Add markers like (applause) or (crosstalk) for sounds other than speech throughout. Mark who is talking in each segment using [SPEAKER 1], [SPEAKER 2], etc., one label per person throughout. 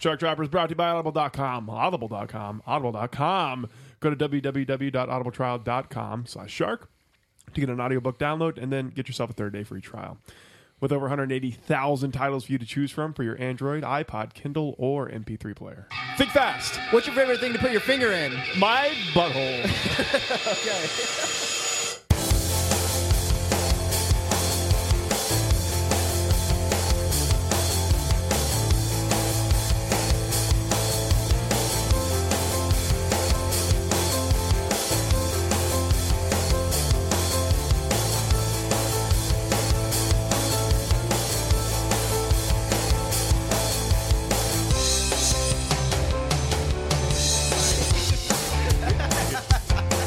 [SPEAKER 1] Shark Dropper is brought to you by Audible.com, Audible.com, Audible.com. Go to www.audibletrial.com slash shark to get an audiobook download and then get yourself a third day free trial. With over 180,000 titles for you to choose from for your Android, iPod, Kindle, or MP3 player. Think fast!
[SPEAKER 2] What's your favorite thing to put your finger in?
[SPEAKER 1] My butthole.
[SPEAKER 3] (laughs)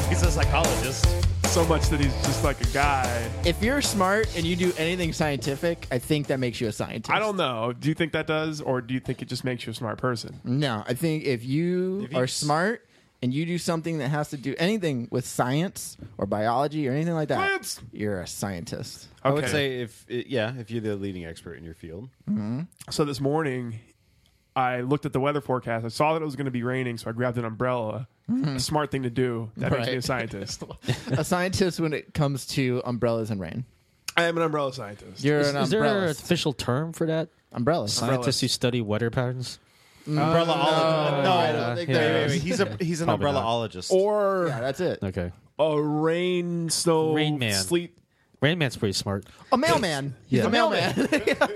[SPEAKER 3] He's a psychologist.
[SPEAKER 1] so much that he's just like a guy.
[SPEAKER 2] If you're smart and you do anything scientific, I think that makes you a scientist.
[SPEAKER 1] I don't know. Do you think that does, or do you think it just makes you a smart person?
[SPEAKER 2] No, I think if you
[SPEAKER 3] you
[SPEAKER 2] are
[SPEAKER 3] s-
[SPEAKER 2] smart and you do something that has to do anything with science or biology or anything like that,
[SPEAKER 1] Science!
[SPEAKER 2] you're a scientist.
[SPEAKER 3] I would say if yeah, if you're the leading expert in your field,
[SPEAKER 1] So this morning, I looked at the weather forecast. I saw that it was going to be raining, so I grabbed an umbrella. A smart thing to do. That makes me a
[SPEAKER 2] Mm-hmm. Right. (laughs)
[SPEAKER 1] scientist.
[SPEAKER 2] a scientist when it comes to umbrellas and rain.
[SPEAKER 1] I am an umbrella scientist.
[SPEAKER 2] You're an
[SPEAKER 4] Is there an
[SPEAKER 2] umbrella.
[SPEAKER 4] official term for that?
[SPEAKER 2] Umbrella.
[SPEAKER 4] Scientists who study weather patterns.
[SPEAKER 2] Mm.
[SPEAKER 3] Uh, umbrella ologist. No,
[SPEAKER 2] (laughs)
[SPEAKER 3] I don't think
[SPEAKER 4] Yeah.
[SPEAKER 3] there
[SPEAKER 4] there
[SPEAKER 3] is.
[SPEAKER 4] is.
[SPEAKER 3] He's a he's an
[SPEAKER 4] Probably
[SPEAKER 3] umbrella
[SPEAKER 4] not.
[SPEAKER 3] ologist.
[SPEAKER 1] Or
[SPEAKER 2] Yeah, that's it.
[SPEAKER 4] Okay,
[SPEAKER 1] a rain, snow,
[SPEAKER 4] Rain man.
[SPEAKER 1] sleet.
[SPEAKER 4] Rain Man's pretty smart.
[SPEAKER 2] A mailman. He's
[SPEAKER 4] Yeah.
[SPEAKER 2] a mailman.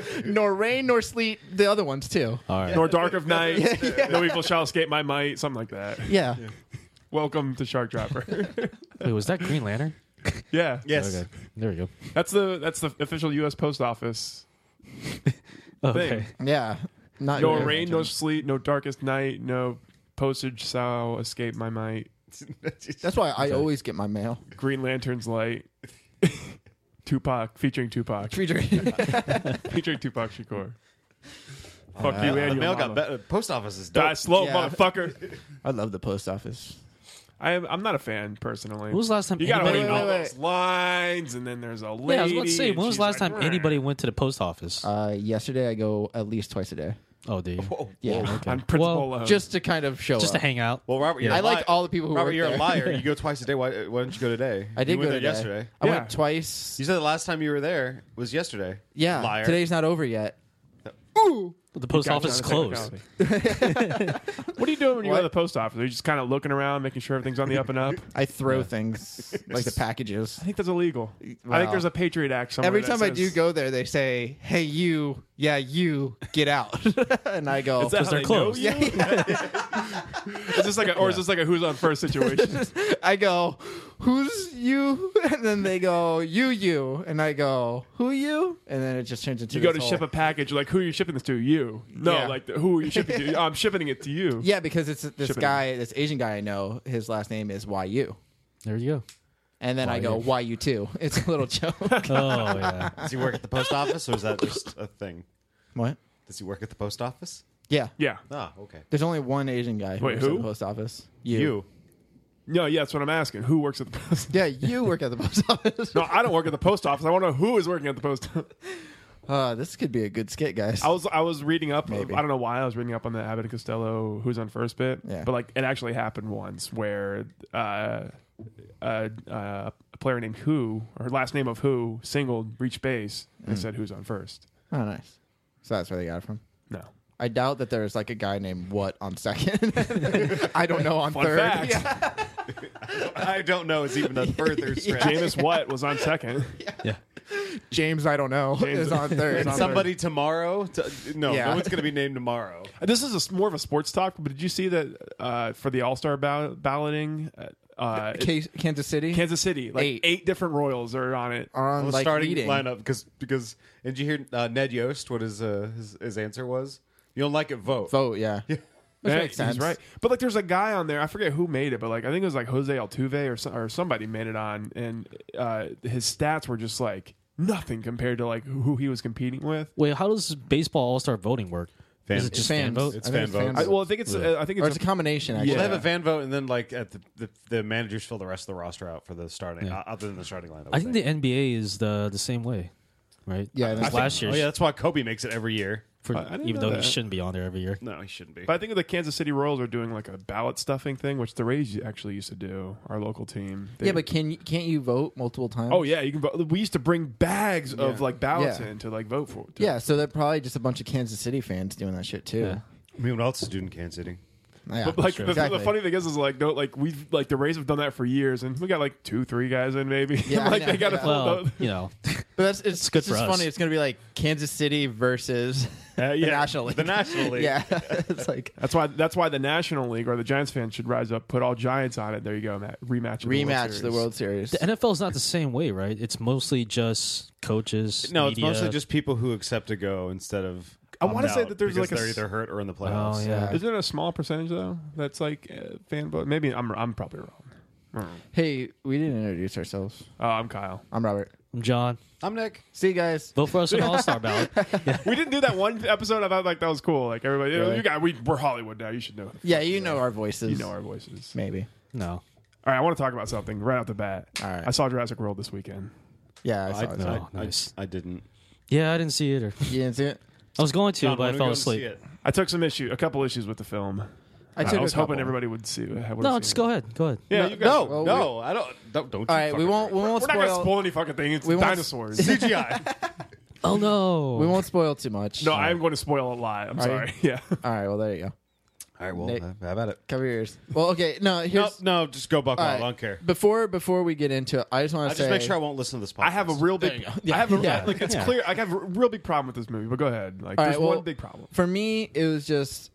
[SPEAKER 2] (laughs) nor rain, nor sleet. The other ones too.
[SPEAKER 4] All right,
[SPEAKER 1] Nor dark
[SPEAKER 2] (laughs)
[SPEAKER 1] of night, no evil shall escape my might, something like that.
[SPEAKER 2] Yeah.
[SPEAKER 1] Welcome to Shark
[SPEAKER 2] (laughs)
[SPEAKER 1] Dropper.
[SPEAKER 4] Wait, was that Green Lantern?
[SPEAKER 1] yeah,
[SPEAKER 3] yes,
[SPEAKER 4] Okay,
[SPEAKER 3] (laughs)
[SPEAKER 4] there we go.
[SPEAKER 1] that's the that's the official U.S. Post Office.
[SPEAKER 4] Okay,
[SPEAKER 2] Yeah. Not
[SPEAKER 1] No
[SPEAKER 2] good.
[SPEAKER 1] rain, no sleep, no darkest night, no postage shall escape my might.
[SPEAKER 2] That's why I always get my mail.
[SPEAKER 1] Green Lantern's light. (laughs) Tupac featuring
[SPEAKER 2] (laughs)
[SPEAKER 1] Tupac
[SPEAKER 4] (laughs)
[SPEAKER 1] featuring Tupac Shakur. Fuck you, and
[SPEAKER 3] the
[SPEAKER 1] your
[SPEAKER 3] mail
[SPEAKER 1] mama.
[SPEAKER 3] got better. Post office is
[SPEAKER 1] Die
[SPEAKER 3] dope.
[SPEAKER 1] slow,
[SPEAKER 2] Yeah.
[SPEAKER 1] motherfucker.
[SPEAKER 2] (laughs) I love the post office.
[SPEAKER 1] I am, I'm not a fan personally.
[SPEAKER 4] when was the last time
[SPEAKER 1] you gotta
[SPEAKER 4] anybody?
[SPEAKER 1] wait,
[SPEAKER 2] Wait,
[SPEAKER 1] all
[SPEAKER 2] wait, wait.
[SPEAKER 1] those lines, and then there's a lady.
[SPEAKER 4] yeah, I was about to say,
[SPEAKER 1] and
[SPEAKER 4] when was
[SPEAKER 1] she's
[SPEAKER 4] the last
[SPEAKER 1] like,
[SPEAKER 4] time anybody went to the post office?
[SPEAKER 2] Uh, yesterday I go at least twice a day.
[SPEAKER 4] oh, dude,
[SPEAKER 3] Whoa.
[SPEAKER 2] Yeah.
[SPEAKER 1] on principle
[SPEAKER 4] Well,
[SPEAKER 1] alone?
[SPEAKER 2] (laughs) Just to kind of show
[SPEAKER 4] just to
[SPEAKER 2] up.
[SPEAKER 4] hang out.
[SPEAKER 3] Well, Robert, you're
[SPEAKER 2] I
[SPEAKER 3] a li-
[SPEAKER 2] like all the people who
[SPEAKER 3] Robert,
[SPEAKER 2] work
[SPEAKER 3] you're
[SPEAKER 2] there. (laughs)
[SPEAKER 3] a liar. You go twice a day. Why, why don't you go today?
[SPEAKER 2] I did
[SPEAKER 3] you
[SPEAKER 2] go
[SPEAKER 3] went there
[SPEAKER 2] today.
[SPEAKER 3] yesterday.
[SPEAKER 2] I
[SPEAKER 1] Yeah.
[SPEAKER 2] went twice.
[SPEAKER 3] You said the last time you were there was yesterday.
[SPEAKER 2] Yeah.
[SPEAKER 3] liar.
[SPEAKER 2] Today's not over yet.
[SPEAKER 4] The post
[SPEAKER 1] Gotcha,
[SPEAKER 4] office is
[SPEAKER 1] on a
[SPEAKER 4] closed.
[SPEAKER 1] technicality. what are you doing when you go
[SPEAKER 2] What?
[SPEAKER 1] to the post office? Are you just kind of looking around, making sure everything's on the up and
[SPEAKER 2] (laughs)
[SPEAKER 1] up?
[SPEAKER 2] I
[SPEAKER 1] (laughs)
[SPEAKER 2] throw things like the packages.
[SPEAKER 1] I think that's illegal. I
[SPEAKER 2] Wow.
[SPEAKER 1] think there's a Patriot Act somewhere.
[SPEAKER 2] Every
[SPEAKER 1] that
[SPEAKER 2] time I
[SPEAKER 1] says-
[SPEAKER 2] do go there, they say, "Hey, you, yeah, you,
[SPEAKER 1] (laughs)
[SPEAKER 2] get out," (laughs) and I go,
[SPEAKER 1] Is that how
[SPEAKER 4] they're
[SPEAKER 1] they know
[SPEAKER 4] closed.
[SPEAKER 1] you?
[SPEAKER 2] (laughs)
[SPEAKER 1] is this like a, or is this like a who's on first
[SPEAKER 2] (laughs)
[SPEAKER 1] situation?
[SPEAKER 2] I go, "Who's you?" (laughs) And then they go, "You, you," and I go, "Who you?" And then it just turns into
[SPEAKER 1] You go
[SPEAKER 2] this
[SPEAKER 1] to
[SPEAKER 2] whole-
[SPEAKER 1] ship a package, you're like, who are you shipping this to? You. No,
[SPEAKER 2] Yeah.
[SPEAKER 1] like, who are you shipping
[SPEAKER 2] (laughs)
[SPEAKER 1] to? I'm shipping it to you.
[SPEAKER 2] yeah, because it's this
[SPEAKER 1] Shipping.
[SPEAKER 2] guy, this Asian guy I know. His last name is YU,
[SPEAKER 4] There you
[SPEAKER 2] and then I go YU too. (laughs) It's a little joke.
[SPEAKER 4] go. Oh yeah.
[SPEAKER 3] (laughs) Does he work at the post office, or is that just a thing?
[SPEAKER 2] what?
[SPEAKER 3] Does he work at the post office?
[SPEAKER 2] Yeah,
[SPEAKER 1] Yeah.
[SPEAKER 3] Ah, okay.
[SPEAKER 2] there's only one Asian guy who
[SPEAKER 1] Wait,
[SPEAKER 2] works at
[SPEAKER 1] who?
[SPEAKER 2] the post office.
[SPEAKER 3] You.
[SPEAKER 1] No, yeah, that's what I'm asking. Who works at the post (laughs)
[SPEAKER 2] Yeah, you work at the post (laughs) office.
[SPEAKER 1] No, I don't work at the post office. I want to know who is working at the post (laughs) office.
[SPEAKER 2] Uh, this could be a good skit, guys.
[SPEAKER 1] I was I was reading up.
[SPEAKER 2] Maybe.
[SPEAKER 1] I don't know why I was reading up on the Abbott and Costello Who's on First bit,
[SPEAKER 2] Yeah.
[SPEAKER 1] but like it actually happened once where uh, uh, uh, a player named Who or last name of Who singled, reached base,
[SPEAKER 2] Hmm.
[SPEAKER 1] and said Who's on first.
[SPEAKER 2] oh, nice. So that's where they got it from.
[SPEAKER 1] No,
[SPEAKER 2] I doubt that there's like a guy named what on second. (laughs) I don't know on
[SPEAKER 1] fun
[SPEAKER 2] third.
[SPEAKER 1] fact:
[SPEAKER 2] (laughs) Yeah.
[SPEAKER 3] I don't know. It's even
[SPEAKER 2] (laughs)
[SPEAKER 3] a further stretch.
[SPEAKER 1] Jameis Watt was on second.
[SPEAKER 4] Yeah.
[SPEAKER 2] James, I don't know,
[SPEAKER 1] James-
[SPEAKER 2] is on third.
[SPEAKER 1] is on
[SPEAKER 3] Somebody tomorrow? T- no,
[SPEAKER 2] Yeah.
[SPEAKER 3] no one's going to be named tomorrow.
[SPEAKER 1] This is a s more of a sports talk, but did you see that uh, for the All Star ball- balloting, uh, uh,
[SPEAKER 2] Case, Kansas City
[SPEAKER 1] Kansas City like eight.
[SPEAKER 2] Eight.
[SPEAKER 1] different Royals are on it.
[SPEAKER 2] are on
[SPEAKER 3] Well,
[SPEAKER 2] like
[SPEAKER 3] starting
[SPEAKER 2] leading.
[SPEAKER 3] lineup because because and did you hear uh, Ned Yost what his, uh, his his answer was? You don't like it, vote.
[SPEAKER 2] Vote, yeah. Which
[SPEAKER 1] Yeah,
[SPEAKER 2] makes sense.
[SPEAKER 1] He's right. But like, there's a guy on there. I forget who made it, but like, I think it was like Jose Altuve or so, or somebody made it on, and uh, his stats were just like nothing compared to like who he was competing with.
[SPEAKER 4] Wait, how does baseball All Star voting work?
[SPEAKER 3] Fan-
[SPEAKER 4] is it just fan
[SPEAKER 2] Fans.
[SPEAKER 4] vote?
[SPEAKER 3] It's
[SPEAKER 2] I think
[SPEAKER 3] fan
[SPEAKER 2] it's
[SPEAKER 3] vote.
[SPEAKER 2] fan
[SPEAKER 1] I,
[SPEAKER 2] vote.
[SPEAKER 1] well, I think it's uh, I think
[SPEAKER 2] Or it's
[SPEAKER 1] it's
[SPEAKER 2] a combination, actually.
[SPEAKER 3] Well, they
[SPEAKER 1] Yeah.
[SPEAKER 3] have a fan vote, and then like at the the, the managers fill the rest of the roster out for the starting,
[SPEAKER 4] Yeah.
[SPEAKER 3] uh, other than the starting lineup.
[SPEAKER 4] I think the NBA is the the same way. right?
[SPEAKER 2] Yeah,
[SPEAKER 4] It was
[SPEAKER 2] that's-
[SPEAKER 4] last year.
[SPEAKER 3] Oh yeah, that's why Kobe makes it every year.
[SPEAKER 4] for-
[SPEAKER 1] I- I didn't
[SPEAKER 4] even
[SPEAKER 1] know
[SPEAKER 4] though he
[SPEAKER 1] that.
[SPEAKER 4] shouldn't be on there every year.
[SPEAKER 3] No, he shouldn't be.
[SPEAKER 1] But I think the Kansas City Royals are doing like a ballot stuffing thing, which the Rays actually used to do. Our local team. They-
[SPEAKER 2] yeah, but can you, can't you vote multiple times?
[SPEAKER 1] oh yeah, you can. Vote. We used to bring bags of
[SPEAKER 3] Yeah.
[SPEAKER 1] like ballots
[SPEAKER 2] Yeah.
[SPEAKER 1] in to like vote for. to-
[SPEAKER 2] yeah. So they're probably just a bunch of Kansas City fans doing that shit too.
[SPEAKER 4] Yeah.
[SPEAKER 3] I mean, what else is doing in Kansas City?
[SPEAKER 2] Yeah,
[SPEAKER 1] But like
[SPEAKER 4] true.
[SPEAKER 1] the,
[SPEAKER 2] Exactly.
[SPEAKER 1] the funny thing is, is like no, like we've like the Rays have done that for years, and we got like two, three guys in maybe. (laughs)
[SPEAKER 2] Yeah, I
[SPEAKER 1] like
[SPEAKER 2] know,
[SPEAKER 1] they got a
[SPEAKER 2] yeah.
[SPEAKER 1] full.
[SPEAKER 4] Well,
[SPEAKER 1] vote.
[SPEAKER 4] you know,
[SPEAKER 2] But that's it's,
[SPEAKER 4] good
[SPEAKER 2] it's
[SPEAKER 4] for
[SPEAKER 2] just
[SPEAKER 4] us.
[SPEAKER 2] funny. It's gonna be like Kansas
[SPEAKER 1] (laughs)
[SPEAKER 2] City versus
[SPEAKER 3] Uh,
[SPEAKER 2] the National League.
[SPEAKER 3] The (laughs) National League.
[SPEAKER 2] yeah, (laughs) it's like
[SPEAKER 1] That's why. That's why the National League or the Giants fans should rise up, put all Giants on it. There you go, Matt. Rematch. of
[SPEAKER 2] rematch the
[SPEAKER 1] Series.
[SPEAKER 2] World Series.
[SPEAKER 4] the NFL's not the same way, right? It's mostly just coaches.
[SPEAKER 3] No, it's
[SPEAKER 4] media.
[SPEAKER 3] mostly just people who accept to go instead of.
[SPEAKER 1] I wanna
[SPEAKER 3] opt
[SPEAKER 1] say
[SPEAKER 3] out
[SPEAKER 1] that there's
[SPEAKER 3] because
[SPEAKER 1] like a
[SPEAKER 3] they're
[SPEAKER 1] s-
[SPEAKER 3] either hurt or in the playoffs.
[SPEAKER 4] Oh yeah.
[SPEAKER 1] Isn't it a small percentage though? That's like uh, fan vote. Maybe I'm. I'm probably wrong.
[SPEAKER 2] Hey, we didn't introduce ourselves.
[SPEAKER 1] Uh, I'm Kyle.
[SPEAKER 2] I'm Robert.
[SPEAKER 4] I'm John.
[SPEAKER 3] I'm Nick.
[SPEAKER 2] See you guys.
[SPEAKER 4] Vote for us in All
[SPEAKER 3] (laughs)
[SPEAKER 4] Star ballot.
[SPEAKER 1] we didn't do that one episode. I thought like that was cool. Like everybody, "Oh, you know,
[SPEAKER 2] Really?
[SPEAKER 1] you got we, we're Hollywood now. You should know.
[SPEAKER 2] Yeah, you know our voices.
[SPEAKER 1] You know our voices.
[SPEAKER 2] maybe.
[SPEAKER 4] No.
[SPEAKER 1] All right, I want to talk about something right off the bat.
[SPEAKER 2] All right.
[SPEAKER 1] I saw Jurassic World this weekend.
[SPEAKER 2] Yeah, I saw it.
[SPEAKER 4] no.
[SPEAKER 2] Sorry.
[SPEAKER 4] Oh, nice.
[SPEAKER 3] I, I didn't.
[SPEAKER 4] Yeah, I didn't see it. Or
[SPEAKER 2] You didn't see it.
[SPEAKER 4] I was going to,
[SPEAKER 3] John, why
[SPEAKER 4] but
[SPEAKER 3] don't
[SPEAKER 4] I
[SPEAKER 3] we
[SPEAKER 4] fell
[SPEAKER 3] go and see
[SPEAKER 4] asleep.
[SPEAKER 3] it?
[SPEAKER 1] I took some issue, a couple issues with the film.
[SPEAKER 2] I
[SPEAKER 1] Uh,
[SPEAKER 2] took
[SPEAKER 1] I was
[SPEAKER 2] a couple.
[SPEAKER 1] hoping everybody would see. Would
[SPEAKER 4] No, just go ahead.
[SPEAKER 3] (laughs)
[SPEAKER 4] Go ahead.
[SPEAKER 1] Yeah,
[SPEAKER 2] No,
[SPEAKER 1] you guys.
[SPEAKER 2] no,
[SPEAKER 3] Oh, no, I don't. Don't. don't
[SPEAKER 2] All
[SPEAKER 3] you
[SPEAKER 2] right, we
[SPEAKER 3] fucking-
[SPEAKER 2] won't. We won't
[SPEAKER 1] We're not gonna
[SPEAKER 2] spoil.
[SPEAKER 1] spoil any fucking thing. It's
[SPEAKER 2] We won't-
[SPEAKER 1] dinosaurs.
[SPEAKER 2] (laughs)
[SPEAKER 3] CGI.
[SPEAKER 4] Oh no.
[SPEAKER 1] (laughs)
[SPEAKER 2] We won't spoil too much.
[SPEAKER 1] no, I am going to spoil a lot. I'm
[SPEAKER 2] Are
[SPEAKER 1] sorry. (laughs) Yeah.
[SPEAKER 2] All right. Well, there you go.
[SPEAKER 3] All right, well,
[SPEAKER 2] Nick.
[SPEAKER 3] how about it?
[SPEAKER 2] Cover your ears. Well, okay. No,
[SPEAKER 3] No,
[SPEAKER 2] here's.
[SPEAKER 3] no, just go Buck
[SPEAKER 2] all
[SPEAKER 3] Wild.
[SPEAKER 2] right.
[SPEAKER 3] I don't care.
[SPEAKER 2] Before before we get into it, I just want
[SPEAKER 3] I
[SPEAKER 2] to
[SPEAKER 3] just
[SPEAKER 2] say
[SPEAKER 3] make sure I won't listen to this podcast.
[SPEAKER 1] I have a real big. I have a
[SPEAKER 2] Yeah.
[SPEAKER 1] like. It's
[SPEAKER 4] Yeah.
[SPEAKER 1] clear. I have a real big problem with this movie. But go ahead. Like,
[SPEAKER 2] All
[SPEAKER 1] there's
[SPEAKER 2] right, well-
[SPEAKER 1] one big problem.
[SPEAKER 2] for me it was just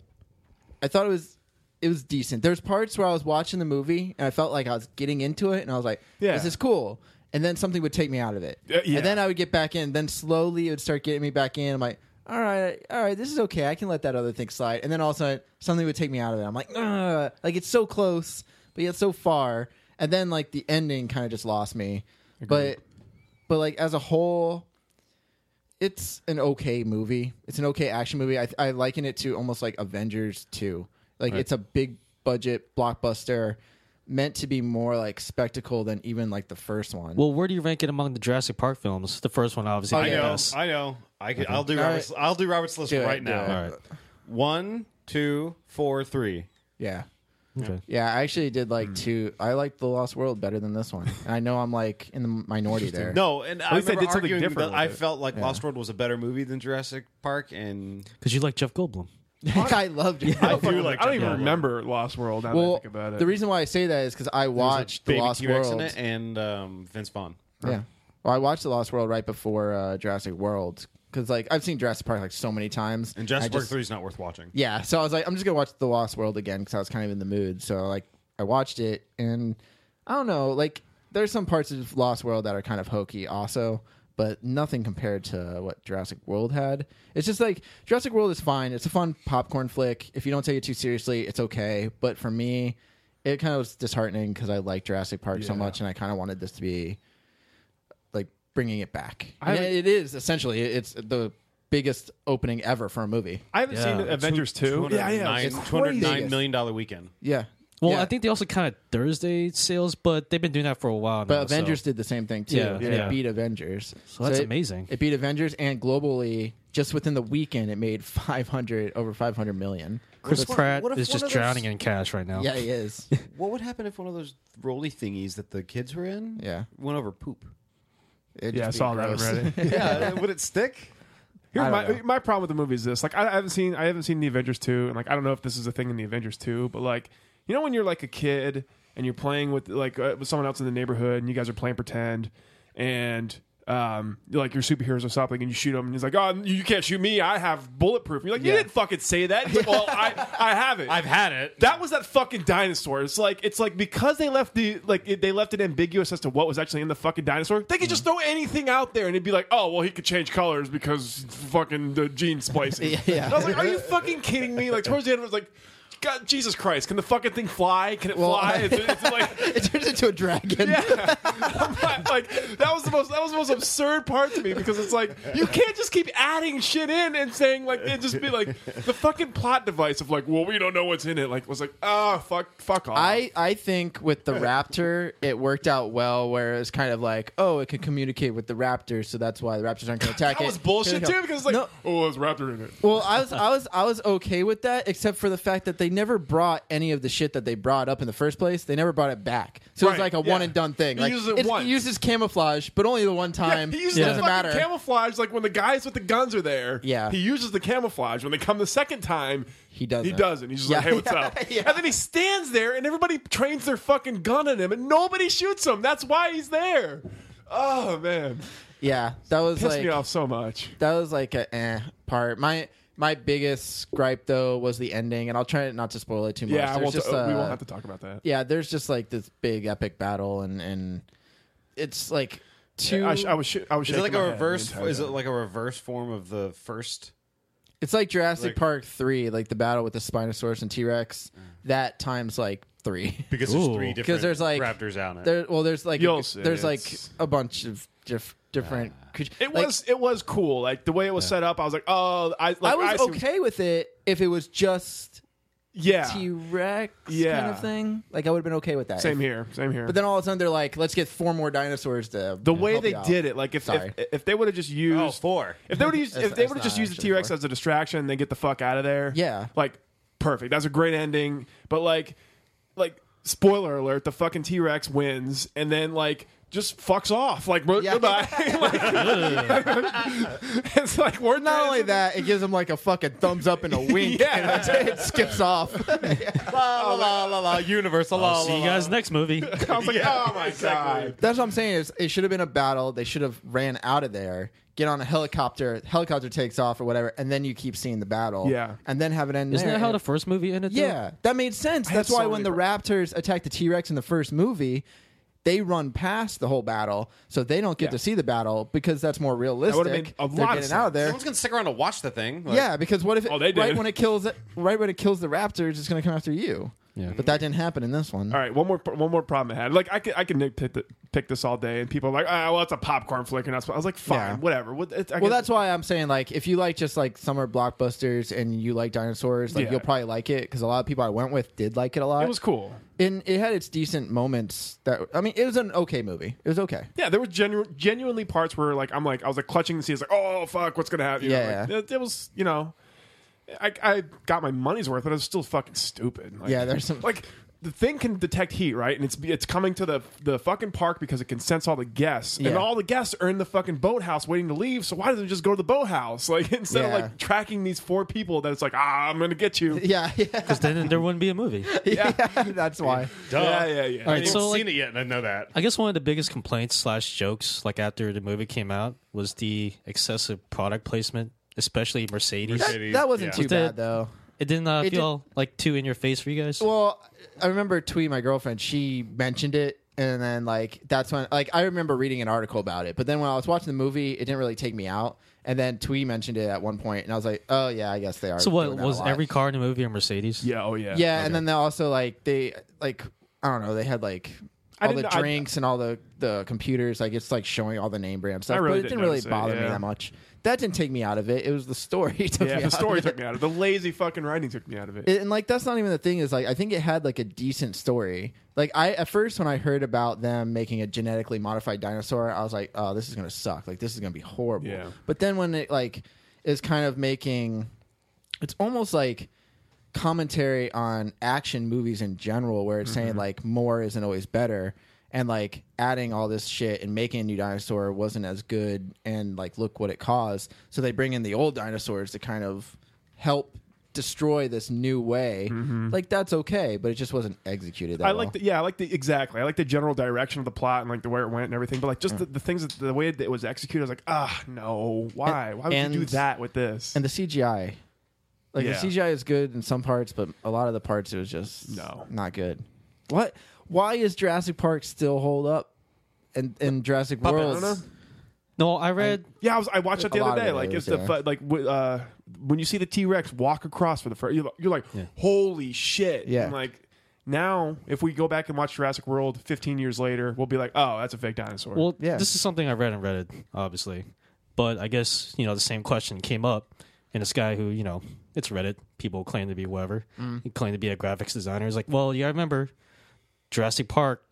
[SPEAKER 2] i thought it was it was decent there's parts where i was watching the movie and i felt like i was getting into it and i was like
[SPEAKER 1] Yeah.
[SPEAKER 2] this is cool and then something would take me out of it
[SPEAKER 1] Uh, yeah.
[SPEAKER 2] and then i would get back in then slowly it would start getting me back in i'm like all right all right this is okay i can let that other thing slide and then all of a sudden something would take me out of it i'm like Ugh. like it's so close but yet so far and then like the ending kind of just lost me but but like as a whole it's an okay movie. It's an okay action movie. I, I liken it to almost like Avengers 2. Like it's a big budget blockbuster meant to be more like spectacle than even like the first one.
[SPEAKER 4] Well, where do you rank it among the Jurassic Park films? The first one, obviously.
[SPEAKER 3] I
[SPEAKER 4] the
[SPEAKER 3] know.
[SPEAKER 4] best.
[SPEAKER 3] I know. I can, I'll do
[SPEAKER 2] All
[SPEAKER 3] Robert's. I'll do Robert's list
[SPEAKER 2] Do it,
[SPEAKER 3] right
[SPEAKER 2] do
[SPEAKER 3] now.
[SPEAKER 2] it.
[SPEAKER 4] All right.
[SPEAKER 3] One, two, four, three.
[SPEAKER 2] yeah.
[SPEAKER 4] Okay.
[SPEAKER 2] Yeah, I actually did
[SPEAKER 1] Hmm.
[SPEAKER 2] like two. I liked The Lost World better than this one. And I know I'm like in the minority there.
[SPEAKER 3] No, and I
[SPEAKER 1] least they
[SPEAKER 3] remember
[SPEAKER 1] did something
[SPEAKER 3] arguing
[SPEAKER 1] different
[SPEAKER 3] that I
[SPEAKER 1] with it.
[SPEAKER 3] felt like Lost World was a better movie than Jurassic Park, and
[SPEAKER 4] Because you like Jeff Goldblum.
[SPEAKER 2] (laughs) I loved it.
[SPEAKER 1] I, do
[SPEAKER 3] like
[SPEAKER 1] I don't even
[SPEAKER 3] Jurassic
[SPEAKER 1] remember Lost World. Now that I
[SPEAKER 2] well,
[SPEAKER 1] think about it.
[SPEAKER 2] the reason why I say that is because I watched The
[SPEAKER 3] Baby
[SPEAKER 2] Lost
[SPEAKER 3] T-Rex
[SPEAKER 2] World.
[SPEAKER 3] in it, and um, Vince Vaughn.
[SPEAKER 2] Yeah. Well, I watched The Lost World right before uh, Jurassic World because, like, I've seen Jurassic Park like so many times.
[SPEAKER 3] And Jurassic
[SPEAKER 2] I
[SPEAKER 3] Park
[SPEAKER 2] just-
[SPEAKER 3] Three is not worth watching.
[SPEAKER 2] Yeah, so I was like, I'm just gonna watch The Lost World again because I was kind of in the mood. So like, I watched it, and I don't know, like, there's some parts of Lost World that are kind of hokey, also, but nothing compared to what Jurassic World had. It's just like Jurassic World is fine. It's a fun popcorn flick. If you don't take it too seriously, it's okay. But for me, it kind of was disheartening because I like Jurassic Park so
[SPEAKER 1] Yeah.
[SPEAKER 2] much, and I kind of wanted this to be like bringing it back.
[SPEAKER 1] I
[SPEAKER 2] And
[SPEAKER 1] haven't-
[SPEAKER 2] it is essentially it's the biggest opening ever for a movie.
[SPEAKER 1] I haven't
[SPEAKER 4] Yeah.
[SPEAKER 1] seen Avengers two. Yeah, yeah.
[SPEAKER 3] $209
[SPEAKER 1] It's
[SPEAKER 3] $209
[SPEAKER 1] crazy.
[SPEAKER 3] $209 million dollar weekend.
[SPEAKER 2] Yeah.
[SPEAKER 4] Well,
[SPEAKER 2] Yeah.
[SPEAKER 4] I think they also kind of Thursday sales, but they've been doing that for a while now.
[SPEAKER 2] But Avengers
[SPEAKER 4] so-
[SPEAKER 2] did the same thing too,
[SPEAKER 4] Yeah,
[SPEAKER 2] and
[SPEAKER 4] yeah.
[SPEAKER 2] it beat Avengers. So
[SPEAKER 4] that's
[SPEAKER 2] it-
[SPEAKER 4] amazing.
[SPEAKER 2] It beat Avengers, and globally, just within the weekend, it made (laughs) five hundred over five hundred million.
[SPEAKER 4] Chris
[SPEAKER 3] What if-
[SPEAKER 4] Pratt
[SPEAKER 3] what if
[SPEAKER 4] is
[SPEAKER 3] one
[SPEAKER 4] just
[SPEAKER 3] of those-
[SPEAKER 4] drowning in cash right now.
[SPEAKER 2] Yeah, it
[SPEAKER 4] (laughs)
[SPEAKER 2] is.
[SPEAKER 3] What would happen if one of those roly thingies that the kids were in,
[SPEAKER 2] Yeah.
[SPEAKER 3] went over poop?
[SPEAKER 2] It'd
[SPEAKER 1] Yeah, I
[SPEAKER 2] just be
[SPEAKER 1] saw that
[SPEAKER 2] gross.
[SPEAKER 1] (laughs) already.
[SPEAKER 3] yeah, would it stick?
[SPEAKER 1] Here's
[SPEAKER 2] I don't
[SPEAKER 1] my my problem with the movie is this: like, I, I haven't seen I haven't seen the Avengers two, and like, I don't know if this is a thing in the Avengers two, but like, you know, when you're like a kid and you're playing with like uh, with someone else in the neighborhood, and you guys are playing pretend, and um, you're, like your superheroes or something, and you shoot him, and he's like, "Oh, you can't shoot me! I have bulletproof." And you're like, "You
[SPEAKER 2] Yeah.
[SPEAKER 1] didn't fucking say that." He's like, "Well, I I have it.
[SPEAKER 2] (laughs)
[SPEAKER 3] I've had it.
[SPEAKER 1] That was that fucking dinosaur. It's like it's like because they left the like it, they left it ambiguous as to what was actually in the fucking dinosaur. They could just
[SPEAKER 2] Mm-hmm.
[SPEAKER 1] throw anything out there and it'd be like, oh well, he could change colors because fucking the gene splicing.
[SPEAKER 2] (laughs) Yeah.
[SPEAKER 1] And I was like, are you fucking kidding me? Like towards the end, I was like, God, Jesus Christ! Can the fucking thing fly? Can it
[SPEAKER 2] Well, (laughs)
[SPEAKER 1] fly? It's, it's like.
[SPEAKER 2] (laughs) it turns into a dragon.
[SPEAKER 1] Yeah, I'm not- like that was the most that was the most absurd part to me because it's like you can't just keep adding shit in and saying like it just be like the fucking plot device of like well we don't know what's in it like was like ah fuck fuck off
[SPEAKER 2] I, I think with the raptor, it worked out well where it's kind of like, oh, it can communicate with the raptors, so that's why the raptors
[SPEAKER 1] (laughs)
[SPEAKER 2] aren't going to attack
[SPEAKER 1] that
[SPEAKER 2] it.
[SPEAKER 1] was bullshit too because it's like
[SPEAKER 2] No.
[SPEAKER 1] oh there's a raptor in it
[SPEAKER 2] Well, I was I was I was okay with that, except for the fact that they never brought any of the shit that they brought up in the first place. They never brought it back, so it's
[SPEAKER 1] Right,
[SPEAKER 2] like a
[SPEAKER 1] yeah.
[SPEAKER 2] one and done thing.
[SPEAKER 1] He
[SPEAKER 2] like,
[SPEAKER 1] uses it
[SPEAKER 2] it's-
[SPEAKER 1] once.
[SPEAKER 2] He uses camouflage, but only the one time.
[SPEAKER 1] Yeah, he uses
[SPEAKER 2] It
[SPEAKER 1] the
[SPEAKER 2] doesn't
[SPEAKER 1] fucking
[SPEAKER 2] matter.
[SPEAKER 1] camouflage like when the guys with the guns are there.
[SPEAKER 2] Yeah.
[SPEAKER 1] He uses the camouflage. When they come the second time,
[SPEAKER 2] He doesn't.
[SPEAKER 1] He doesn't. He's just like,
[SPEAKER 2] Yeah,
[SPEAKER 1] hey, what's
[SPEAKER 2] (laughs) yeah,
[SPEAKER 1] up?
[SPEAKER 2] yeah.
[SPEAKER 1] And then he stands there and everybody trains their fucking gun at him and nobody shoots him. That's why he's there. Oh man.
[SPEAKER 2] yeah, that was
[SPEAKER 1] Pissed
[SPEAKER 2] like
[SPEAKER 1] me off so much.
[SPEAKER 2] that was like a eh part. My my biggest gripe though was the ending, and I'll try not to spoil it too much.
[SPEAKER 1] Yeah, I
[SPEAKER 2] There's
[SPEAKER 1] won't
[SPEAKER 2] just,
[SPEAKER 1] uh, we
[SPEAKER 2] uh,
[SPEAKER 1] won't have to talk about that.
[SPEAKER 2] yeah, there's just like this big epic battle, and and it's like two.
[SPEAKER 1] I, sh- I was sh- I was
[SPEAKER 3] Is it like
[SPEAKER 1] shaking
[SPEAKER 3] a
[SPEAKER 1] my head the
[SPEAKER 3] reverse?
[SPEAKER 1] entire
[SPEAKER 3] Is it
[SPEAKER 1] time.
[SPEAKER 3] like a reverse form of the first?
[SPEAKER 2] It's like Jurassic
[SPEAKER 3] Like-
[SPEAKER 2] Park three, like the battle with the Spinosaurus and T Rex.
[SPEAKER 1] Mm.
[SPEAKER 2] That times like
[SPEAKER 1] (laughs)
[SPEAKER 2] three.
[SPEAKER 3] Because
[SPEAKER 4] Ooh.
[SPEAKER 3] there's three different
[SPEAKER 2] Because there's like
[SPEAKER 3] raptors on it.
[SPEAKER 2] There, well, there's like
[SPEAKER 1] You'll see,
[SPEAKER 2] there's like
[SPEAKER 1] it's-
[SPEAKER 2] a bunch of diff- different creatures.
[SPEAKER 1] it
[SPEAKER 2] Like,
[SPEAKER 1] was it was cool. Like the way it was set up, I was like, oh, I like,
[SPEAKER 2] I was
[SPEAKER 1] see-
[SPEAKER 2] okay with it if it was just
[SPEAKER 1] Yeah,
[SPEAKER 2] T Rex
[SPEAKER 1] Yeah.
[SPEAKER 2] kind of thing. Like I would have been okay with that.
[SPEAKER 1] same here, same here.
[SPEAKER 2] But then all of a sudden they're like, let's get four more dinosaurs to
[SPEAKER 1] the way they did it, like if
[SPEAKER 2] Sorry.
[SPEAKER 1] if, if they would have just used
[SPEAKER 3] oh, four.
[SPEAKER 1] If they would used,
[SPEAKER 2] That's-
[SPEAKER 1] if they
[SPEAKER 2] that's
[SPEAKER 1] would have just
[SPEAKER 2] not
[SPEAKER 1] used the
[SPEAKER 2] actually
[SPEAKER 1] T Rex
[SPEAKER 2] fair.
[SPEAKER 1] as a distraction, they get the fuck out of there.
[SPEAKER 2] Yeah.
[SPEAKER 1] like perfect. That's a great ending. But like, like spoiler alert: the fucking T Rex wins, and then like just fucks off. Like bro,
[SPEAKER 2] Yeah.
[SPEAKER 1] goodbye. (laughs)
[SPEAKER 2] (laughs)
[SPEAKER 1] Like, it's like we're
[SPEAKER 2] Not only that, it gives them like a fucking thumbs
[SPEAKER 1] (laughs)
[SPEAKER 2] up and a wink,
[SPEAKER 1] Yeah. Oh,
[SPEAKER 2] and that's (laughs) it. it
[SPEAKER 1] (laughs)
[SPEAKER 2] skips off. (laughs)
[SPEAKER 3] La la la la. Universe. La la.
[SPEAKER 4] See you
[SPEAKER 3] la,
[SPEAKER 4] guys
[SPEAKER 3] (laughs)
[SPEAKER 4] next movie.
[SPEAKER 1] I was like, oh my god.
[SPEAKER 2] That's what I'm saying. Is it should have been a battle. They should have ran out of there, get on a helicopter. Helicopter takes off or whatever, and then you keep seeing the battle.
[SPEAKER 1] Yeah.
[SPEAKER 2] and then have it end.
[SPEAKER 4] Isn't
[SPEAKER 2] there.
[SPEAKER 4] that how the first movie ended? though?
[SPEAKER 2] yeah, that made sense.
[SPEAKER 1] had
[SPEAKER 2] That's why
[SPEAKER 1] so
[SPEAKER 2] when the
[SPEAKER 1] many
[SPEAKER 2] Raptors attack the T Rex in the first movie, they run past the whole battle, so they don't get to see the battle because that's more realistic.
[SPEAKER 1] made a
[SPEAKER 2] They're
[SPEAKER 1] lot of
[SPEAKER 2] getting out
[SPEAKER 1] sense.
[SPEAKER 2] of there.
[SPEAKER 3] Someone's gonna stick around to watch the thing. Like,
[SPEAKER 2] Yeah, because what if it,
[SPEAKER 1] Oh, they
[SPEAKER 2] right
[SPEAKER 1] did.
[SPEAKER 2] when it kills it, right when it kills the Raptors, it's going to come after you. Yeah, but that didn't happen in this one.
[SPEAKER 1] All right, one more one more problem I had. Like I could I could nitpick the, pick this all day, and people are like, ah, well, it's a popcorn flick, and that's what I was like, fine,
[SPEAKER 2] Yeah.
[SPEAKER 1] whatever. What, it, I
[SPEAKER 2] Well,
[SPEAKER 1] guess-
[SPEAKER 2] that's why I'm saying like if you like just like summer blockbusters and you like dinosaurs, like
[SPEAKER 1] Yeah.
[SPEAKER 2] you'll probably like it because a lot of people I went with did like it a lot.
[SPEAKER 1] it was cool.
[SPEAKER 2] and it had its decent moments. That I mean, it was an okay movie. It was okay. (laughs)
[SPEAKER 1] Yeah, there were genu- genuinely parts where like I'm like I was like clutching the seats like oh fuck what's gonna happen. You know,
[SPEAKER 2] Yeah,
[SPEAKER 1] like,
[SPEAKER 2] yeah.
[SPEAKER 1] It, it was you know, I I got my money's worth, but it was still fucking stupid. Like,
[SPEAKER 2] Yeah, there's some-
[SPEAKER 1] like the thing can detect heat right, and it's it's coming to the the fucking park because it can sense all the guests,
[SPEAKER 2] Yeah.
[SPEAKER 1] and all the guests are in the fucking boathouse waiting to leave. So why doesn't it just go to the boathouse (laughs) like instead
[SPEAKER 2] Yeah.
[SPEAKER 1] of like tracking these four people that it's like ah I'm gonna get
[SPEAKER 2] (laughs)
[SPEAKER 1] you.
[SPEAKER 2] Yeah, yeah,
[SPEAKER 4] Then there wouldn't be a movie.
[SPEAKER 2] yeah. that's why.
[SPEAKER 3] Duh.
[SPEAKER 1] Yeah, yeah, yeah.
[SPEAKER 3] I
[SPEAKER 4] All right,
[SPEAKER 3] haven't
[SPEAKER 4] so like,
[SPEAKER 3] seen it yet, and I know that.
[SPEAKER 4] (laughs) I guess one of the biggest complaints slash jokes, like after the movie came out, was the excessive product placement, especially Mercedes.
[SPEAKER 3] Mercedes.
[SPEAKER 2] That, that wasn't
[SPEAKER 3] Yeah.
[SPEAKER 2] too
[SPEAKER 4] Was
[SPEAKER 2] bad
[SPEAKER 4] that-
[SPEAKER 2] though.
[SPEAKER 4] It didn't uh,
[SPEAKER 2] It did-
[SPEAKER 4] feel like too in your face for you guys.
[SPEAKER 2] Well, I remember tweeting my girlfriend. She mentioned it, and then like that's when like I remember reading an article about it. But then when I was watching the movie, it didn't really take me out. And then Twee mentioned it at one point, and I was like, "Oh yeah, I guess they are."
[SPEAKER 4] so what
[SPEAKER 2] doing that a
[SPEAKER 4] was
[SPEAKER 2] lot.
[SPEAKER 4] every car in the movie a Mercedes?
[SPEAKER 1] Yeah, oh yeah,
[SPEAKER 2] Yeah, and then they also like they like I don't know they had like
[SPEAKER 1] I
[SPEAKER 2] all the
[SPEAKER 1] didn't- I-
[SPEAKER 2] drinks and all the the computers. Like it's like showing all the name brand stuff,
[SPEAKER 1] I really
[SPEAKER 2] but it
[SPEAKER 1] didn't
[SPEAKER 2] didn't really
[SPEAKER 1] notice it,
[SPEAKER 2] bother me
[SPEAKER 1] yeah.
[SPEAKER 2] that much. That didn't take me out of it. It was the story. (laughs) took
[SPEAKER 1] Yeah,
[SPEAKER 2] me
[SPEAKER 1] the
[SPEAKER 2] out
[SPEAKER 1] story
[SPEAKER 2] of it.
[SPEAKER 1] took me out of it. The lazy fucking writing took me out of it.
[SPEAKER 2] It- and like that's not even the thing is like i think it had like a decent story like i at first when i heard about them making a genetically modified dinosaur i was like oh this is gonna suck like this is gonna be horrible
[SPEAKER 1] Yeah.
[SPEAKER 2] but then when it like is kind of making it's almost like commentary on action movies in general where it's
[SPEAKER 1] Mm-hmm.
[SPEAKER 2] saying like more isn't always better and like adding all this shit and making a new dinosaur wasn't as good and like look what it caused so they bring in the old dinosaurs to kind of help destroy this new way like that's okay but it just wasn't executed that
[SPEAKER 1] Mm-hmm. I
[SPEAKER 2] well.
[SPEAKER 1] like the yeah, I like the exactly. I like the general direction of the plot and like the where it went and everything. But like
[SPEAKER 2] Mm.
[SPEAKER 1] just the, the things that the way that it was executed, I was like, ah, no, why? Why would
[SPEAKER 2] and-
[SPEAKER 1] you do that with this?
[SPEAKER 2] and the cgi like
[SPEAKER 1] Yeah.
[SPEAKER 2] the cgi is good in some parts but a lot of the parts it was just
[SPEAKER 1] No.
[SPEAKER 2] not good what why is jurassic park still hold up and and jurassic
[SPEAKER 1] Puppet, I
[SPEAKER 2] world
[SPEAKER 1] don't know.
[SPEAKER 4] No, I read.
[SPEAKER 1] yeah, I was I watched that the
[SPEAKER 2] A lot
[SPEAKER 1] other
[SPEAKER 2] of
[SPEAKER 1] day.
[SPEAKER 2] it
[SPEAKER 1] like
[SPEAKER 2] is,
[SPEAKER 1] it's the
[SPEAKER 2] yeah.
[SPEAKER 1] fu- like w- uh, when you see the T Rex walk across for the first, you're, li- you're like, holy shit!
[SPEAKER 2] Yeah.
[SPEAKER 1] And like now, if we go back and watch Jurassic World 15 years later, we'll be like, oh, that's a fake dinosaur.
[SPEAKER 4] Well,
[SPEAKER 2] Yeah.
[SPEAKER 4] this is something I read on Reddit, obviously, but I guess you know the same question came up, and this guy who you know it's Reddit people claim to be whoever,
[SPEAKER 2] Mm.
[SPEAKER 4] he claimed to be a graphics designer. He's like, well, yeah, I remember Jurassic Park.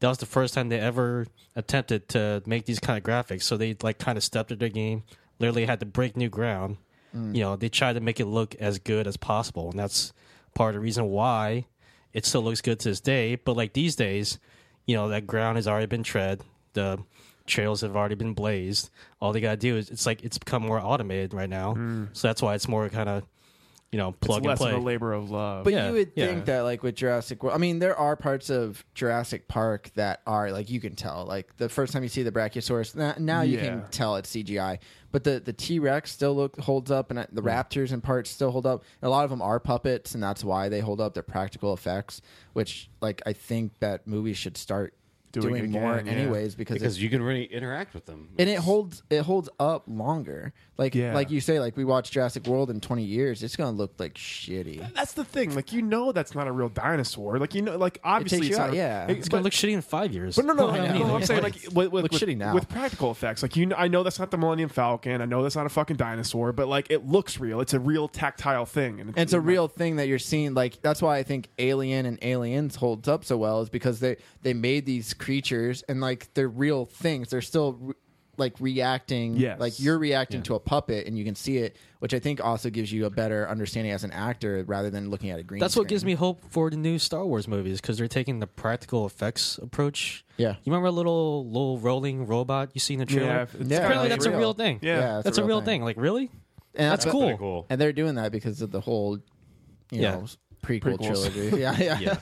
[SPEAKER 4] That was the first time they ever attempted to make these kind of graphics. So they like kind of stepped at their game. Literally had to break new ground. You know, they tried to make it look as good as possible, and that's part of the reason why it still looks good to this day. But like these days, you know, that ground has already been tread. The trails have already been blazed. All they gotta do is it's like it's become more automated right now. So that's why it's more kind of you know
[SPEAKER 1] it's
[SPEAKER 4] plug and
[SPEAKER 1] less
[SPEAKER 4] play.
[SPEAKER 1] of a labor of love.
[SPEAKER 2] But
[SPEAKER 4] Yeah,
[SPEAKER 2] you would
[SPEAKER 4] yeah.
[SPEAKER 2] think that like with Jurassic World, I mean, there are parts of Jurassic Park that are like you can tell. Like the first time you see the Brachiosaurus, na- now you
[SPEAKER 1] Yeah.
[SPEAKER 2] can tell it's CGI. But the the T Rex still look holds up, and uh, the Raptors and parts still hold up. And a lot of them are puppets, and that's why they hold up. They're practical effects, which like I think that movies should start
[SPEAKER 1] Doing
[SPEAKER 2] doing,
[SPEAKER 1] it
[SPEAKER 2] more
[SPEAKER 1] again, yeah.
[SPEAKER 2] anyways because, it's
[SPEAKER 3] because you can really interact with them.
[SPEAKER 2] and it holds it holds up longer. Like
[SPEAKER 1] Yeah.
[SPEAKER 2] like you say, like we watch Jurassic World in twenty years, it's gonna look like shitty.
[SPEAKER 1] that's the thing. Like you know, that's not a real dinosaur. Like you know, like obviously,
[SPEAKER 2] you
[SPEAKER 1] it's
[SPEAKER 2] out,
[SPEAKER 1] not a-
[SPEAKER 2] yeah.
[SPEAKER 1] it-
[SPEAKER 4] It's gonna look shitty in five years.
[SPEAKER 1] But no, no,
[SPEAKER 4] Well,
[SPEAKER 1] no,
[SPEAKER 4] I mean,
[SPEAKER 1] no, I'm
[SPEAKER 4] it's
[SPEAKER 1] saying
[SPEAKER 4] like-
[SPEAKER 1] like with, with,
[SPEAKER 2] Looks
[SPEAKER 1] with,
[SPEAKER 2] shitty now.
[SPEAKER 1] with practical effects. Like you, kn- I know that's not the Millennium Falcon. I know that's not a fucking dinosaur, but like it looks real. It's a real tactile thing, and
[SPEAKER 2] And it's a real thing that you're seeing. Like that's why I think Alien and Aliens holds up so well is because they they made these creatures and like they're real things. They're still re- like reacting.
[SPEAKER 1] Yes.
[SPEAKER 2] Like you're reacting to a puppet and you can see it, which I think also gives you a better understanding as an actor rather than looking at a green.
[SPEAKER 4] That's what gives
[SPEAKER 2] screen.
[SPEAKER 4] me hope for the new Star Wars movies because they're taking the practical effects approach.
[SPEAKER 2] Yeah.
[SPEAKER 4] you remember a little little rolling robot you see in the trailer?
[SPEAKER 1] Yeah, it's
[SPEAKER 2] Yeah,
[SPEAKER 4] apparently
[SPEAKER 2] no,
[SPEAKER 4] that's
[SPEAKER 2] it's
[SPEAKER 4] a
[SPEAKER 2] real.
[SPEAKER 4] real thing.
[SPEAKER 1] Yeah.
[SPEAKER 2] it's
[SPEAKER 4] that's a real thing. Like really,
[SPEAKER 2] And
[SPEAKER 4] that's
[SPEAKER 2] I-
[SPEAKER 4] cool.
[SPEAKER 3] pretty cool.
[SPEAKER 2] And they're doing that because of the whole, you
[SPEAKER 4] Yeah.
[SPEAKER 2] know, prequel
[SPEAKER 1] Prequels.
[SPEAKER 2] trilogy. (laughs) yeah, yeah.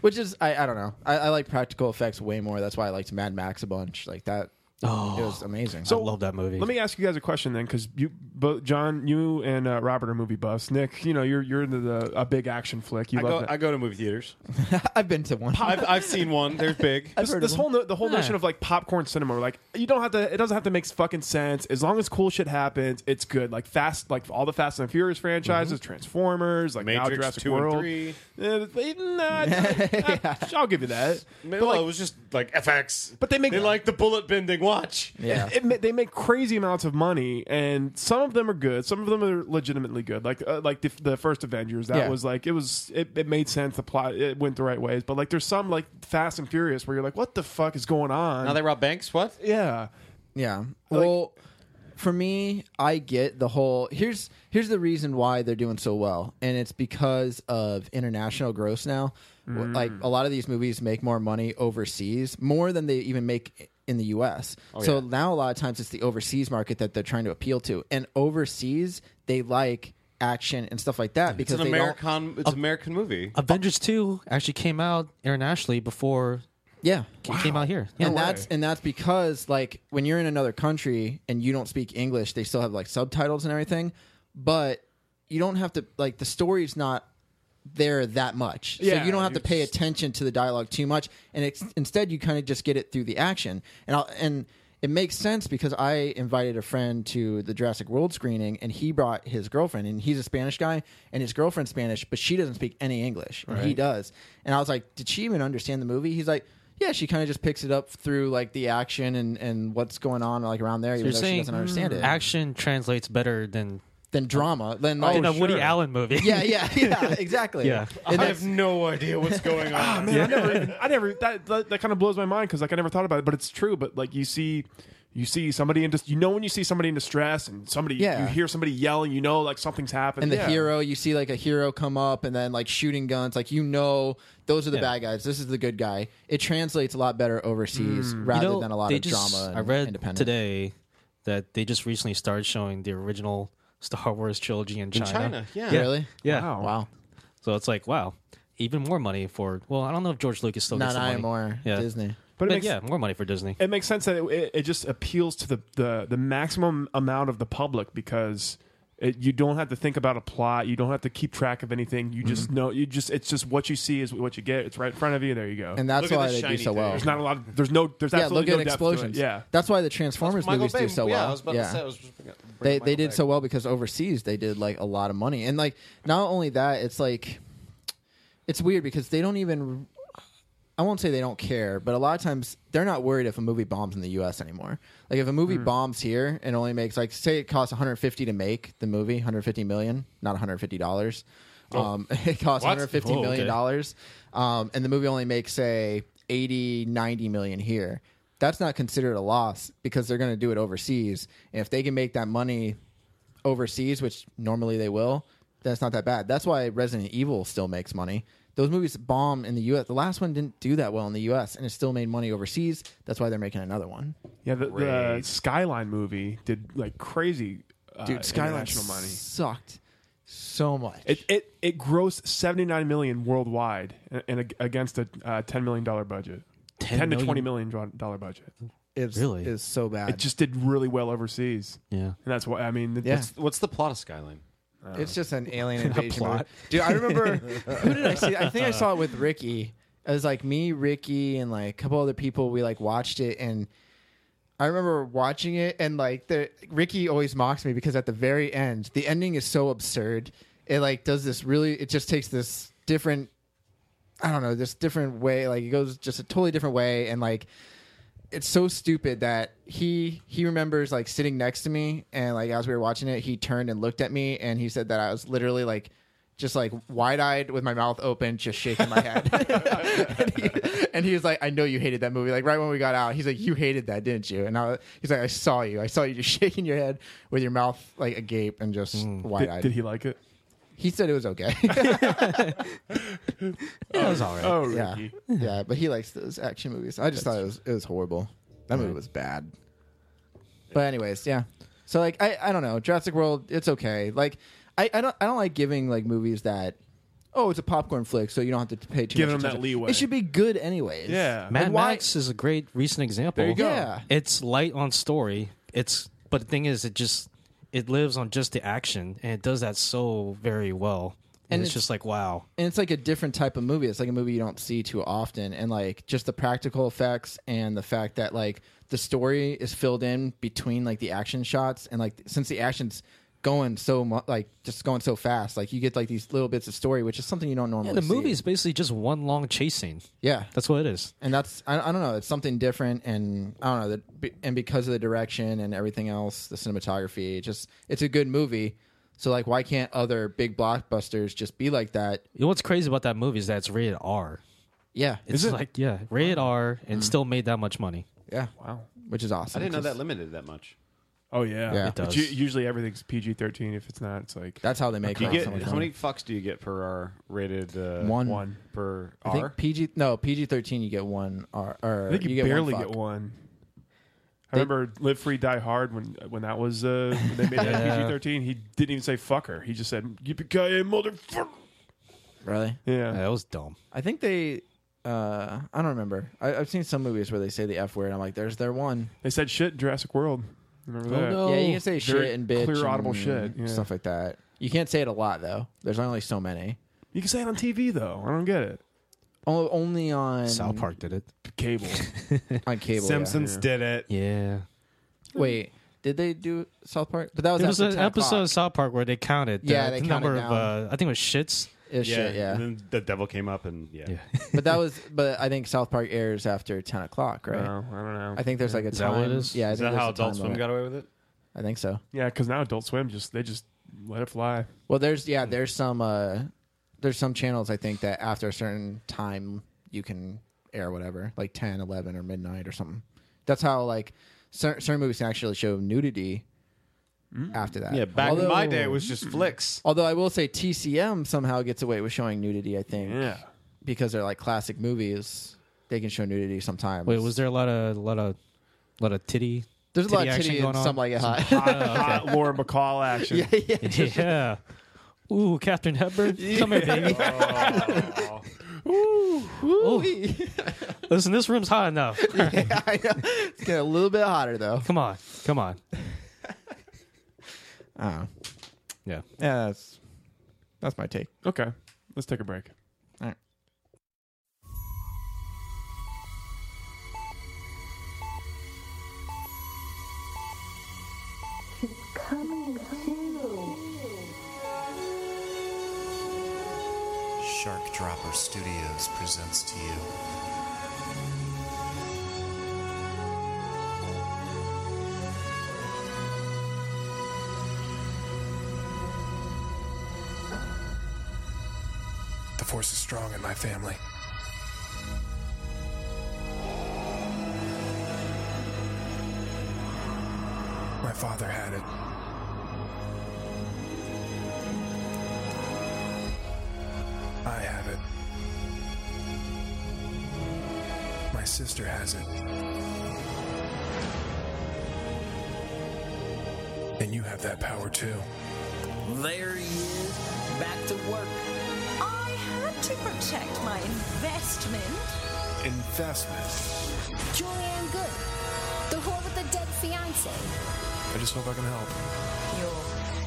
[SPEAKER 2] Which is, I, I don't know. I, I like practical effects way more. That's why I liked Mad Max a bunch. Like that, it was amazing.
[SPEAKER 4] I love that movie.
[SPEAKER 1] Let me ask you guys a question then, because you, both John, you and uh, Robert are movie buffs. Nick, you know you're you're into the a big action flick. You
[SPEAKER 3] I
[SPEAKER 1] love
[SPEAKER 3] go,
[SPEAKER 1] that.
[SPEAKER 3] I go to movie theaters.
[SPEAKER 2] (laughs) I've been to one.
[SPEAKER 3] I've, I've seen one. They're big.
[SPEAKER 1] this, this whole no, the whole
[SPEAKER 4] Yeah.
[SPEAKER 1] notion of like popcorn cinema, where, like you don't have to. It doesn't have to make fucking sense as long as cool shit happens. It's good. Like fast, like all the Fast and Furious franchises, Transformers, like now
[SPEAKER 3] Matrix
[SPEAKER 1] Jurassic
[SPEAKER 3] 2 and
[SPEAKER 1] World.
[SPEAKER 3] 3.
[SPEAKER 1] Yeah, but-
[SPEAKER 3] (laughs)
[SPEAKER 1] nah, I- I- I'll give you that.
[SPEAKER 3] Well, it was just like FX.
[SPEAKER 1] But they make-
[SPEAKER 3] they like the bullet bending watch.
[SPEAKER 2] Yeah.
[SPEAKER 1] It- it ma- they make crazy amounts of money, and some of them are good. Some of them are legitimately good. Like uh, like the, the first Avengers, that
[SPEAKER 2] Yeah.
[SPEAKER 1] was like it was it, it made sense. The plot it went the right ways, but like there's some like Fast and Furious where you're like, what the fuck is going on?
[SPEAKER 3] Now they rob banks. What?
[SPEAKER 1] yeah,
[SPEAKER 2] Yeah. Well, for me, I get the whole here's here's the reason why they're doing so well, and it's because of international gross now.
[SPEAKER 3] Mm.
[SPEAKER 2] W- Like a lot of these movies make more money overseas, more than they even make i- in the U.S.
[SPEAKER 3] Oh,
[SPEAKER 2] so now a lot of times it's the overseas market that they're trying to appeal to, and overseas they like action and stuff like that
[SPEAKER 3] It's
[SPEAKER 2] because
[SPEAKER 3] an
[SPEAKER 2] they don't.
[SPEAKER 3] American. It's an American movie.
[SPEAKER 4] Avengers Two actually came out internationally before
[SPEAKER 2] Yeah.
[SPEAKER 4] it came out here. Yeah,
[SPEAKER 2] and that's and that's because like when you're in another country and you don't speak English, they still have like subtitles and everything, but you don't have to like the story's not there that much,
[SPEAKER 1] Yeah,
[SPEAKER 2] so you don't have
[SPEAKER 1] you
[SPEAKER 2] to pay
[SPEAKER 1] just-
[SPEAKER 2] attention to the dialogue too much, and it's, instead you kind of just get it through the action, and I'll, and it makes sense because I invited a friend to the Jurassic World screening, and he brought his girlfriend, and he's a Spanish guy, and his girlfriend's Spanish, but she doesn't speak any English, and he does, and I was like, did she even understand the movie? He's like. Yeah, she kind of just picks it up through like the action and, and what's going on like around there, even
[SPEAKER 4] you're
[SPEAKER 2] though she
[SPEAKER 4] saying
[SPEAKER 2] doesn't understand it.
[SPEAKER 4] action Oh, translates better than
[SPEAKER 2] then drama, then
[SPEAKER 4] than
[SPEAKER 2] like
[SPEAKER 4] a Woody
[SPEAKER 1] sure.
[SPEAKER 4] Allen movie.
[SPEAKER 2] Oh,
[SPEAKER 4] (laughs)
[SPEAKER 2] yeah, yeah, (laughs) yeah, exactly.
[SPEAKER 4] Yeah.
[SPEAKER 2] and
[SPEAKER 3] I
[SPEAKER 2] that's-
[SPEAKER 3] have no idea what's going on.
[SPEAKER 1] Man, I never, even, I never that that, that kind of blows my mind because like I never thought about it, but it's true. But like you see, you see somebody in dis- you know when you see somebody in distress and somebody
[SPEAKER 2] Yeah.
[SPEAKER 1] you hear somebody yelling, you know like something's happened.
[SPEAKER 2] and the
[SPEAKER 1] Yeah.
[SPEAKER 2] hero you see like a hero come up and then like shooting guns like you know those are the
[SPEAKER 4] Yeah.
[SPEAKER 2] bad guys this is the good guy it translates a lot better overseas rather
[SPEAKER 4] You know,
[SPEAKER 2] than a lot
[SPEAKER 4] they
[SPEAKER 2] of
[SPEAKER 4] just-
[SPEAKER 2] drama and
[SPEAKER 4] I read
[SPEAKER 2] independent
[SPEAKER 4] today that they just recently started showing the original Star Wars trilogy in China.
[SPEAKER 3] China, yeah.
[SPEAKER 2] really
[SPEAKER 4] Yeah.
[SPEAKER 1] Wow.
[SPEAKER 2] wow
[SPEAKER 4] So it's like, wow, even more money for. Well, I don't know if George Lucas still
[SPEAKER 2] not
[SPEAKER 4] gets the money.
[SPEAKER 2] anymore
[SPEAKER 4] Yeah.
[SPEAKER 2] disney
[SPEAKER 1] But it
[SPEAKER 4] But
[SPEAKER 1] makes,
[SPEAKER 4] yeah, more money for Disney.
[SPEAKER 1] it makes sense that it, it, it just appeals to the, the the maximum amount of the public because It, you don't have to think about a plot. You don't have to keep track of anything. You just
[SPEAKER 2] Mm-hmm.
[SPEAKER 1] know. You just it's just what you see is what you get. It's right in front of you. There you go.
[SPEAKER 2] and that's
[SPEAKER 5] Look at
[SPEAKER 2] why
[SPEAKER 5] the
[SPEAKER 2] they do
[SPEAKER 5] shiny
[SPEAKER 2] so well.
[SPEAKER 5] thing.
[SPEAKER 1] there's not a lot. Of, there's no. There's
[SPEAKER 2] yeah, look
[SPEAKER 1] absolutely
[SPEAKER 2] at
[SPEAKER 1] no depth to it.
[SPEAKER 2] explosions.
[SPEAKER 1] Yeah.
[SPEAKER 2] that's why the Transformers
[SPEAKER 3] Michael
[SPEAKER 2] movies
[SPEAKER 3] Bay.
[SPEAKER 2] do so
[SPEAKER 3] yeah,
[SPEAKER 2] well.
[SPEAKER 3] I was about
[SPEAKER 2] yeah.
[SPEAKER 3] to say. I was just bringing up- bringing
[SPEAKER 2] they
[SPEAKER 3] Michael
[SPEAKER 2] they did
[SPEAKER 3] Bay.
[SPEAKER 2] so well because overseas they did like a lot of money and like not only that it's like it's weird because they don't even I won't say they don't care but a lot of times they're not worried if a movie bombs in the US anymore like if a movie bombs here and only makes like say it costs 150 to make the movie 150 million not 150 dollars um, (laughs) it costs
[SPEAKER 4] What?
[SPEAKER 2] 150
[SPEAKER 4] Oh,
[SPEAKER 2] million
[SPEAKER 4] okay.
[SPEAKER 2] dollars um, and the movie only makes say 80 90 million here that's not considered a loss because they're going to do it overseas and if they can make that money overseas which normally they will then it's not that bad that's why resident evil still makes money those movies bomb in the us the last one didn't do that well in the us and it still made money overseas that's why they're making another one
[SPEAKER 1] Yeah, the, the
[SPEAKER 5] Great.
[SPEAKER 1] Skyline movie did like crazy. Uh, international money.
[SPEAKER 2] sucked so much
[SPEAKER 1] It it it grossed seventy nine million worldwide, and, and ag- against a uh, ten million dollar budget, ten, to twenty million dollar budget.
[SPEAKER 2] it's
[SPEAKER 4] Really?
[SPEAKER 2] is so bad
[SPEAKER 1] It just did really well overseas,
[SPEAKER 4] Yeah.
[SPEAKER 1] and that's why I mean,
[SPEAKER 2] Yeah.
[SPEAKER 1] that's-
[SPEAKER 3] What's the plot of Skyline?
[SPEAKER 2] It's just an alien invasion
[SPEAKER 4] plot.
[SPEAKER 2] movie. dude. I remember who did I see? I think I saw it with Ricky. It was like me, Ricky, and like a couple other people. We like watched it, and I remember watching it, and like the Ricky always mocks me because at the very end, the ending is so absurd. It like does this really. It just takes this different. I don't know this different way. Like it goes just a totally different way, and like it's so stupid that he he remembers like sitting next to me and like as we were watching it he turned and looked at me and he said that i was literally like just like wide-eyed with my mouth open just shaking my head (laughs) and, he, and he was like i know you hated that movie like right when we got out he's like you hated that didn't you and i he's like i saw you i saw you just (laughs) shaking your head with your mouth like agape and just
[SPEAKER 1] did,
[SPEAKER 2] wide-eyed
[SPEAKER 1] Hmm. did he like it?
[SPEAKER 2] he said it was okay (laughs)
[SPEAKER 4] That was all right.
[SPEAKER 1] Oh,
[SPEAKER 2] yeah
[SPEAKER 1] Ricky.
[SPEAKER 2] yeah but he likes those action movies i just thought it was it was horrible that movie was bad but anyways yeah so like i i don't know jurassic world it's okay like i i don't i don't like giving like movies that oh it's a popcorn flick so you don't have to pay too
[SPEAKER 1] Give
[SPEAKER 2] much
[SPEAKER 1] them that
[SPEAKER 2] attention.
[SPEAKER 1] leeway.
[SPEAKER 2] it should be good anyways
[SPEAKER 1] yeah.
[SPEAKER 4] Mad
[SPEAKER 2] Like, why-
[SPEAKER 4] Max is a great recent example.
[SPEAKER 1] There you go.
[SPEAKER 2] yeah
[SPEAKER 4] It's light on story. It's but the thing is, it just it lives on just the action, and it does that so very well. And,
[SPEAKER 2] And
[SPEAKER 4] it's,
[SPEAKER 2] it's-
[SPEAKER 4] just like wow,
[SPEAKER 2] and it's like a different type of movie. It's like a movie you don't see too often, and like just the practical effects and the fact that like the story is filled in between like the action shots, and like since the action's going so mu- like just going so fast, like you get like these little bits of story, which is something you don't normally.
[SPEAKER 4] yeah, the
[SPEAKER 2] see.
[SPEAKER 4] movie is basically just one long chase scene.
[SPEAKER 2] yeah,
[SPEAKER 4] That's what it is.
[SPEAKER 2] and that's I, I don't know, it's something different, and I don't know, that be- and because of the direction and everything else, the cinematography, it just it's a good movie. So like, why can't other big blockbusters just be like that?
[SPEAKER 4] You know what's crazy about that movie is that it's rated R.
[SPEAKER 2] Yeah,
[SPEAKER 4] It's like yeah, rated R, and still made that much money.
[SPEAKER 2] yeah,
[SPEAKER 1] Wow.
[SPEAKER 2] which is awesome.
[SPEAKER 3] I didn't know
[SPEAKER 2] 'cause-
[SPEAKER 3] that limited that much.
[SPEAKER 1] Oh yeah.
[SPEAKER 2] Yeah. It
[SPEAKER 1] But
[SPEAKER 4] does.
[SPEAKER 1] u- usually everything's PG thirteen. If it's not, it's like
[SPEAKER 2] That's how they make
[SPEAKER 3] Do you
[SPEAKER 2] it
[SPEAKER 3] get
[SPEAKER 2] so much
[SPEAKER 3] how
[SPEAKER 2] money.
[SPEAKER 3] many fucks do you get per R rated? Uh,
[SPEAKER 2] One.
[SPEAKER 1] one.
[SPEAKER 3] per
[SPEAKER 2] I
[SPEAKER 3] R.
[SPEAKER 2] think PG no PG thirteen. You get one R. Or
[SPEAKER 1] I think you,
[SPEAKER 2] uh, get
[SPEAKER 1] barely
[SPEAKER 2] one fuck.
[SPEAKER 1] get one. I remember Live Free Die Hard when when that was uh, when they made
[SPEAKER 4] (laughs)
[SPEAKER 1] that
[SPEAKER 4] Yeah.
[SPEAKER 1] PG thirteen. He didn't even say fucker. He just said yippee motherfucker.
[SPEAKER 2] Really?
[SPEAKER 1] Yeah.
[SPEAKER 4] Yeah, that was dumb.
[SPEAKER 2] I think they. Uh, I don't remember. I, I've seen some movies where they say the F word. I'm like, there's their one.
[SPEAKER 1] They said shit in Jurassic World. Remember that?
[SPEAKER 4] no. Oh,
[SPEAKER 2] yeah, you can say
[SPEAKER 1] very
[SPEAKER 2] shit and bitch,
[SPEAKER 1] clear audible
[SPEAKER 2] and
[SPEAKER 1] shit, yeah.
[SPEAKER 2] stuff like that. You can't say it a lot though. There's only so many.
[SPEAKER 1] You can say it on TV though. I don't get it.
[SPEAKER 2] O- Only on
[SPEAKER 4] South Park did it.
[SPEAKER 1] Cable.
[SPEAKER 2] (laughs) on cable. yeah.
[SPEAKER 1] Yeah.
[SPEAKER 3] did it.
[SPEAKER 4] Yeah,
[SPEAKER 2] Wait, did they do South Park? But Oh, that was,
[SPEAKER 4] it was
[SPEAKER 2] after
[SPEAKER 4] an
[SPEAKER 2] 10
[SPEAKER 4] episode
[SPEAKER 2] o'clock.
[SPEAKER 4] of South Park where they counted.
[SPEAKER 2] Yeah,
[SPEAKER 4] uh,
[SPEAKER 2] they
[SPEAKER 4] the
[SPEAKER 2] counted
[SPEAKER 4] number
[SPEAKER 2] down.
[SPEAKER 4] of uh, I think it was shits.
[SPEAKER 2] Is shit, yeah.
[SPEAKER 3] And (laughs) then the devil came up and yeah.
[SPEAKER 4] Yeah.
[SPEAKER 2] but that was. But I think South Park airs after ten o'clock, right?
[SPEAKER 1] No, I don't know.
[SPEAKER 2] I think there's like a
[SPEAKER 4] Is that
[SPEAKER 2] time.
[SPEAKER 4] what it is?
[SPEAKER 2] Yeah, I
[SPEAKER 3] Is
[SPEAKER 2] think
[SPEAKER 3] that
[SPEAKER 2] there's
[SPEAKER 3] how
[SPEAKER 2] a time
[SPEAKER 3] Adult Swim
[SPEAKER 2] limit.
[SPEAKER 3] got away with it?
[SPEAKER 2] I think so.
[SPEAKER 1] yeah, because now Adult Swim just they just let it fly.
[SPEAKER 2] Well, there's yeah, there's some uh, there's some channels I think that after a certain time you can air whatever, like 10, 11 or midnight or something. That's how like certain, certain movies can actually show nudity after that.
[SPEAKER 3] Yeah, back
[SPEAKER 2] although,
[SPEAKER 3] in my day, it was just flicks.
[SPEAKER 2] Although I will say TCM somehow gets away with showing nudity, I think,
[SPEAKER 1] Yeah.
[SPEAKER 2] because they're like classic movies. They can show nudity sometimes.
[SPEAKER 4] Wait, was there a lot of lot of lot of titty? (laughs)
[SPEAKER 2] There's a lot of
[SPEAKER 4] titty action
[SPEAKER 2] titty and
[SPEAKER 4] going on?
[SPEAKER 2] some like it hot.
[SPEAKER 4] (laughs) Oh,
[SPEAKER 1] Hot, hot Laura McCall action.
[SPEAKER 2] yeah, yeah.
[SPEAKER 4] yeah. Ooh, Catherine Hepburn, come here, baby.
[SPEAKER 1] Oh.
[SPEAKER 2] Woo-wee.
[SPEAKER 4] Listen, this room's hot enough.
[SPEAKER 2] yeah, (laughs) I know. It's getting a little bit hotter though.
[SPEAKER 4] Come on, come on.
[SPEAKER 2] Oh.
[SPEAKER 4] Yeah.
[SPEAKER 2] Yeah, that's that's my take.
[SPEAKER 1] Okay, let's take a break.
[SPEAKER 5] coming to.
[SPEAKER 6] Shark Dropper Studios presents to you
[SPEAKER 7] The force is strong in my family. My father had it. I have it. My sister has it. And you have that power too.
[SPEAKER 8] There he is, back to work.
[SPEAKER 9] I had to protect my investment.
[SPEAKER 7] Investment.
[SPEAKER 10] Julianne Good, the whore with the dead fiance.
[SPEAKER 7] I just hope I can help.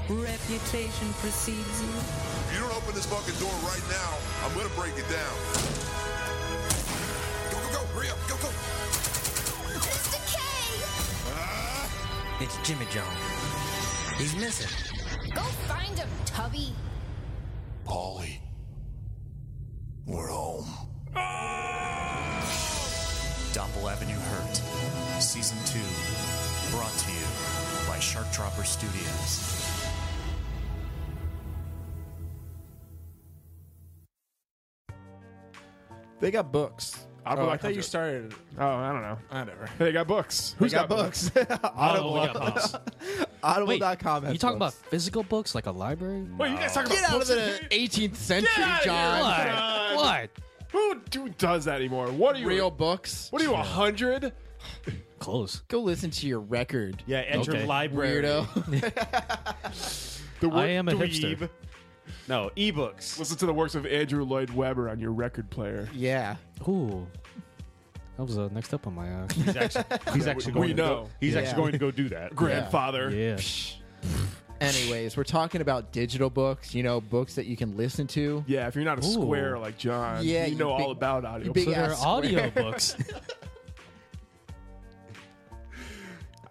[SPEAKER 8] Your reputation precedes you.
[SPEAKER 11] If you don't open this fucking door right now, I'm gonna break it down. Go, go, go! Hurry up! Go, go!
[SPEAKER 10] Mr. K!
[SPEAKER 8] It's Jimmy John. He's missing.
[SPEAKER 10] Go find him, Tubby.
[SPEAKER 7] Polly. We're home.
[SPEAKER 6] Doppel Avenue Hurt, Season 2, brought to you by Shark Dropper Studios.
[SPEAKER 2] They got books.
[SPEAKER 1] I'll go
[SPEAKER 2] Oh, I
[SPEAKER 1] back
[SPEAKER 2] thought
[SPEAKER 1] up
[SPEAKER 2] you
[SPEAKER 1] to it.
[SPEAKER 2] started.
[SPEAKER 1] Oh, I don't know.
[SPEAKER 2] Whatever.
[SPEAKER 1] They got books. Who's
[SPEAKER 2] They got books. (laughs)
[SPEAKER 4] Audible. Oh, we got books. Wait,
[SPEAKER 2] Audible.com has
[SPEAKER 4] you talking
[SPEAKER 2] books.
[SPEAKER 4] about physical books like a library?
[SPEAKER 1] Wait, you guys talk about
[SPEAKER 2] Get out of
[SPEAKER 1] books in
[SPEAKER 2] the
[SPEAKER 1] here?
[SPEAKER 2] 18th century,
[SPEAKER 1] Get outta here,
[SPEAKER 2] John.
[SPEAKER 4] What? What?
[SPEAKER 1] Who, who does that anymore? What are you?
[SPEAKER 2] Real books.
[SPEAKER 1] What are you? A hundred?
[SPEAKER 4] Close.
[SPEAKER 2] Go listen to your record.
[SPEAKER 3] Yeah, at
[SPEAKER 4] Okay.
[SPEAKER 3] your library.
[SPEAKER 2] (laughs) Weirdo.
[SPEAKER 1] The
[SPEAKER 4] I am a
[SPEAKER 3] dweeb.
[SPEAKER 4] hipster.
[SPEAKER 3] No, ebooks.
[SPEAKER 1] Listen to the works of Andrew Lloyd Webber on your record player.
[SPEAKER 2] yeah.
[SPEAKER 4] Ooh. That was uh, next up on my. Uh,
[SPEAKER 3] He's actually, he's actually
[SPEAKER 1] we
[SPEAKER 3] going to
[SPEAKER 1] know.
[SPEAKER 3] go, he's
[SPEAKER 2] Yeah.
[SPEAKER 3] actually going to go do (laughs) that.
[SPEAKER 1] Grandfather.
[SPEAKER 4] yeah.
[SPEAKER 2] Anyways, we're talking about digital books, you know, books that you can listen to.
[SPEAKER 1] Yeah, if you're not a
[SPEAKER 4] Ooh.
[SPEAKER 1] square like John,
[SPEAKER 2] Yeah,
[SPEAKER 1] you
[SPEAKER 2] you
[SPEAKER 1] know
[SPEAKER 2] big-
[SPEAKER 1] all about audio.
[SPEAKER 2] you big
[SPEAKER 4] So they're
[SPEAKER 2] ass square.
[SPEAKER 4] audio books.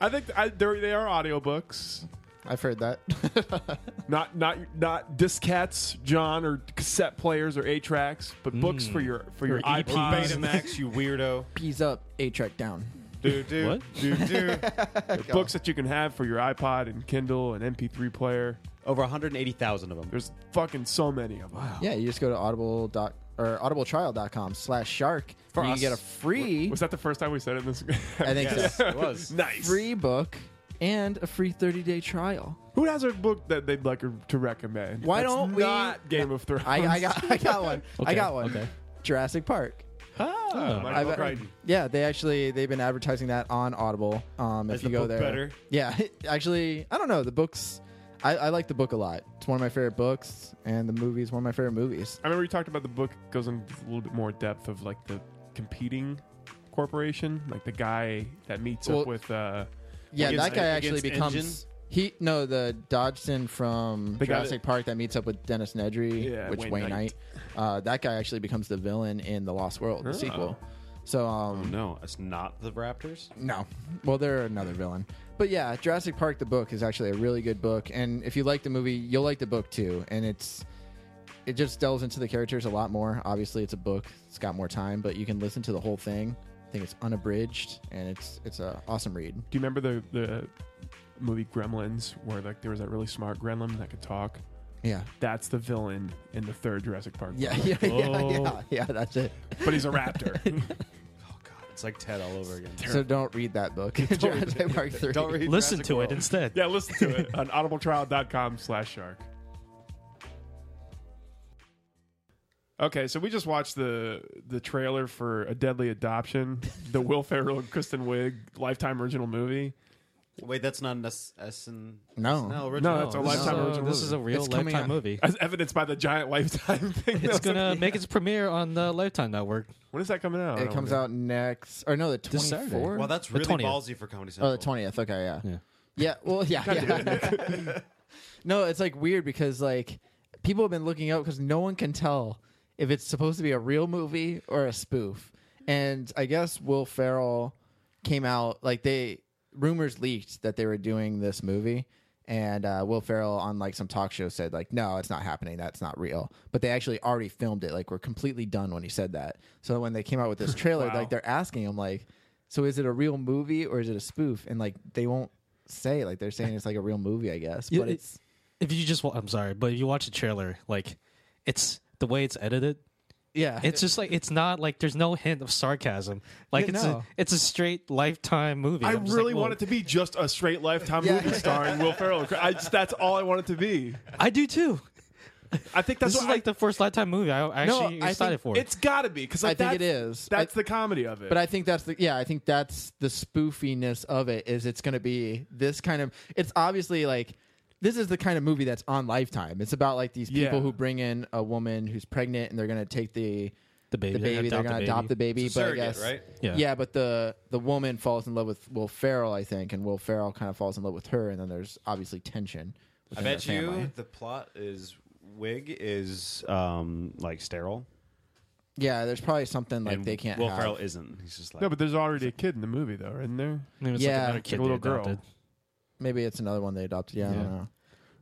[SPEAKER 1] I think I, they're, they are audiobooks,
[SPEAKER 2] I've heard that. (laughs)
[SPEAKER 1] not not not discats, John, or cassette players or A tracks, but books for your for your
[SPEAKER 4] Or EPs.
[SPEAKER 1] iPod.
[SPEAKER 3] Betamax, you weirdo.
[SPEAKER 2] P's up, A track down.
[SPEAKER 3] Do do
[SPEAKER 4] What?
[SPEAKER 3] do do.
[SPEAKER 1] books that you can have for your iPod and Kindle and MP3 player.
[SPEAKER 3] (laughs) Over 180,000 of them.
[SPEAKER 1] There's fucking so many of them.
[SPEAKER 2] Yeah, you just go to audible dot or audibletrial.com slash shark. You can
[SPEAKER 3] us.
[SPEAKER 2] get a free
[SPEAKER 1] Was that the first time we said it? In this (laughs)
[SPEAKER 2] I think
[SPEAKER 3] Yes, (laughs)
[SPEAKER 2] so.
[SPEAKER 3] (laughs) it was.
[SPEAKER 1] nice.
[SPEAKER 2] free book and a free 30 day trial.
[SPEAKER 1] Who has a book that they'd like to recommend?
[SPEAKER 2] Why
[SPEAKER 1] That's
[SPEAKER 2] don't we-
[SPEAKER 1] not Game of Thrones? (laughs)
[SPEAKER 2] I, I got I got one. I
[SPEAKER 4] (laughs) Okay,
[SPEAKER 2] got one.
[SPEAKER 4] okay.
[SPEAKER 2] Jurassic Park.
[SPEAKER 1] Oh,
[SPEAKER 4] (laughs) Oh.
[SPEAKER 1] Michael
[SPEAKER 2] I've-
[SPEAKER 1] Crichton.
[SPEAKER 2] Yeah, they actually they've been advertising that on Audible. Um, if
[SPEAKER 3] Is the
[SPEAKER 2] you go
[SPEAKER 3] book
[SPEAKER 2] there,
[SPEAKER 3] better?
[SPEAKER 2] yeah. (laughs) Actually, I don't know. The books, I, I like the book a lot. It's one of my favorite books, and the movie's one of my favorite movies.
[SPEAKER 1] I remember you talked about the book goes in a little bit more depth of like the competing corporation, like the guy that meets
[SPEAKER 2] Well-
[SPEAKER 1] up with uh,
[SPEAKER 2] Yeah,
[SPEAKER 3] Against-
[SPEAKER 2] that guy actually
[SPEAKER 3] against
[SPEAKER 2] becomes
[SPEAKER 3] Engine?
[SPEAKER 2] he. No, the Dodgson from
[SPEAKER 1] The guy
[SPEAKER 2] Jurassic Park that meets up with Dennis Nedry,
[SPEAKER 1] Yeah,
[SPEAKER 2] which
[SPEAKER 1] Wayne
[SPEAKER 2] Wayne, Knight. Uh, that guy actually becomes the villain in the Lost World, the sequel. So, um,
[SPEAKER 3] No, it's not the Raptors.
[SPEAKER 2] No. Well, they're another villain. But yeah, Jurassic Park the book is actually a really good book, and if you like the movie, you'll like the book too. And it's it just delves into the characters a lot more. Obviously, it's a book; it's got more time, but you can listen to the whole thing. I think it's unabridged, and it's it's a awesome read.
[SPEAKER 1] Do you remember the the movie Gremlins where like there was that really smart gremlin that could talk?
[SPEAKER 2] Yeah,
[SPEAKER 1] That's the villain in the third Jurassic Park.
[SPEAKER 2] yeah, (laughs)
[SPEAKER 1] book.
[SPEAKER 2] yeah, yeah,
[SPEAKER 4] Whoa.
[SPEAKER 2] yeah, yeah. That's it.
[SPEAKER 1] but he's a
[SPEAKER 2] (laughs)
[SPEAKER 1] raptor.
[SPEAKER 3] Oh god, it's like Ted all over again.
[SPEAKER 2] So don't read that book, Jurassic Park three.
[SPEAKER 3] (laughs) Don't read
[SPEAKER 4] Listen
[SPEAKER 3] Jurassic
[SPEAKER 4] to
[SPEAKER 3] World.
[SPEAKER 4] it instead.
[SPEAKER 1] yeah, listen to it on audibletrial.com/shark. Okay, so we just watched the the trailer for A Deadly Adoption, the Will Ferrell and Kristen Wiig lifetime original movie.
[SPEAKER 3] Wait, that's not an S- SN.
[SPEAKER 2] (laughs) No.
[SPEAKER 3] no,
[SPEAKER 1] No,
[SPEAKER 3] original.
[SPEAKER 1] that's a
[SPEAKER 4] This is
[SPEAKER 1] lifetime
[SPEAKER 4] a-
[SPEAKER 1] original.
[SPEAKER 4] This is a
[SPEAKER 1] movie.
[SPEAKER 4] real
[SPEAKER 2] It's coming
[SPEAKER 4] lifetime
[SPEAKER 2] out.
[SPEAKER 4] movie.
[SPEAKER 1] as evidenced by the giant lifetime (laughs) thing.
[SPEAKER 4] (laughs) It's
[SPEAKER 1] that's-
[SPEAKER 4] gonna make its premiere on the Lifetime Network.
[SPEAKER 1] when is that coming out? I
[SPEAKER 2] It
[SPEAKER 1] don't
[SPEAKER 2] comes
[SPEAKER 1] know.
[SPEAKER 2] out next, or no, the
[SPEAKER 4] This
[SPEAKER 2] twenty
[SPEAKER 4] Saturday.
[SPEAKER 2] fourth.
[SPEAKER 4] Well,
[SPEAKER 3] Well, that's
[SPEAKER 4] The
[SPEAKER 3] really
[SPEAKER 4] 20th.
[SPEAKER 3] ballsy for Comedy
[SPEAKER 2] Oh,
[SPEAKER 3] Central.
[SPEAKER 2] the twentieth. Okay, yeah.
[SPEAKER 4] Yeah.
[SPEAKER 2] yeah. Well, yeah, yeah. No, it's like weird because like people have been looking up because no one can tell if it's supposed to be a real movie or a spoof. And I guess Will Ferrell came out like they rumors leaked that they were doing this movie, and uh, Will Ferrell on like some talk show said like no, it's not happening. That's not real. But they actually already filmed it. Like we're completely done when he said that. So when they came out with this trailer,
[SPEAKER 1] Wow.
[SPEAKER 2] like they're asking him like, so is it a real movie or is it a spoof? And like they won't say like they're saying it's like a real movie, I guess.
[SPEAKER 4] Yeah,
[SPEAKER 2] but
[SPEAKER 4] it-
[SPEAKER 2] it's
[SPEAKER 4] if you just wa- I'm sorry, but if you watch the trailer, like it's the way it's edited.
[SPEAKER 2] Yeah.
[SPEAKER 4] It's just like it's not like there's no hint of sarcasm. Like
[SPEAKER 2] Yeah,
[SPEAKER 4] it's
[SPEAKER 2] no.
[SPEAKER 4] a it's a straight lifetime movie.
[SPEAKER 1] I
[SPEAKER 4] I'm just
[SPEAKER 1] really
[SPEAKER 4] like,
[SPEAKER 1] want it to be just a straight lifetime
[SPEAKER 2] Yeah.
[SPEAKER 1] movie starring Will
[SPEAKER 2] (laughs)
[SPEAKER 1] Ferrell. I just, that's all I want it to be.
[SPEAKER 4] I do too.
[SPEAKER 1] I think that's
[SPEAKER 4] this is
[SPEAKER 1] what I-
[SPEAKER 4] like the first lifetime movie I, I
[SPEAKER 2] No,
[SPEAKER 4] actually
[SPEAKER 2] I
[SPEAKER 4] excited
[SPEAKER 2] think
[SPEAKER 4] for.
[SPEAKER 1] It's got to be because
[SPEAKER 2] I think it is.
[SPEAKER 1] That's
[SPEAKER 2] I-
[SPEAKER 1] the comedy of it.
[SPEAKER 2] But I think that's the yeah, I think that's the spoofiness of it is it's going to be this kind of it's obviously like this is the kind of movie that's on Lifetime. It's about like these people
[SPEAKER 1] Yeah.
[SPEAKER 2] who bring in a woman who's pregnant and they're going to take the
[SPEAKER 4] The baby.
[SPEAKER 2] the
[SPEAKER 4] They're gonna
[SPEAKER 2] baby, they're
[SPEAKER 4] adopt
[SPEAKER 2] going to
[SPEAKER 4] the
[SPEAKER 2] adopt the baby,
[SPEAKER 3] It's a
[SPEAKER 2] but I
[SPEAKER 3] surrogate,
[SPEAKER 2] guess
[SPEAKER 3] right?
[SPEAKER 4] Yeah.
[SPEAKER 2] yeah, but the the woman falls in love with Will Ferrell, I think, and Will Ferrell kind of falls in love with her and then there's obviously tension.
[SPEAKER 3] I
[SPEAKER 2] within
[SPEAKER 3] bet
[SPEAKER 2] their family.
[SPEAKER 3] you the plot is wig is um like sterile.
[SPEAKER 2] Yeah, there's probably something like
[SPEAKER 3] and
[SPEAKER 2] they can't
[SPEAKER 3] Will
[SPEAKER 2] have.
[SPEAKER 3] Ferrell isn't. He's just like
[SPEAKER 1] no, but there's already a kid in the movie though, isn't there?
[SPEAKER 4] Maybe it's
[SPEAKER 2] Yeah.
[SPEAKER 4] like another
[SPEAKER 2] Like
[SPEAKER 1] a
[SPEAKER 4] kid they
[SPEAKER 1] little girl.
[SPEAKER 4] adopted.
[SPEAKER 2] Maybe it's another one they adopted. Yeah, I don't
[SPEAKER 4] Yeah.
[SPEAKER 2] know.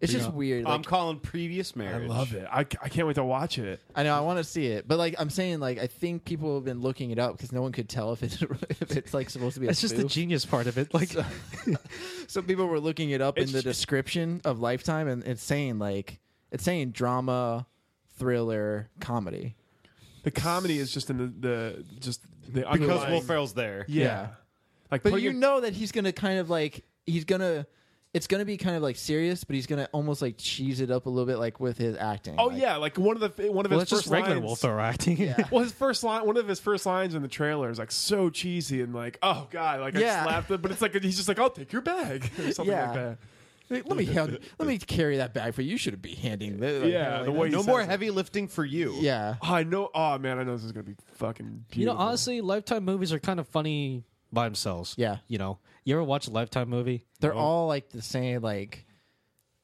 [SPEAKER 2] It's just weird.
[SPEAKER 3] I'm
[SPEAKER 2] like-
[SPEAKER 3] calling previous marriage.
[SPEAKER 1] I love it. I, I can't wait to watch it.
[SPEAKER 2] I know. I want to see it, but like I'm saying, like I think people have been looking it up because no one could tell if it's (laughs) if it's like supposed to be. A
[SPEAKER 4] That's just the
[SPEAKER 2] spoof.
[SPEAKER 4] genius part of
[SPEAKER 1] (laughs)
[SPEAKER 4] it. Like
[SPEAKER 2] Some people were looking it up in
[SPEAKER 1] It's
[SPEAKER 2] the
[SPEAKER 1] ju-
[SPEAKER 2] description of Lifetime, and it's saying like it's saying drama, thriller, comedy.
[SPEAKER 1] The comedy is just in the, the just the
[SPEAKER 3] because
[SPEAKER 1] underlying-
[SPEAKER 3] Will Ferrell's there.
[SPEAKER 1] Yeah.
[SPEAKER 2] Yeah.
[SPEAKER 1] Like,
[SPEAKER 2] But
[SPEAKER 1] putting
[SPEAKER 2] you
[SPEAKER 1] it-
[SPEAKER 2] know that he's gonna kind of like he's gonna. It's gonna be kind of like serious, but he's gonna almost like cheese it up a little bit, like with his acting.
[SPEAKER 1] Oh
[SPEAKER 2] Like,
[SPEAKER 1] yeah, like one of the one of
[SPEAKER 4] well,
[SPEAKER 1] his
[SPEAKER 4] it's
[SPEAKER 1] first
[SPEAKER 4] just regular
[SPEAKER 1] lines,
[SPEAKER 4] Will Ferrell acting.
[SPEAKER 2] Yeah.
[SPEAKER 1] Well, his first line, one of his first lines in the trailer is like so cheesy and like, oh god, like I
[SPEAKER 2] Yeah.
[SPEAKER 1] just laughed, at- but it's like he's just like, I'll take your bag (laughs) or something
[SPEAKER 2] Yeah.
[SPEAKER 1] like that.
[SPEAKER 2] Let me hand, let me carry that bag for you. You should be handing this. like,
[SPEAKER 1] Yeah,
[SPEAKER 2] like
[SPEAKER 1] the
[SPEAKER 2] that.
[SPEAKER 1] way he
[SPEAKER 3] No
[SPEAKER 1] says
[SPEAKER 3] more
[SPEAKER 1] it.
[SPEAKER 3] heavy lifting for you.
[SPEAKER 2] Yeah,
[SPEAKER 1] Oh, I know. Oh man, I know this is gonna be fucking. Beautiful.
[SPEAKER 4] You know, honestly, Lifetime movies are kind of funny by themselves.
[SPEAKER 2] Yeah.
[SPEAKER 4] You know, you ever watch a Lifetime movie?
[SPEAKER 2] they're all like the same like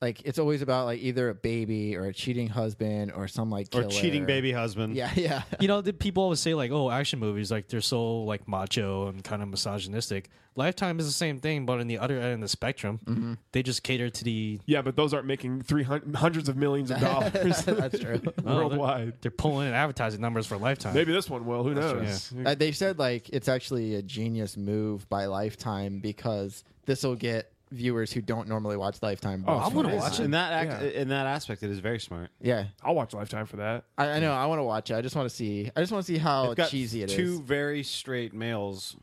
[SPEAKER 2] like it's always about like either a baby or a cheating husband or some like
[SPEAKER 3] Or
[SPEAKER 2] killer.
[SPEAKER 3] cheating baby husband.
[SPEAKER 2] yeah (laughs) yeah
[SPEAKER 4] You know, the people always say like, "Oh, action movies like they're so like macho and kind of misogynistic." Lifetime is the same thing, but on the other end of the spectrum,
[SPEAKER 2] Mm-hmm.
[SPEAKER 4] they just cater to the
[SPEAKER 1] yeah, but those aren't making three hundred hundreds of millions
[SPEAKER 2] (laughs)
[SPEAKER 1] of dollars
[SPEAKER 2] that's true
[SPEAKER 4] Oh, they're-
[SPEAKER 1] worldwide.
[SPEAKER 4] They're pulling in advertising numbers for Lifetime.
[SPEAKER 1] Maybe this one will. Who knows?
[SPEAKER 2] Uh, they said like it's actually a genius move by lifetime because this will get viewers who don't normally watch lifetime
[SPEAKER 1] Oh,
[SPEAKER 2] watch
[SPEAKER 1] I'm gonna
[SPEAKER 2] it.
[SPEAKER 1] watch
[SPEAKER 3] In that act,
[SPEAKER 1] Yeah.
[SPEAKER 3] in that aspect, it is very smart.
[SPEAKER 2] yeah
[SPEAKER 1] I'll watch Lifetime for that.
[SPEAKER 2] I, I know i want to watch it i just want to see i just want to see how
[SPEAKER 3] It's got
[SPEAKER 2] Oh, cheesy it is.
[SPEAKER 3] two very straight males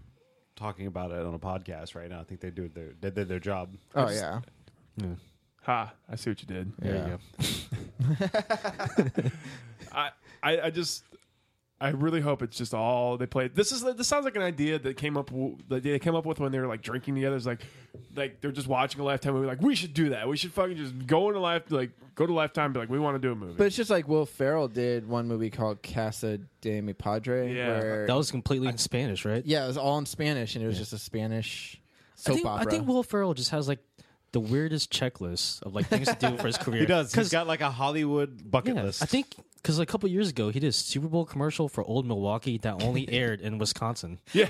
[SPEAKER 3] talking about it on a podcast right now. I think they do their they did their job.
[SPEAKER 2] Oh yeah
[SPEAKER 1] Ha! I see what you did.
[SPEAKER 4] there you go.
[SPEAKER 1] I, I, I just, I really hope it's just all they played. This is this sounds like an idea that came up w- that they came up with when they were like drinking together. It's like, like they're just watching a Lifetime movie. Like we should do that. We should fucking just go into life, like go to Lifetime, and be like we want to do a movie.
[SPEAKER 2] but it's just like will ferrell did one movie called casa de mi padre
[SPEAKER 1] Yeah.
[SPEAKER 2] where
[SPEAKER 4] That was completely in Spanish, right?
[SPEAKER 2] Yeah, it was all in Spanish, and it was just a Spanish
[SPEAKER 4] I
[SPEAKER 2] soap
[SPEAKER 4] think, I
[SPEAKER 2] opera. (laughs)
[SPEAKER 4] think Will Ferrell just has like the weirdest checklist of like things to do
[SPEAKER 3] (laughs)
[SPEAKER 4] for his career.
[SPEAKER 3] He does. He's
[SPEAKER 4] 'Cause-
[SPEAKER 3] got like a Hollywood bucket
[SPEAKER 4] Yeah,
[SPEAKER 3] list.
[SPEAKER 4] I think because a couple years ago he did a Super Bowl commercial for Old Milwaukee that
[SPEAKER 2] (laughs)
[SPEAKER 4] only aired in Wisconsin. Yeah,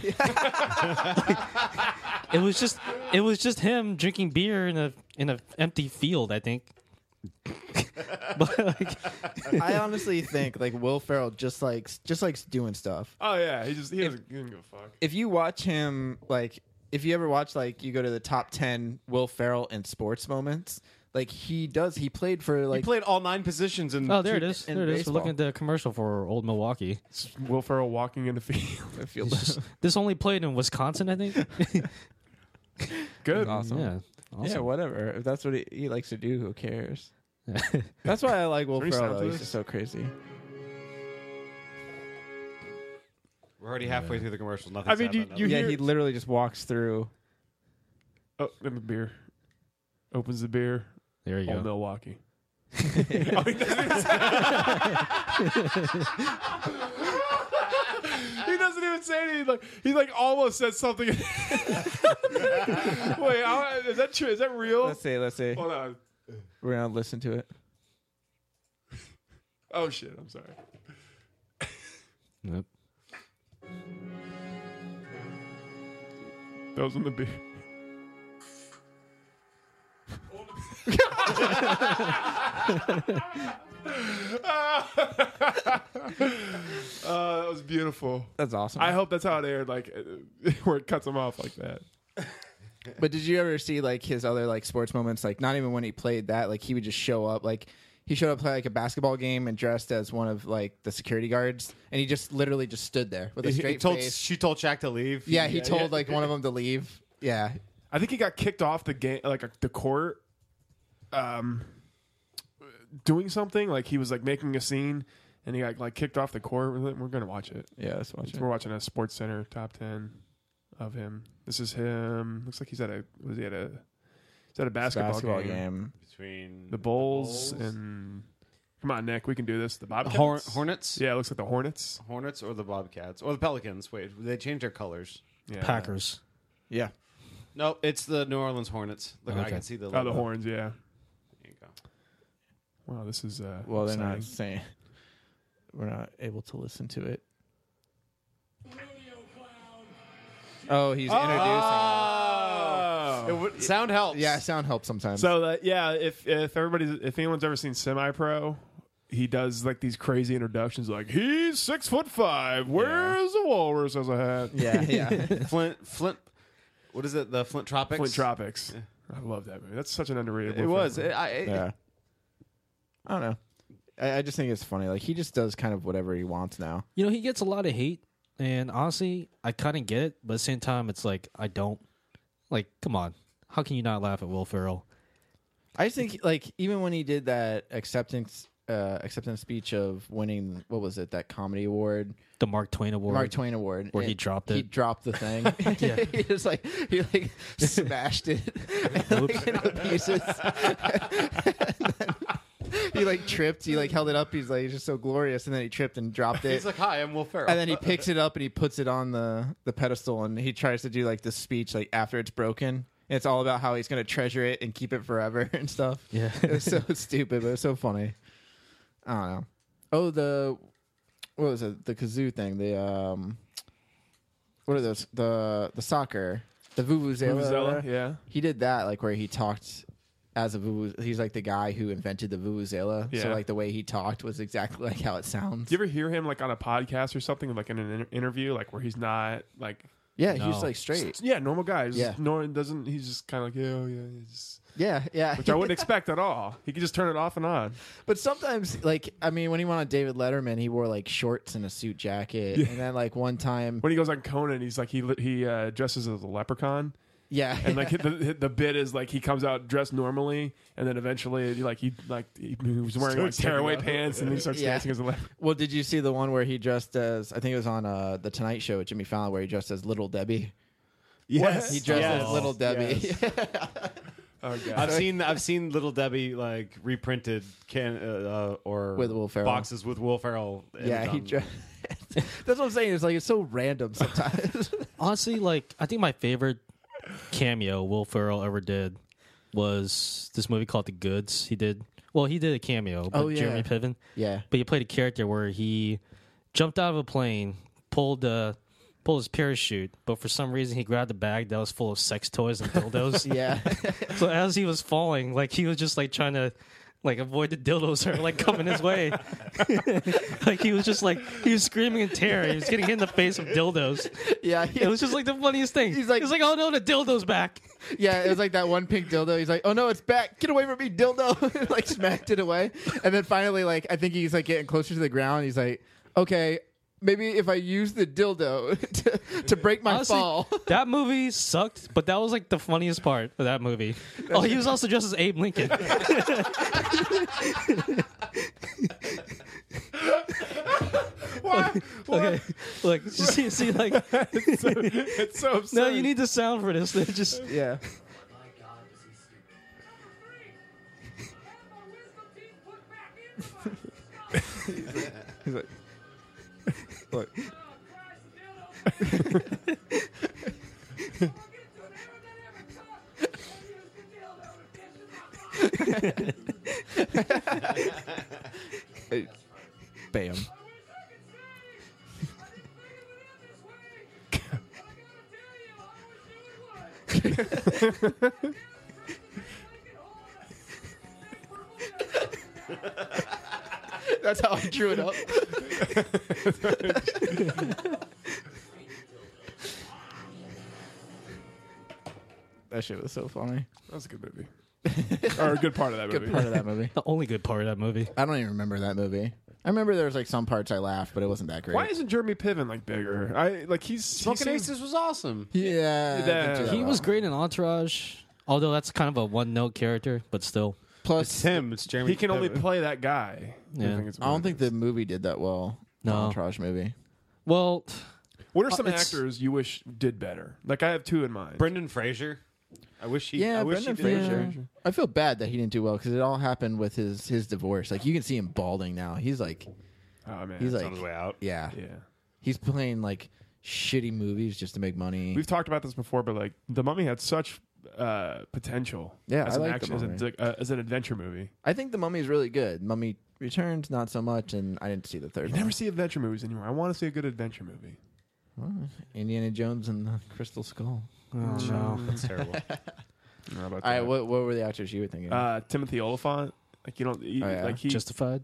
[SPEAKER 4] (laughs) it was just it was just him drinking beer in a in an empty field. I think. but like,
[SPEAKER 2] I honestly think like Will Ferrell just likes just likes doing stuff.
[SPEAKER 1] oh yeah, he just he doesn't, he doesn't give a fuck.
[SPEAKER 2] If you watch him, like if you ever watch like you go to the top ten Will Ferrell in sports moments, like he does. He played for
[SPEAKER 3] he
[SPEAKER 2] like
[SPEAKER 3] played all nine positions in
[SPEAKER 4] oh, there it is.
[SPEAKER 2] In
[SPEAKER 4] There it is. We're looking at
[SPEAKER 2] baseball.
[SPEAKER 4] the commercial for Old Milwaukee.
[SPEAKER 1] It's Will Ferrell walking in the (laughs) field.
[SPEAKER 2] field.
[SPEAKER 4] It's just- this only played in Wisconsin, I think.
[SPEAKER 1] Good.
[SPEAKER 2] awesome.
[SPEAKER 4] yeah.
[SPEAKER 2] Yeah,
[SPEAKER 4] Awesome.
[SPEAKER 2] whatever. If that's what he, he likes to do, who cares? (laughs) That's why I like Will
[SPEAKER 1] there any
[SPEAKER 2] Ferrell.
[SPEAKER 1] sound
[SPEAKER 2] Though.
[SPEAKER 1] to
[SPEAKER 2] He's
[SPEAKER 1] this?
[SPEAKER 2] just so crazy.
[SPEAKER 3] We're already halfway through the commercial. Nothing.
[SPEAKER 1] I mean, you- you-
[SPEAKER 2] yeah,
[SPEAKER 1] hear-
[SPEAKER 2] he literally just walks through.
[SPEAKER 1] Oh, and the beer opens the beer.
[SPEAKER 4] there you
[SPEAKER 1] Oh
[SPEAKER 4] go.
[SPEAKER 1] Milwaukee. He doesn't even say anything. Like he like almost says something. (laughs) Wait, I, is that true? Is that real?
[SPEAKER 2] Let's see. Let's see.
[SPEAKER 1] Hold on.
[SPEAKER 2] We're gonna listen to it.
[SPEAKER 1] Oh shit! I'm sorry.
[SPEAKER 4] Yep.
[SPEAKER 1] That was in the beer. (laughs) uh, that was beautiful.
[SPEAKER 2] That's awesome.
[SPEAKER 1] I hope that's how it aired, like (laughs) uh, where it cuts him off like that.
[SPEAKER 2] But did you ever see like his other like sports moments? Like not even when he played that, like he would just show up. Like he showed up to, like a basketball game and dressed as one of like the security guards, and he just literally just stood there with a
[SPEAKER 3] He- he
[SPEAKER 2] straight
[SPEAKER 3] told-
[SPEAKER 2] face.
[SPEAKER 3] she told Shaq to leave.
[SPEAKER 2] Yeah, he
[SPEAKER 1] Yeah,
[SPEAKER 2] told
[SPEAKER 1] yeah.
[SPEAKER 2] like one of them to leave. Yeah,
[SPEAKER 1] I think he got kicked off the game, like uh, the court, um, doing something. Like he was like making a scene, and he got like kicked off the court. We're we're gonna watch it.
[SPEAKER 2] yeah. That's watch
[SPEAKER 1] So we're watching a Sports Center top ten of him. This is him. Looks like he's at a was he at a he's at a basketball,
[SPEAKER 2] Basketball
[SPEAKER 1] game.
[SPEAKER 2] game.
[SPEAKER 3] between
[SPEAKER 1] The Bulls, and come on Nick, we can do this. The
[SPEAKER 3] the
[SPEAKER 1] Bobcats,
[SPEAKER 3] Hor- Hornets.
[SPEAKER 1] Yeah, it looks like the Hornets.
[SPEAKER 3] Hornets or the Bobcats or the Pelicans. Wait, they changed their colors.
[SPEAKER 1] Yeah.
[SPEAKER 4] Packers.
[SPEAKER 2] Yeah,
[SPEAKER 3] No, it's the New Orleans Hornets. Look, I
[SPEAKER 4] Okay.
[SPEAKER 3] can see the
[SPEAKER 1] Oh,
[SPEAKER 3] logo.
[SPEAKER 1] the Horns. Yeah.
[SPEAKER 3] There you go.
[SPEAKER 1] Wow, this is uh.
[SPEAKER 2] well they're not
[SPEAKER 1] exciting.
[SPEAKER 2] saying (laughs) we're not able to listen to it. Oh, he's introducing.
[SPEAKER 1] Ah!
[SPEAKER 3] It would- sound helps.
[SPEAKER 2] Yeah, sound helps sometimes.
[SPEAKER 1] So that yeah, if if everybody's if anyone's ever seen Semi Pro, he does like these crazy introductions, like he's six foot five, wears a walrus as a hat.
[SPEAKER 2] yeah,
[SPEAKER 1] (laughs)
[SPEAKER 2] yeah.
[SPEAKER 3] Flint, Flint. What is it? The Flint Tropics.
[SPEAKER 1] Flint Tropics. I love that movie. That's such an underrated.
[SPEAKER 3] It
[SPEAKER 1] Will
[SPEAKER 3] was.
[SPEAKER 1] Ferrell
[SPEAKER 3] It, I, it-
[SPEAKER 2] Yeah. I don't know. I, I just think it's funny. Like he just does kind of whatever he wants now.
[SPEAKER 4] You know, he gets a lot of hate, and honestly, I kind of get it, but at the same time, it's like I don't. Like, come on, how can you not laugh at Will Ferrell?
[SPEAKER 2] I just think like even when he did that acceptance uh acceptance speech of winning what was it, that comedy award,
[SPEAKER 4] The Mark Twain Award.
[SPEAKER 2] Mark Twain award.
[SPEAKER 4] Where he
[SPEAKER 2] and
[SPEAKER 4] dropped
[SPEAKER 2] He
[SPEAKER 4] it.
[SPEAKER 2] dropped the thing.
[SPEAKER 4] (laughs)
[SPEAKER 2] (laughs) he just like he like smashed it (laughs) like, into pieces. (laughs) And then he like tripped, he like held it up, he's like he's just so glorious, and then he tripped and dropped it.
[SPEAKER 3] He's like, "Hi, I'm Will Ferrell."
[SPEAKER 2] and
[SPEAKER 3] (laughs)
[SPEAKER 2] then he picks it up and he puts it on the the pedestal and he tries to do like this speech like after it's broken and it's all about how he's going to treasure it and keep it forever (laughs) and stuff
[SPEAKER 4] Yeah.
[SPEAKER 2] it was so (laughs) stupid but it was so funny i don't know oh the what was it the kazoo thing the um what are those the the soccer the
[SPEAKER 3] uh,
[SPEAKER 2] vuvuzela,
[SPEAKER 1] Vuvuzela, yeah.
[SPEAKER 2] he did that like where he talked as a vuvuzela he's like the guy who invented the vuvuzela so
[SPEAKER 1] Yeah.
[SPEAKER 2] like the way he talked was exactly like how it sounds
[SPEAKER 1] Do you ever hear him like on a podcast or something, like in an inter- interview, like where he's not like
[SPEAKER 2] yeah he was
[SPEAKER 4] No.
[SPEAKER 2] like straight
[SPEAKER 1] yeah normal guy. He's
[SPEAKER 2] Yeah.
[SPEAKER 1] just nor doesn't he's just kind of like yeah oh, yeah, yeah, just,
[SPEAKER 2] Yeah, yeah.
[SPEAKER 1] which I
[SPEAKER 2] (laughs)
[SPEAKER 3] (laughs)
[SPEAKER 1] wouldn't expect at all. He could just turn it off and on.
[SPEAKER 2] but sometimes, like, I mean, when he went on David Letterman, he wore like shorts and a suit jacket, and then like one time,
[SPEAKER 1] When he goes on Conan, he's like he li- he uh, dresses as a leprechaun.
[SPEAKER 2] yeah,
[SPEAKER 1] (laughs) and like the the bit is like he comes out dressed normally, and then eventually like he like he was wearing like tearaway pants, and he starts
[SPEAKER 2] Yeah.
[SPEAKER 1] dancing as a leopard.
[SPEAKER 2] (laughs) well, did you see the one where he dressed as? I think it was on uh, the Tonight Show with Jimmy Fallon, where he dressed as Little Debbie.
[SPEAKER 1] Yes,
[SPEAKER 2] He dressed as Little Debbie. (laughs)
[SPEAKER 1] Oh god,
[SPEAKER 3] I've seen I've seen Little Debbie like reprinted can uh, uh, or
[SPEAKER 2] With Will Ferrell.
[SPEAKER 3] boxes with Will Ferrell.
[SPEAKER 2] yeah, he dressed. (laughs) That's what I'm saying. It's like it's so
[SPEAKER 1] (laughs)
[SPEAKER 2] random sometimes. (laughs)
[SPEAKER 4] honestly, like I think my favorite cameo Will Ferrell ever did was this movie called The Goods. He did well. He did a cameo, but
[SPEAKER 2] Oh, yeah.
[SPEAKER 4] Jeremy Piven.
[SPEAKER 2] yeah,
[SPEAKER 4] But he played a character where he jumped out of a plane, pulled uh, pulled his parachute, but for some reason he grabbed a bag that was full of sex toys and
[SPEAKER 2] (laughs)
[SPEAKER 4] dildos.
[SPEAKER 2] yeah.
[SPEAKER 4] So as he was falling, like he was just like trying to. Like avoid the dildos that were like coming his way. (laughs) like he was just like he was screaming in terror. He was getting hit in the face with dildos.
[SPEAKER 2] yeah,
[SPEAKER 4] (laughs) It was just like the funniest thing.
[SPEAKER 2] He's
[SPEAKER 4] He's
[SPEAKER 2] like-
[SPEAKER 4] like, oh no, the dildo's back.
[SPEAKER 2] Yeah, it was like that one pink dildo. He's like, "Oh no, it's back! Get away from me, dildo!" (laughs) like smacked it away, and then finally, like I think he's like getting closer to the ground. He's like, "Okay, maybe if I use the dildo (laughs) to, to break (laughs) my
[SPEAKER 4] Honestly, (laughs)
[SPEAKER 2] fall." (laughs)
[SPEAKER 4] that movie sucked, but that was like the funniest part of that movie. Oh, he was also dressed as
[SPEAKER 1] (laughs)
[SPEAKER 2] (laughs)
[SPEAKER 4] Abe Lincoln. Okay,
[SPEAKER 1] (laughs)
[SPEAKER 4] look, see, see, like,
[SPEAKER 1] it's so absurd.
[SPEAKER 4] (laughs) no, you need the sound for this. (laughs) They're just
[SPEAKER 2] yeah, he's like, "Look, (laughs) Bam. That's how I drew it up. that shit was so funny.
[SPEAKER 1] That was a good movie. or a good part of that movie.
[SPEAKER 2] (laughs) Good part of that movie.
[SPEAKER 4] The only good part of that movie.
[SPEAKER 2] I don't even remember that movie. I remember there was like some parts I laughed, but it wasn't that great.
[SPEAKER 1] Why isn't Jeremy Piven like bigger? I like he's
[SPEAKER 3] Smoking
[SPEAKER 1] he seems-
[SPEAKER 3] Aces was awesome.
[SPEAKER 2] yeah, I
[SPEAKER 1] That-
[SPEAKER 2] didn't do that
[SPEAKER 4] He was
[SPEAKER 2] well.
[SPEAKER 4] great in Entourage, although that's kind of a one note character, but still.
[SPEAKER 2] Plus,
[SPEAKER 3] Tim, it's Jeremy.
[SPEAKER 1] He can only
[SPEAKER 3] Piven.
[SPEAKER 1] play that guy.
[SPEAKER 4] Yeah.
[SPEAKER 1] it's
[SPEAKER 2] I don't think the movie did that well.
[SPEAKER 4] No.
[SPEAKER 2] Entourage movie.
[SPEAKER 4] Well,
[SPEAKER 1] What are some
[SPEAKER 4] it's-
[SPEAKER 1] actors you wish did better? Like I have two in mind.
[SPEAKER 3] Brendan Fraser. I wish he.
[SPEAKER 2] Yeah,
[SPEAKER 3] I wish
[SPEAKER 2] Brendan
[SPEAKER 3] he did.
[SPEAKER 2] Fraser. I feel bad that he didn't do well because it all happened with his his divorce. Like you can see him balding now. He's like
[SPEAKER 1] oh man,
[SPEAKER 2] he's
[SPEAKER 3] It's on
[SPEAKER 2] like
[SPEAKER 3] his way out.
[SPEAKER 2] yeah.
[SPEAKER 1] yeah.
[SPEAKER 2] He's playing like shitty movies just to make money.
[SPEAKER 1] We've talked about this before, but like the Mummy had such uh, potential.
[SPEAKER 2] Yeah,
[SPEAKER 1] as
[SPEAKER 2] I
[SPEAKER 1] an
[SPEAKER 2] like The
[SPEAKER 1] action, as, a,
[SPEAKER 2] Mummy.
[SPEAKER 1] di- uh, as an adventure movie.
[SPEAKER 2] I think the Mummy's really good. Mummy Returns not so much, and I didn't see the third
[SPEAKER 1] You
[SPEAKER 2] one.
[SPEAKER 1] never see adventure movies anymore. I want to see a good adventure movie.
[SPEAKER 2] Indiana Jones and the Crystal Skull.
[SPEAKER 1] Oh,
[SPEAKER 2] (laughs)
[SPEAKER 3] That's terrible.
[SPEAKER 1] I (laughs) don't know about
[SPEAKER 2] All right,
[SPEAKER 1] that.
[SPEAKER 2] what what were the actors you were thinking? of?
[SPEAKER 1] uh, Timothy Oliphant. Like you don't. He,
[SPEAKER 2] Oh, yeah.
[SPEAKER 1] Like he.
[SPEAKER 4] Justified.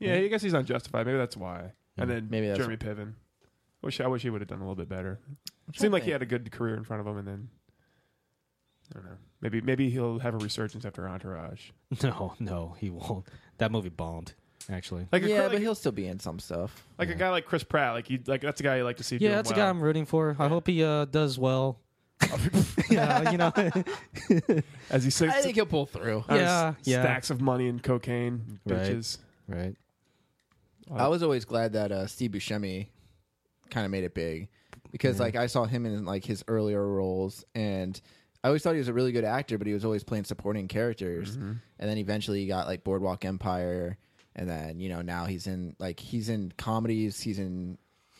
[SPEAKER 1] yeah, I guess he's not justified. Maybe that's why. And then
[SPEAKER 2] Maybe that's-
[SPEAKER 1] Jeremy Piven. Wish I wish he would have done a little bit better. Seemed
[SPEAKER 2] trying to
[SPEAKER 1] like he
[SPEAKER 2] think.
[SPEAKER 1] had a good career in front of him, and then I don't know. Maybe maybe he'll have a resurgence after Entourage.
[SPEAKER 4] (laughs) No, no, he won't. That movie bombed, actually.
[SPEAKER 1] Like a,
[SPEAKER 2] yeah,
[SPEAKER 1] like,
[SPEAKER 2] but he'll still be in some stuff.
[SPEAKER 1] like a guy like Chris Pratt. Like you like that's a guy you like to see.
[SPEAKER 4] Yeah,
[SPEAKER 1] doing
[SPEAKER 4] that's a
[SPEAKER 1] well.
[SPEAKER 4] guy I'm rooting for. I hope he uh, does well. (laughs) yeah, you know.
[SPEAKER 1] As he sits,
[SPEAKER 2] I think he'll pull through.
[SPEAKER 1] on his
[SPEAKER 4] Yeah, yeah.
[SPEAKER 1] stacks of money and cocaine, and
[SPEAKER 4] Right.
[SPEAKER 1] bitches.
[SPEAKER 4] (laughs) right.
[SPEAKER 2] I was always glad that uh, Steve Buscemi kind of made it big because like I saw him in like his earlier roles and I always thought he was a really good actor, but he was always playing supporting characters.
[SPEAKER 1] Mm-hmm.
[SPEAKER 2] And then eventually he got like Boardwalk Empire, and then you know now he's in like he's in comedies, he's in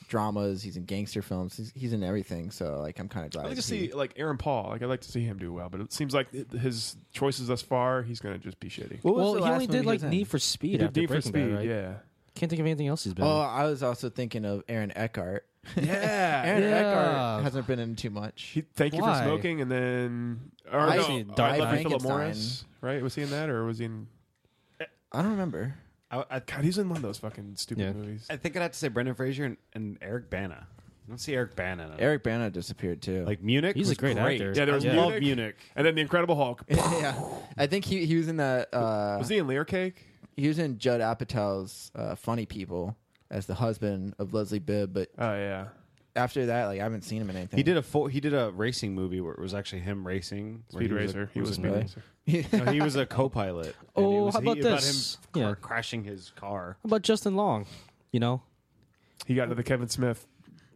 [SPEAKER 2] dramas, he's in gangster films, he's, he's in everything. So like I'm kind of glad.
[SPEAKER 1] I like to
[SPEAKER 2] that
[SPEAKER 1] see
[SPEAKER 2] he-
[SPEAKER 1] like Aaron Paul. Like I'd like to see him do well, but it seems like it- his choices thus far, he's gonna just be shitty.
[SPEAKER 2] What was
[SPEAKER 4] Well,
[SPEAKER 2] the
[SPEAKER 4] he
[SPEAKER 2] last
[SPEAKER 4] only
[SPEAKER 2] movie
[SPEAKER 4] did like
[SPEAKER 2] was in?
[SPEAKER 4] Need for Speed
[SPEAKER 1] He did
[SPEAKER 4] after
[SPEAKER 1] Need for
[SPEAKER 4] Breaking
[SPEAKER 1] Speed,
[SPEAKER 4] Bad, right?
[SPEAKER 1] yeah,
[SPEAKER 4] Can't think of anything else he's been.
[SPEAKER 2] Oh,
[SPEAKER 4] in.
[SPEAKER 2] I was also thinking of Aaron Eckhart.
[SPEAKER 1] yeah.
[SPEAKER 2] Aaron
[SPEAKER 4] Yeah.
[SPEAKER 2] Eckhart hasn't been in too much.
[SPEAKER 1] He, thank you
[SPEAKER 4] Why?
[SPEAKER 1] for smoking, and then or
[SPEAKER 2] I
[SPEAKER 1] no,
[SPEAKER 2] see
[SPEAKER 1] uh,
[SPEAKER 2] Die
[SPEAKER 1] Love Me, Philip
[SPEAKER 2] Frankenstein.
[SPEAKER 1] Morris, right? Was he in that, or was he in?
[SPEAKER 2] I don't remember.
[SPEAKER 3] I, I,
[SPEAKER 1] God, he's in one of those fucking stupid
[SPEAKER 4] Yeah.
[SPEAKER 1] movies.
[SPEAKER 3] I think I'd have to say Brendan Fraser and, and Eric Bana. I don't see Eric Bana. In it.
[SPEAKER 2] Eric Bana disappeared too.
[SPEAKER 3] like Munich.
[SPEAKER 4] He's a
[SPEAKER 3] was
[SPEAKER 4] great actor.
[SPEAKER 1] Yeah, there
[SPEAKER 3] I
[SPEAKER 1] was
[SPEAKER 4] Yeah.
[SPEAKER 1] Munich,
[SPEAKER 3] love Munich.
[SPEAKER 1] and then the Incredible Hulk.
[SPEAKER 2] (laughs) yeah, I think he he was in that. Uh,
[SPEAKER 1] Was he in Layer Cake?
[SPEAKER 2] he was in Judd Apatow's uh, Funny People as the husband of Leslie Bibb, but
[SPEAKER 1] Oh yeah,
[SPEAKER 2] after that, like I haven't seen him in anything.
[SPEAKER 3] He did a full, he did a racing movie where it was actually him racing. where
[SPEAKER 1] Speed
[SPEAKER 3] he was a-
[SPEAKER 1] Racer. he was a Speed
[SPEAKER 2] really?
[SPEAKER 1] Racer.
[SPEAKER 3] no, he was a (laughs) co-pilot. and
[SPEAKER 4] Oh,
[SPEAKER 3] it was
[SPEAKER 4] how about
[SPEAKER 3] he,
[SPEAKER 4] this?
[SPEAKER 3] About him car-
[SPEAKER 4] Yeah.
[SPEAKER 3] crashing his car.
[SPEAKER 4] How about Justin Long? You know?
[SPEAKER 1] He got into the Kevin Smith.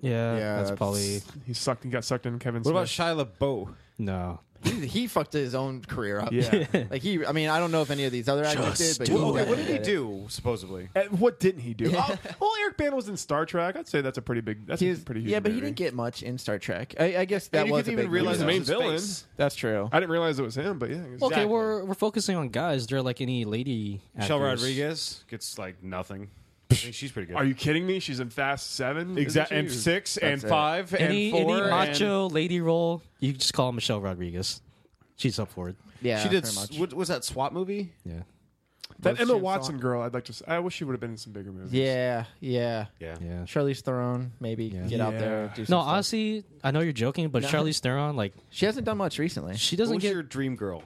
[SPEAKER 4] Yeah,
[SPEAKER 2] Yeah,
[SPEAKER 4] that's,
[SPEAKER 2] that's-
[SPEAKER 4] probably
[SPEAKER 1] He sucked and got sucked in Kevin.
[SPEAKER 3] What about
[SPEAKER 1] Smith.
[SPEAKER 3] Shia LaBeouf?
[SPEAKER 4] no.
[SPEAKER 2] he, he fucked his own career up.
[SPEAKER 1] Yeah.
[SPEAKER 2] (laughs) like he. I mean, I don't know if any of these other actors did,
[SPEAKER 4] Just
[SPEAKER 2] but
[SPEAKER 4] do
[SPEAKER 2] he
[SPEAKER 4] it.
[SPEAKER 3] Well, okay,
[SPEAKER 2] definitely
[SPEAKER 3] what did he
[SPEAKER 2] it.
[SPEAKER 3] do? Supposedly,
[SPEAKER 1] And what didn't he (laughs) do? oh, well, Eric Bana was in Star Trek. I'd say that's a pretty big. That's
[SPEAKER 2] He
[SPEAKER 1] a
[SPEAKER 2] was-
[SPEAKER 1] pretty huge.
[SPEAKER 2] yeah, but he
[SPEAKER 1] movie.
[SPEAKER 2] didn't get much in Star Trek. I, I guess that
[SPEAKER 3] And you
[SPEAKER 2] was a
[SPEAKER 3] didn't even
[SPEAKER 2] big
[SPEAKER 3] realize
[SPEAKER 1] was the
[SPEAKER 2] lead up.
[SPEAKER 1] main
[SPEAKER 3] it was
[SPEAKER 1] villain.
[SPEAKER 3] his face.
[SPEAKER 2] That's true.
[SPEAKER 1] I didn't realize it was him, but yeah. it was-
[SPEAKER 4] Okay, we're we're focusing on guys. Is there like any lady actors?
[SPEAKER 3] Michelle Rodriguez gets like nothing. I think she's pretty good.
[SPEAKER 1] Are you kidding me? She's in Fast Seven. isn't
[SPEAKER 3] Exactly,
[SPEAKER 1] she?
[SPEAKER 3] and six and
[SPEAKER 2] it.
[SPEAKER 3] five
[SPEAKER 4] Any
[SPEAKER 3] and four.
[SPEAKER 4] any
[SPEAKER 3] and-
[SPEAKER 4] macho lady role? You just call Michelle Rodriguez. She's up for it.
[SPEAKER 2] Yeah,
[SPEAKER 3] She did.
[SPEAKER 2] pretty
[SPEAKER 3] s-
[SPEAKER 2] much.
[SPEAKER 3] What was that SWAT movie?
[SPEAKER 4] Yeah.
[SPEAKER 1] That
[SPEAKER 2] Was she
[SPEAKER 1] Emma
[SPEAKER 2] in
[SPEAKER 1] Watson
[SPEAKER 2] Saw?
[SPEAKER 1] girl. I'd like to. s- I wish she would have been in some bigger movies.
[SPEAKER 2] Yeah, yeah.
[SPEAKER 3] Yeah.
[SPEAKER 4] Yeah.
[SPEAKER 2] Charlize Theron, maybe get out
[SPEAKER 1] Yeah.
[SPEAKER 2] there. Do some
[SPEAKER 4] No,
[SPEAKER 2] stuff.
[SPEAKER 4] honestly, I know you're joking, but
[SPEAKER 2] No.
[SPEAKER 4] Charlize Theron, like,
[SPEAKER 2] she hasn't done much recently.
[SPEAKER 4] she
[SPEAKER 3] What
[SPEAKER 4] doesn't
[SPEAKER 3] was
[SPEAKER 4] get.
[SPEAKER 3] your dream girl?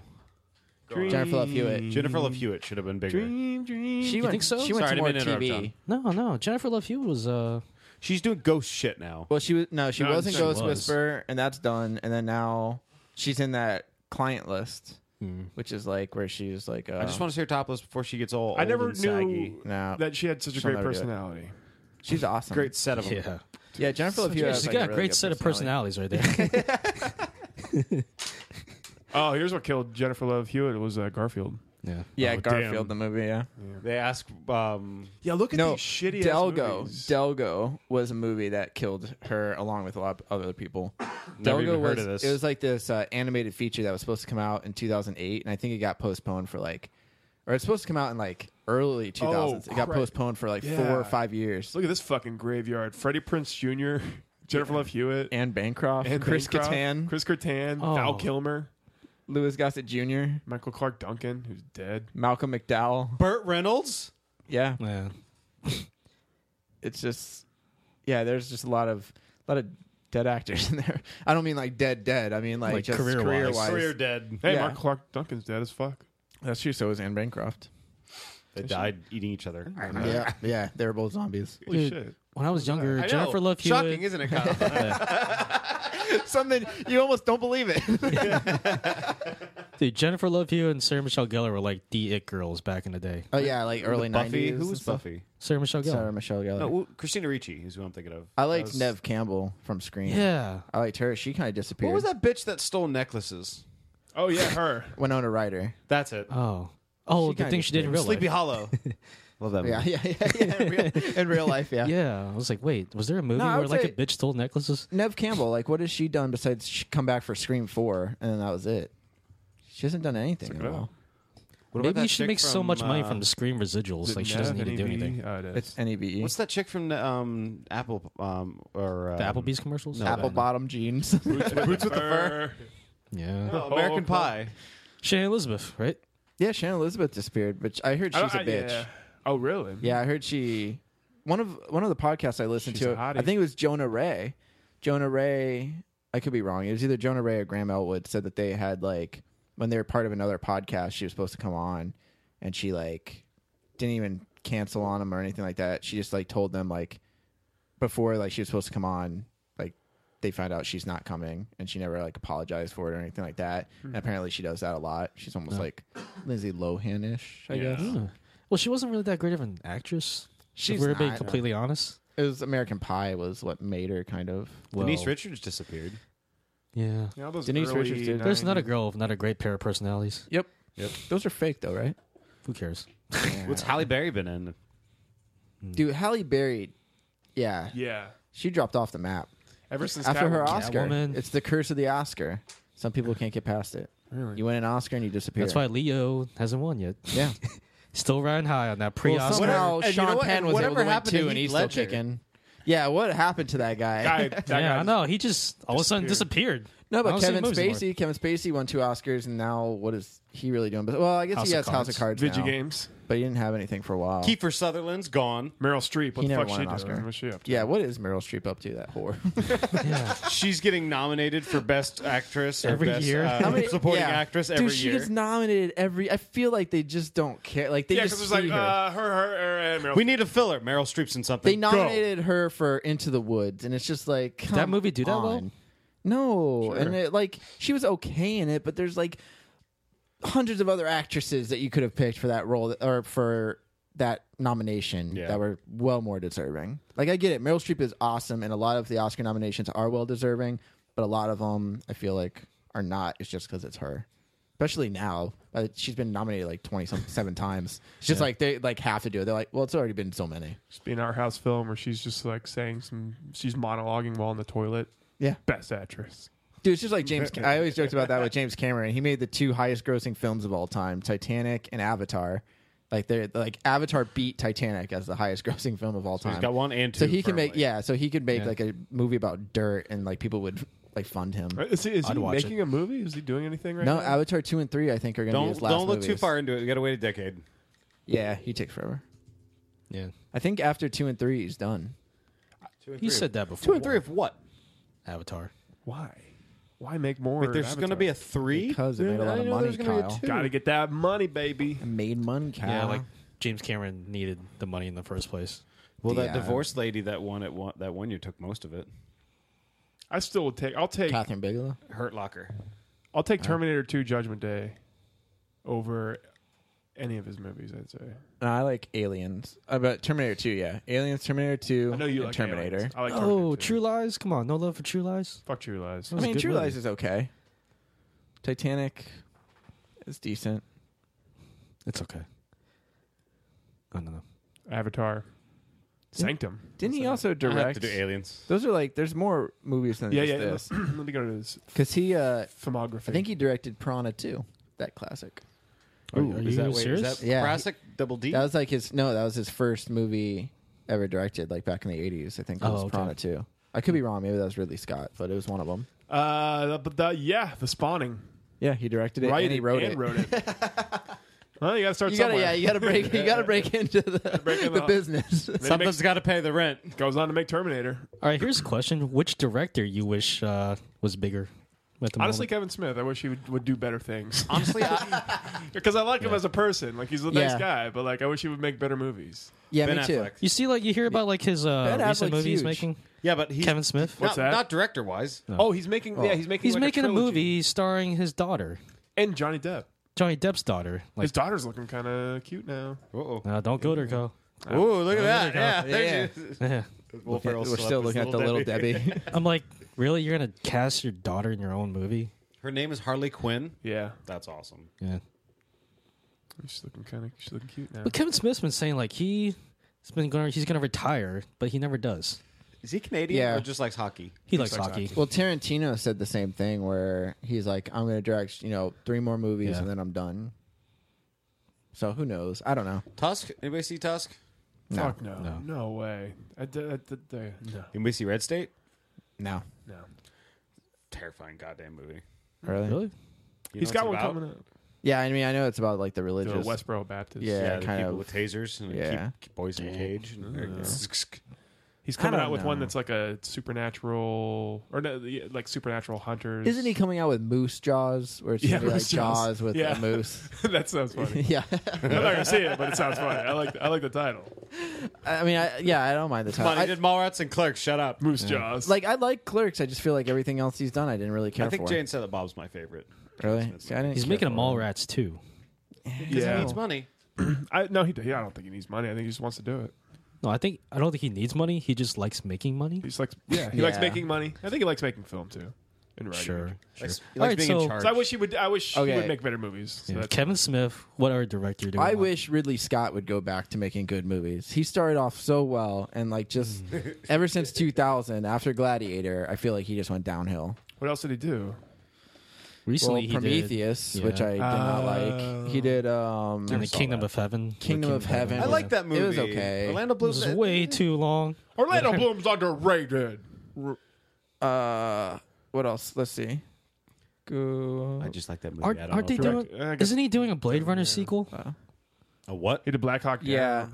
[SPEAKER 2] Jennifer Love Hewitt.
[SPEAKER 3] Jennifer Love Hewitt should have been bigger.
[SPEAKER 1] Dream, dream.
[SPEAKER 2] She went.
[SPEAKER 4] think so?
[SPEAKER 2] She went
[SPEAKER 3] Sorry,
[SPEAKER 2] to
[SPEAKER 3] I
[SPEAKER 2] more
[SPEAKER 3] didn't mean to interrupt,
[SPEAKER 2] TV.
[SPEAKER 3] John.
[SPEAKER 4] No, no. Jennifer Love Hewitt was. uh
[SPEAKER 3] She's doing ghost shit now.
[SPEAKER 2] Well, she was no, she
[SPEAKER 1] No,
[SPEAKER 2] was in
[SPEAKER 1] she
[SPEAKER 2] Ghost
[SPEAKER 4] was.
[SPEAKER 2] Whisperer, and that's done. And then now she's in that client list, which is like where she's like, uh,
[SPEAKER 3] Hmm. I just want to see her topless before she gets all.
[SPEAKER 1] I
[SPEAKER 3] old
[SPEAKER 1] never
[SPEAKER 3] and
[SPEAKER 1] knew
[SPEAKER 3] saggy.
[SPEAKER 2] No.
[SPEAKER 1] that she had such a
[SPEAKER 2] She'll
[SPEAKER 1] great
[SPEAKER 2] never do it.
[SPEAKER 1] personality.
[SPEAKER 2] she's awesome.
[SPEAKER 3] Great set of 'em.
[SPEAKER 2] yeah. Jennifer Love Hewitt.
[SPEAKER 4] she's
[SPEAKER 2] has, like,
[SPEAKER 4] got a
[SPEAKER 2] really
[SPEAKER 4] great
[SPEAKER 2] good
[SPEAKER 4] set of
[SPEAKER 2] personality.
[SPEAKER 4] personalities right there.
[SPEAKER 1] Oh, here's what killed Jennifer Love Hewitt was uh, Garfield.
[SPEAKER 4] Yeah.
[SPEAKER 2] Yeah,
[SPEAKER 1] Oh,
[SPEAKER 2] Garfield,
[SPEAKER 1] damn.
[SPEAKER 2] the movie. Yeah.
[SPEAKER 3] They ask. Um,
[SPEAKER 1] Yeah, look at
[SPEAKER 2] no,
[SPEAKER 1] these shitty-ass
[SPEAKER 2] Delgo.
[SPEAKER 1] movies.
[SPEAKER 2] Delgo was a movie that killed her along with a lot of other people.
[SPEAKER 3] Never
[SPEAKER 2] Delgo
[SPEAKER 3] even
[SPEAKER 2] was
[SPEAKER 3] heard of this.
[SPEAKER 2] it was like this uh, animated feature that was supposed to come out in 2008, and I think it got postponed for like, or it's supposed to come out in like early 2000s. it got
[SPEAKER 1] Oh, crap.
[SPEAKER 2] postponed for like four
[SPEAKER 1] Yeah.
[SPEAKER 2] or five years.
[SPEAKER 1] Look at this fucking graveyard. Freddie Prince Jr., (laughs) Jennifer Love Hewitt,
[SPEAKER 2] And Bancroft,
[SPEAKER 1] and
[SPEAKER 2] Chris
[SPEAKER 1] Bancroft,
[SPEAKER 2] Kattan,
[SPEAKER 1] Chris Kattan,
[SPEAKER 4] Oh.
[SPEAKER 1] Val Kilmer,
[SPEAKER 2] Louis Gossett Jr.,
[SPEAKER 1] Michael Clark Duncan, who's dead.
[SPEAKER 2] Malcolm McDowell.
[SPEAKER 3] Burt Reynolds.
[SPEAKER 2] Yeah,
[SPEAKER 4] Yeah.
[SPEAKER 2] it's just yeah there's just a lot of a lot of dead actors (laughs) in there i don't mean like dead dead i mean like,
[SPEAKER 4] Like
[SPEAKER 2] just
[SPEAKER 4] career-wise.
[SPEAKER 2] career wise
[SPEAKER 3] Career dead.
[SPEAKER 1] Hey,
[SPEAKER 2] Yeah.
[SPEAKER 1] Mark Clark Duncan's dead as fuck.
[SPEAKER 2] that's true so is anne bancroft
[SPEAKER 3] They died eating each other. Uh,
[SPEAKER 2] yeah (laughs) yeah they were both zombies
[SPEAKER 1] Holy
[SPEAKER 4] Dude,
[SPEAKER 1] shit.
[SPEAKER 4] When I was younger,
[SPEAKER 3] I know.
[SPEAKER 4] Jennifer Love Hewitt.
[SPEAKER 3] Shocking, isn't it,
[SPEAKER 4] (laughs)
[SPEAKER 3] Kyle?
[SPEAKER 2] something you almost don't believe it
[SPEAKER 4] Dude, Jennifer Love Hewitt and Sarah Michelle Gellar were like the it girls back in the day.
[SPEAKER 2] oh yeah
[SPEAKER 3] (laughs)
[SPEAKER 2] like early 90s
[SPEAKER 3] Buffy. Who
[SPEAKER 2] and
[SPEAKER 3] was
[SPEAKER 2] stuff.
[SPEAKER 3] Buffy?
[SPEAKER 4] Sarah Michelle Gellar.
[SPEAKER 2] sarah michelle gellar
[SPEAKER 3] No, well, Christina Ricci is who I'm thinking of.
[SPEAKER 2] i liked
[SPEAKER 3] That was-
[SPEAKER 2] nev campbell from scream
[SPEAKER 4] Yeah.
[SPEAKER 2] i liked her she kind of disappeared
[SPEAKER 3] What was that bitch that stole necklaces?
[SPEAKER 1] Oh yeah, her.
[SPEAKER 2] winona ryder
[SPEAKER 3] (laughs) That's it.
[SPEAKER 4] Oh. Oh,
[SPEAKER 2] She
[SPEAKER 4] the
[SPEAKER 2] kinda
[SPEAKER 4] thing she did in real
[SPEAKER 3] Sleepy
[SPEAKER 4] life.
[SPEAKER 3] Hollow. Love that movie.
[SPEAKER 2] yeah (laughs) yeah yeah, yeah. In, real, in real life yeah,
[SPEAKER 4] Yeah, I was like, wait, was there a movie
[SPEAKER 2] No, I
[SPEAKER 4] where
[SPEAKER 2] would
[SPEAKER 4] like
[SPEAKER 2] say-
[SPEAKER 4] a bitch stole necklaces?
[SPEAKER 2] nev campbell like what has she done besides sh- come back for scream 4 and then that was it she hasn't done anything at
[SPEAKER 1] it up.
[SPEAKER 2] all
[SPEAKER 3] What about
[SPEAKER 4] Maybe
[SPEAKER 3] that
[SPEAKER 4] you should
[SPEAKER 3] chick
[SPEAKER 4] make so
[SPEAKER 3] from,
[SPEAKER 4] much money
[SPEAKER 3] uh,
[SPEAKER 4] from the Scream residuals. Like she doesn't need to do anything.
[SPEAKER 1] Oh,
[SPEAKER 2] it's E nebe
[SPEAKER 3] What's that chick from um, Apple um, or um,
[SPEAKER 4] The Applebee's commercials? No,
[SPEAKER 2] apple
[SPEAKER 4] that-
[SPEAKER 2] bottom jeans (laughs)
[SPEAKER 1] Boots with the (laughs) fur.
[SPEAKER 4] Yeah.
[SPEAKER 3] No, American Pie.
[SPEAKER 4] Shannon Elizabeth, right?
[SPEAKER 2] Yeah, Shannon Elizabeth disappeared, but I heard
[SPEAKER 1] I don't-
[SPEAKER 2] she's a
[SPEAKER 1] I-
[SPEAKER 2] bitch.
[SPEAKER 1] yeah.
[SPEAKER 2] Yeah.
[SPEAKER 1] Oh really?
[SPEAKER 2] I heard she one of one of the podcasts I listened
[SPEAKER 1] She's
[SPEAKER 2] to.
[SPEAKER 1] a hottie.
[SPEAKER 2] I think it was Jonah Ray. Jonah Ray. I could be wrong. It was either Jonah Ray or Graham Elwood said that they had like when they were part of another podcast, she was supposed to come on, and she like didn't even cancel on them or anything like that. She just like told them like before like she was supposed to come on, like they found out she's not coming, and she never like apologized for it or anything like that.
[SPEAKER 1] Hmm.
[SPEAKER 2] And apparently, she does that a lot. She's almost like Lindsay Lohan ish, I guess.
[SPEAKER 4] Hmm. Well, she wasn't really that great of an actress.
[SPEAKER 2] She's
[SPEAKER 4] if we're being
[SPEAKER 2] not.
[SPEAKER 4] completely honest.
[SPEAKER 2] It was American Pie was what made her kind of.
[SPEAKER 4] Well,
[SPEAKER 3] Denise Richards disappeared.
[SPEAKER 4] Yeah.
[SPEAKER 1] Yeah, all those
[SPEAKER 2] Denise
[SPEAKER 1] early
[SPEAKER 2] Richards did.
[SPEAKER 4] There's not a
[SPEAKER 1] 90s.
[SPEAKER 4] girl with not a great pair of personalities.
[SPEAKER 2] Yep. Yep. Those are fake though, right?
[SPEAKER 4] Who cares?
[SPEAKER 3] What's Halle Berry been in?
[SPEAKER 2] Dude, Halle Berry, yeah,
[SPEAKER 1] Yeah.
[SPEAKER 2] she dropped off the map
[SPEAKER 1] Ever since
[SPEAKER 2] after her
[SPEAKER 1] Catwoman.
[SPEAKER 2] Oscar.
[SPEAKER 4] Catwoman.
[SPEAKER 2] It's the curse of the Oscar. Some people can't get past it.
[SPEAKER 1] Really?
[SPEAKER 2] You win an Oscar and you disappear.
[SPEAKER 4] That's why Leo hasn't won yet.
[SPEAKER 2] (laughs) Yeah.
[SPEAKER 4] Still riding high on that
[SPEAKER 2] Well,
[SPEAKER 4] pre-Oscar.
[SPEAKER 2] somehow
[SPEAKER 3] And you
[SPEAKER 2] Sean
[SPEAKER 3] know what?
[SPEAKER 2] Penn
[SPEAKER 3] And
[SPEAKER 2] was able
[SPEAKER 3] whatever
[SPEAKER 2] to win
[SPEAKER 3] happened to
[SPEAKER 2] two, and
[SPEAKER 3] Heath
[SPEAKER 2] he's still
[SPEAKER 3] Ledger?
[SPEAKER 2] kicking. Yeah, what happened to that guy?
[SPEAKER 3] (laughs)
[SPEAKER 1] Guy- that
[SPEAKER 4] yeah, I
[SPEAKER 1] guy's-
[SPEAKER 4] know. He just all of a sudden disappeared.
[SPEAKER 2] No,
[SPEAKER 4] I
[SPEAKER 2] but
[SPEAKER 4] don't see
[SPEAKER 2] Kevin
[SPEAKER 4] movies anymore.
[SPEAKER 2] Spacey. Kevin Spacey won two Oscars, and now what is he really doing? But well, I guess
[SPEAKER 4] House
[SPEAKER 2] he
[SPEAKER 4] of
[SPEAKER 2] has House of Cards
[SPEAKER 1] Video
[SPEAKER 2] now,
[SPEAKER 1] games.
[SPEAKER 2] but he didn't have anything for a while.
[SPEAKER 3] Kiefer Sutherland's gone.
[SPEAKER 1] Meryl Streep. What
[SPEAKER 2] He
[SPEAKER 1] the
[SPEAKER 2] never
[SPEAKER 1] fuck
[SPEAKER 2] won
[SPEAKER 1] she
[SPEAKER 2] an
[SPEAKER 1] does?
[SPEAKER 2] Oscar.
[SPEAKER 1] What's she up to?
[SPEAKER 2] Yeah, what is Meryl Streep up to? That (laughs) whore.
[SPEAKER 4] Yeah.
[SPEAKER 3] She's getting nominated for Best Actress or
[SPEAKER 4] Every
[SPEAKER 3] Best,
[SPEAKER 4] year.
[SPEAKER 3] uh,
[SPEAKER 2] (laughs)
[SPEAKER 4] How
[SPEAKER 3] supporting
[SPEAKER 2] yeah.
[SPEAKER 3] actress
[SPEAKER 2] Dude,
[SPEAKER 3] every
[SPEAKER 2] she
[SPEAKER 3] year.
[SPEAKER 2] gets nominated every. I feel like they just don't care. Like they
[SPEAKER 1] Yeah,
[SPEAKER 2] just
[SPEAKER 1] because it's like
[SPEAKER 2] see her.
[SPEAKER 1] uh, her, her, her, and Meryl.
[SPEAKER 3] we need a filler. Meryl Streep's in something.
[SPEAKER 2] they nominated her for Into the Woods, and it's just like
[SPEAKER 4] that
[SPEAKER 2] come
[SPEAKER 4] movie do that well?
[SPEAKER 2] on. No, and it, like she was okay in it, but there's like hundreds of other actresses that you could have picked for that role that, or for that nomination
[SPEAKER 3] Yeah.
[SPEAKER 2] that were well more deserving. Like I get it, Meryl Streep is awesome, and a lot of the Oscar nominations are well deserving, but a lot of them I feel like are not. It's just because it's her. Especially now, uh, she's been nominated like twenty some seven times. It's just like they like have to do it. They're like, well, it's already been so many.
[SPEAKER 1] Just be an art house film where she's just like saying some. She's monologuing while in the toilet.
[SPEAKER 2] Yeah.
[SPEAKER 1] Best actress.
[SPEAKER 2] Dude, it's just like James. I always joked about that with James Cameron. He made the two highest-grossing films of all time: Titanic and Avatar. Like they're like Avatar beat Titanic as the (laughs) highest-grossing film of all time.
[SPEAKER 3] He's got one and two.
[SPEAKER 2] so he can
[SPEAKER 3] currently.
[SPEAKER 2] make yeah. So he could make like a movie about dirt, and like people would like fund him.
[SPEAKER 1] Right? Is he, is
[SPEAKER 4] I'd
[SPEAKER 1] he
[SPEAKER 4] watch
[SPEAKER 1] making a movie? Is he doing anything right
[SPEAKER 2] No,
[SPEAKER 1] now?
[SPEAKER 2] Avatar two and three, I think, are gonna be
[SPEAKER 3] Don't
[SPEAKER 2] his last.
[SPEAKER 3] don't look too
[SPEAKER 2] movies.
[SPEAKER 3] far into it. You got to wait a decade.
[SPEAKER 2] Yeah, he takes forever.
[SPEAKER 4] yeah.
[SPEAKER 2] I think after two and three, he's done.
[SPEAKER 4] He said that before.
[SPEAKER 3] Two and three of what?
[SPEAKER 4] Avatar.
[SPEAKER 1] Why? Why make more?
[SPEAKER 3] Wait, there's
[SPEAKER 1] going
[SPEAKER 3] going to be a three.
[SPEAKER 2] Because it made a
[SPEAKER 3] I
[SPEAKER 2] lot of
[SPEAKER 3] know
[SPEAKER 2] money,
[SPEAKER 3] there's gonna be a
[SPEAKER 2] Kyle.
[SPEAKER 3] two.
[SPEAKER 1] Gotta get that money, baby.
[SPEAKER 2] Made money, Kyle.
[SPEAKER 4] Yeah, like James Cameron needed the money in the first place.
[SPEAKER 3] Well, that
[SPEAKER 1] uh,
[SPEAKER 2] Yeah.
[SPEAKER 3] divorced lady that won it one, that one year took most of it.
[SPEAKER 1] I still would take. I'll take.
[SPEAKER 2] Catherine Bigelow.
[SPEAKER 3] Hurt Locker.
[SPEAKER 1] I'll take Terminator Two: Judgment Day over any of his movies. I'd say.
[SPEAKER 2] No, I like Aliens. Uh, but Terminator 2, yeah. Aliens, Terminator 2,
[SPEAKER 1] I know you
[SPEAKER 2] and
[SPEAKER 1] like
[SPEAKER 2] Terminator.
[SPEAKER 1] Aliens. I like Terminator
[SPEAKER 4] Oh,
[SPEAKER 1] 2.
[SPEAKER 4] True Lies? Come on, no love for True Lies.
[SPEAKER 1] Fuck True Lies.
[SPEAKER 2] I
[SPEAKER 4] was a
[SPEAKER 2] mean,
[SPEAKER 4] good
[SPEAKER 2] True Lies
[SPEAKER 4] movie.
[SPEAKER 2] is okay. Titanic is decent.
[SPEAKER 4] It's okay. I don't know.
[SPEAKER 1] Avatar, Sanctum.
[SPEAKER 2] Didn't he also
[SPEAKER 3] I
[SPEAKER 2] direct?
[SPEAKER 3] have to do aliens.
[SPEAKER 2] Those are like there's more movies than
[SPEAKER 1] Yeah,
[SPEAKER 2] just
[SPEAKER 1] yeah.
[SPEAKER 2] this.
[SPEAKER 1] Let let me (clears throat) go to his
[SPEAKER 2] Because he, uh,
[SPEAKER 1] filmography.
[SPEAKER 2] I think he directed Prana too. That classic.
[SPEAKER 4] Are, are you
[SPEAKER 3] is that wait,
[SPEAKER 4] serious?
[SPEAKER 3] Is that
[SPEAKER 2] Yeah.
[SPEAKER 3] classic double D?
[SPEAKER 2] That was like his no. That was his first movie ever directed, like back in the eighties. I think it
[SPEAKER 4] Oh,
[SPEAKER 2] was
[SPEAKER 4] okay.
[SPEAKER 2] Prana too. I could be wrong. Maybe that was Ridley Scott, but it was one of them.
[SPEAKER 1] uh, but the, yeah, The Spawning.
[SPEAKER 2] Yeah, he directed it
[SPEAKER 1] Right,
[SPEAKER 2] and he wrote
[SPEAKER 1] and
[SPEAKER 2] it. (laughs)
[SPEAKER 1] Wrote it. well, you gotta start
[SPEAKER 2] You gotta,
[SPEAKER 1] somewhere.
[SPEAKER 2] yeah, you gotta break, you gotta
[SPEAKER 3] (laughs)
[SPEAKER 2] break into the,
[SPEAKER 1] Break in
[SPEAKER 2] the
[SPEAKER 1] the-
[SPEAKER 2] business. (laughs)
[SPEAKER 1] Then he
[SPEAKER 3] Something's got to pay the rent.
[SPEAKER 1] makes- goes on to make Terminator.
[SPEAKER 4] All right, here's a question: Which director you wish uh, was bigger? At the
[SPEAKER 1] Honestly,
[SPEAKER 4] moment?
[SPEAKER 1] Kevin Smith. I wish he would, would do better
[SPEAKER 2] (laughs)
[SPEAKER 1] things
[SPEAKER 3] Honestly, I,
[SPEAKER 1] (laughs) because I like him as a person. Like he's a nice
[SPEAKER 2] Yeah.
[SPEAKER 1] guy, but like I wish he would make better movies.
[SPEAKER 2] yeah,
[SPEAKER 3] Ben
[SPEAKER 2] me too.
[SPEAKER 3] Affleck.
[SPEAKER 4] you see, like you hear about like his uh,
[SPEAKER 2] Ben
[SPEAKER 4] recent
[SPEAKER 2] Affleck's
[SPEAKER 4] movies
[SPEAKER 2] huge.
[SPEAKER 4] making.
[SPEAKER 3] Yeah, but he's
[SPEAKER 4] Kevin Smith.
[SPEAKER 1] What's
[SPEAKER 3] not,
[SPEAKER 1] that?
[SPEAKER 3] Not director wise.
[SPEAKER 1] Oh, he's making. yeah, he's making.
[SPEAKER 4] He's
[SPEAKER 1] like,
[SPEAKER 4] making a,
[SPEAKER 1] trilogy.
[SPEAKER 4] movie starring his daughter,
[SPEAKER 1] and Johnny Depp.
[SPEAKER 4] Johnny Depp's daughter. Like,
[SPEAKER 1] His daughter's looking kind of cute now.
[SPEAKER 3] Oh,
[SPEAKER 4] no, don't go there, Kyle. (laughs)
[SPEAKER 3] Ooh, look at that! Yeah,
[SPEAKER 2] Yeah.
[SPEAKER 3] there she is.
[SPEAKER 4] Yeah.
[SPEAKER 3] Will
[SPEAKER 2] Yeah,
[SPEAKER 3] Ferrell
[SPEAKER 2] we're
[SPEAKER 3] slept
[SPEAKER 2] still
[SPEAKER 3] with
[SPEAKER 2] looking at the little Debbie.
[SPEAKER 3] (laughs)
[SPEAKER 4] I'm like, really? You're gonna cast your daughter in your own movie?
[SPEAKER 3] Her name is Harley Quinn.
[SPEAKER 1] Yeah,
[SPEAKER 3] That's awesome.
[SPEAKER 4] Yeah.
[SPEAKER 1] she's looking kind of. She's looking cute now.
[SPEAKER 4] But Kevin Smith's been saying like he's been going, he's gonna retire, but he never does.
[SPEAKER 3] Is he Canadian
[SPEAKER 2] Yeah.
[SPEAKER 3] or just likes hockey?
[SPEAKER 4] He, likes, hockey.
[SPEAKER 2] well, Tarantino said the same thing where he's like, "I'm gonna direct, you know, three more movies
[SPEAKER 4] Yeah.
[SPEAKER 2] and then I'm done." So who knows? I don't know.
[SPEAKER 3] Tusk? Anybody see Tusk?
[SPEAKER 1] Fuck no, no, way. I d- I d- d- no,
[SPEAKER 3] Anybody see Red State?
[SPEAKER 2] No,
[SPEAKER 1] no.
[SPEAKER 3] Terrifying goddamn movie.
[SPEAKER 2] really?
[SPEAKER 4] Really?
[SPEAKER 3] You
[SPEAKER 1] He's
[SPEAKER 3] know
[SPEAKER 1] got
[SPEAKER 3] what
[SPEAKER 1] one
[SPEAKER 3] it's about?
[SPEAKER 1] coming up.
[SPEAKER 2] Yeah, I mean, I know it's about like the
[SPEAKER 1] The
[SPEAKER 2] religious.
[SPEAKER 1] Westboro Baptist.
[SPEAKER 2] Yeah,
[SPEAKER 3] Yeah, the
[SPEAKER 2] kind
[SPEAKER 3] people
[SPEAKER 2] of.
[SPEAKER 3] with tasers and
[SPEAKER 2] yeah.
[SPEAKER 3] keep, keep boys in a cage. And,
[SPEAKER 1] He's coming
[SPEAKER 2] don't
[SPEAKER 1] out with one
[SPEAKER 2] know.
[SPEAKER 1] that's like a supernatural or no, the- like supernatural hunters. (laughs)
[SPEAKER 2] Isn't he coming out with moose jaws, where it's
[SPEAKER 1] Yeah,
[SPEAKER 2] gonna be like
[SPEAKER 1] moose jaws.
[SPEAKER 2] jaws, with
[SPEAKER 1] Yeah.
[SPEAKER 2] a moose? (laughs)
[SPEAKER 1] that sounds funny.
[SPEAKER 2] yeah,
[SPEAKER 1] I'm not gonna see it, but it sounds funny. I like I like the title.
[SPEAKER 2] I mean, I, yeah, I don't mind the
[SPEAKER 3] Come on,
[SPEAKER 2] title.
[SPEAKER 3] he
[SPEAKER 2] Uh, I-
[SPEAKER 3] did Mallrats and Clerks. Shut up.
[SPEAKER 1] Moose Jaws.
[SPEAKER 2] like, I like Clerks. I just feel like everything else he's done, I didn't really care
[SPEAKER 3] I think
[SPEAKER 2] for.
[SPEAKER 3] Jane said that Bob's my favorite.
[SPEAKER 2] really, See, I didn't
[SPEAKER 4] He's
[SPEAKER 2] care
[SPEAKER 4] making a
[SPEAKER 2] for
[SPEAKER 4] Mallrats too.
[SPEAKER 1] yeah,
[SPEAKER 3] It's money.
[SPEAKER 1] I, no, he. Yeah, I don't think he needs money. I think he just wants to do it.
[SPEAKER 4] No, I think I don't think he needs money. He just likes making money.
[SPEAKER 1] He just likes. Yeah, he likes
[SPEAKER 2] Yeah.
[SPEAKER 1] making money. I think he likes making film too. And writing.
[SPEAKER 4] Sure.
[SPEAKER 3] He likes, he
[SPEAKER 4] All
[SPEAKER 3] likes
[SPEAKER 4] right,
[SPEAKER 3] being
[SPEAKER 4] so-
[SPEAKER 3] in charge.
[SPEAKER 1] So I wish he would. I wish he would
[SPEAKER 2] Okay.
[SPEAKER 1] make better movies. So
[SPEAKER 4] Yeah.
[SPEAKER 1] that's-
[SPEAKER 4] Kevin Smith, what our director
[SPEAKER 2] it.
[SPEAKER 4] doing?
[SPEAKER 2] I wish Ridley Scott would go back to making good movies. He started off so well, and like just
[SPEAKER 3] Mm.
[SPEAKER 2] (laughs) ever since 2000, after Gladiator, I feel like he just went downhill.
[SPEAKER 1] what else did he
[SPEAKER 2] (laughs)
[SPEAKER 1] do?
[SPEAKER 2] Well,
[SPEAKER 4] recently he did-
[SPEAKER 2] Prometheus,
[SPEAKER 4] yeah.
[SPEAKER 2] which I did not like.
[SPEAKER 1] Uh,
[SPEAKER 2] He did um,
[SPEAKER 4] and the Kingdom of Heaven.
[SPEAKER 2] Kingdom of Heaven.
[SPEAKER 3] I like that movie.
[SPEAKER 2] It was okay.
[SPEAKER 3] Orlando
[SPEAKER 4] It
[SPEAKER 3] Bloom's
[SPEAKER 4] was way too long.
[SPEAKER 1] Orlando Bloom's underrated.
[SPEAKER 2] Uh, what else? Let's see. Go.
[SPEAKER 3] I just like that movie.
[SPEAKER 4] Aren't,
[SPEAKER 3] I don't
[SPEAKER 4] aren't
[SPEAKER 3] know
[SPEAKER 4] they
[SPEAKER 3] if you're
[SPEAKER 4] doing?
[SPEAKER 1] right. I guess-
[SPEAKER 4] Isn't he doing a Blade Runner sequel?
[SPEAKER 1] Uh,
[SPEAKER 3] right. a what?
[SPEAKER 1] He did Black Hawk. Down.
[SPEAKER 2] Yeah,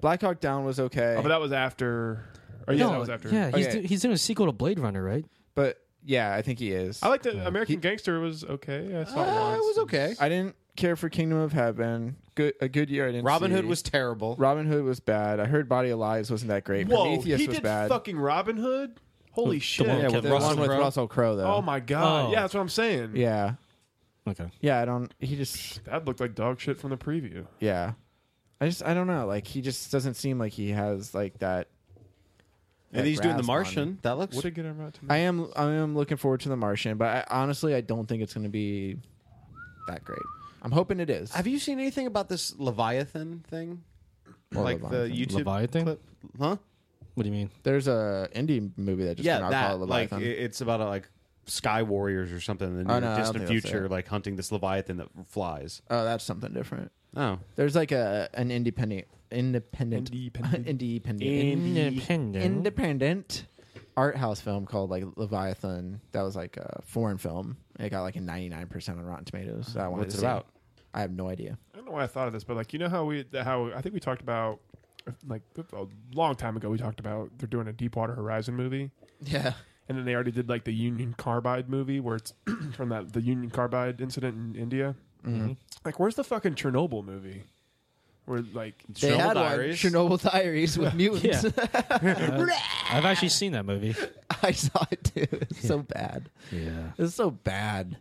[SPEAKER 2] Black Hawk Down was okay,
[SPEAKER 1] Oh, but that was after. Or yeah, that was after.
[SPEAKER 4] yeah, he's,
[SPEAKER 2] Okay.
[SPEAKER 4] do, he's doing a sequel to Blade Runner, right?
[SPEAKER 2] but yeah, I think he is.
[SPEAKER 1] I like the American Gangster was okay. I saw it once.
[SPEAKER 3] It was okay.
[SPEAKER 2] I didn't care for Kingdom of Heaven. Good, a good year. I didn't.
[SPEAKER 3] Robin
[SPEAKER 2] see.
[SPEAKER 3] Hood was terrible.
[SPEAKER 2] Robin Hood was bad. I heard Body of Lives wasn't that great.
[SPEAKER 1] Whoa,
[SPEAKER 2] Prometheus
[SPEAKER 1] he
[SPEAKER 2] was
[SPEAKER 1] did
[SPEAKER 2] bad.
[SPEAKER 1] fucking Robin Hood. Holy shit!
[SPEAKER 4] one
[SPEAKER 2] yeah,
[SPEAKER 4] Kevin
[SPEAKER 2] with the
[SPEAKER 4] Russell
[SPEAKER 2] one with
[SPEAKER 4] Crowe.
[SPEAKER 2] Russell Crowe though.
[SPEAKER 1] Oh my god!
[SPEAKER 4] Oh.
[SPEAKER 1] Yeah, that's what I'm saying.
[SPEAKER 2] Yeah,
[SPEAKER 4] Okay.
[SPEAKER 2] yeah. I don't. He just.
[SPEAKER 1] that looked like dog shit from the preview.
[SPEAKER 2] Yeah, I just. I don't know. Like he just doesn't seem like he has like that.
[SPEAKER 3] and
[SPEAKER 2] that
[SPEAKER 3] he's doing The
[SPEAKER 2] grasp on
[SPEAKER 3] Martian. That looks.
[SPEAKER 1] What did get him out to?
[SPEAKER 2] I am. I am looking forward to The Martian, but I, honestly, I don't think it's going to be that great. I'm hoping it is.
[SPEAKER 3] Have you seen anything about this Leviathan thing?
[SPEAKER 2] What
[SPEAKER 3] like
[SPEAKER 2] Leviathan?
[SPEAKER 3] the YouTube
[SPEAKER 4] Leviathan?
[SPEAKER 3] clip, huh?
[SPEAKER 4] What do you mean?
[SPEAKER 2] There's a indie movie that just came
[SPEAKER 3] yeah,
[SPEAKER 2] out
[SPEAKER 3] that
[SPEAKER 2] called
[SPEAKER 3] like
[SPEAKER 2] Leviathan.
[SPEAKER 3] it- it's about a, like sky warriors or something in the
[SPEAKER 2] Oh,
[SPEAKER 3] near
[SPEAKER 2] no, I don't
[SPEAKER 3] distant
[SPEAKER 2] think that's
[SPEAKER 3] future,
[SPEAKER 2] it.
[SPEAKER 3] like hunting this Leviathan that flies.
[SPEAKER 2] oh, that's something different.
[SPEAKER 3] Oh,
[SPEAKER 2] There's like a an independent, independent,
[SPEAKER 1] Independent.
[SPEAKER 2] (laughs) independent,
[SPEAKER 4] Independent.
[SPEAKER 2] independent art house film called like Leviathan. That was like a foreign film. It got like a 99 percent on Rotten Tomatoes. So I wanted
[SPEAKER 3] What's
[SPEAKER 2] to
[SPEAKER 3] it
[SPEAKER 2] see
[SPEAKER 3] about?
[SPEAKER 2] I have no idea.
[SPEAKER 1] I don't know why I thought of this, but like you know how we how I think we talked about like a long time ago we talked about they're doing a Deepwater Horizon movie,
[SPEAKER 2] Yeah,
[SPEAKER 1] and then they already did like the Union Carbide movie where it's (clears throat) from that the Union Carbide incident in India.
[SPEAKER 2] Mhm.
[SPEAKER 1] Like, where's the fucking Chernobyl movie? Where like
[SPEAKER 2] they
[SPEAKER 3] Chernobyl
[SPEAKER 2] had
[SPEAKER 3] Diaries?
[SPEAKER 2] one Chernobyl Diaries
[SPEAKER 3] (laughs)
[SPEAKER 2] with mutants.
[SPEAKER 4] Yeah. Uh, I've actually seen that movie.
[SPEAKER 2] (laughs) I saw it too. It's so bad.
[SPEAKER 4] Yeah.
[SPEAKER 2] It's so bad.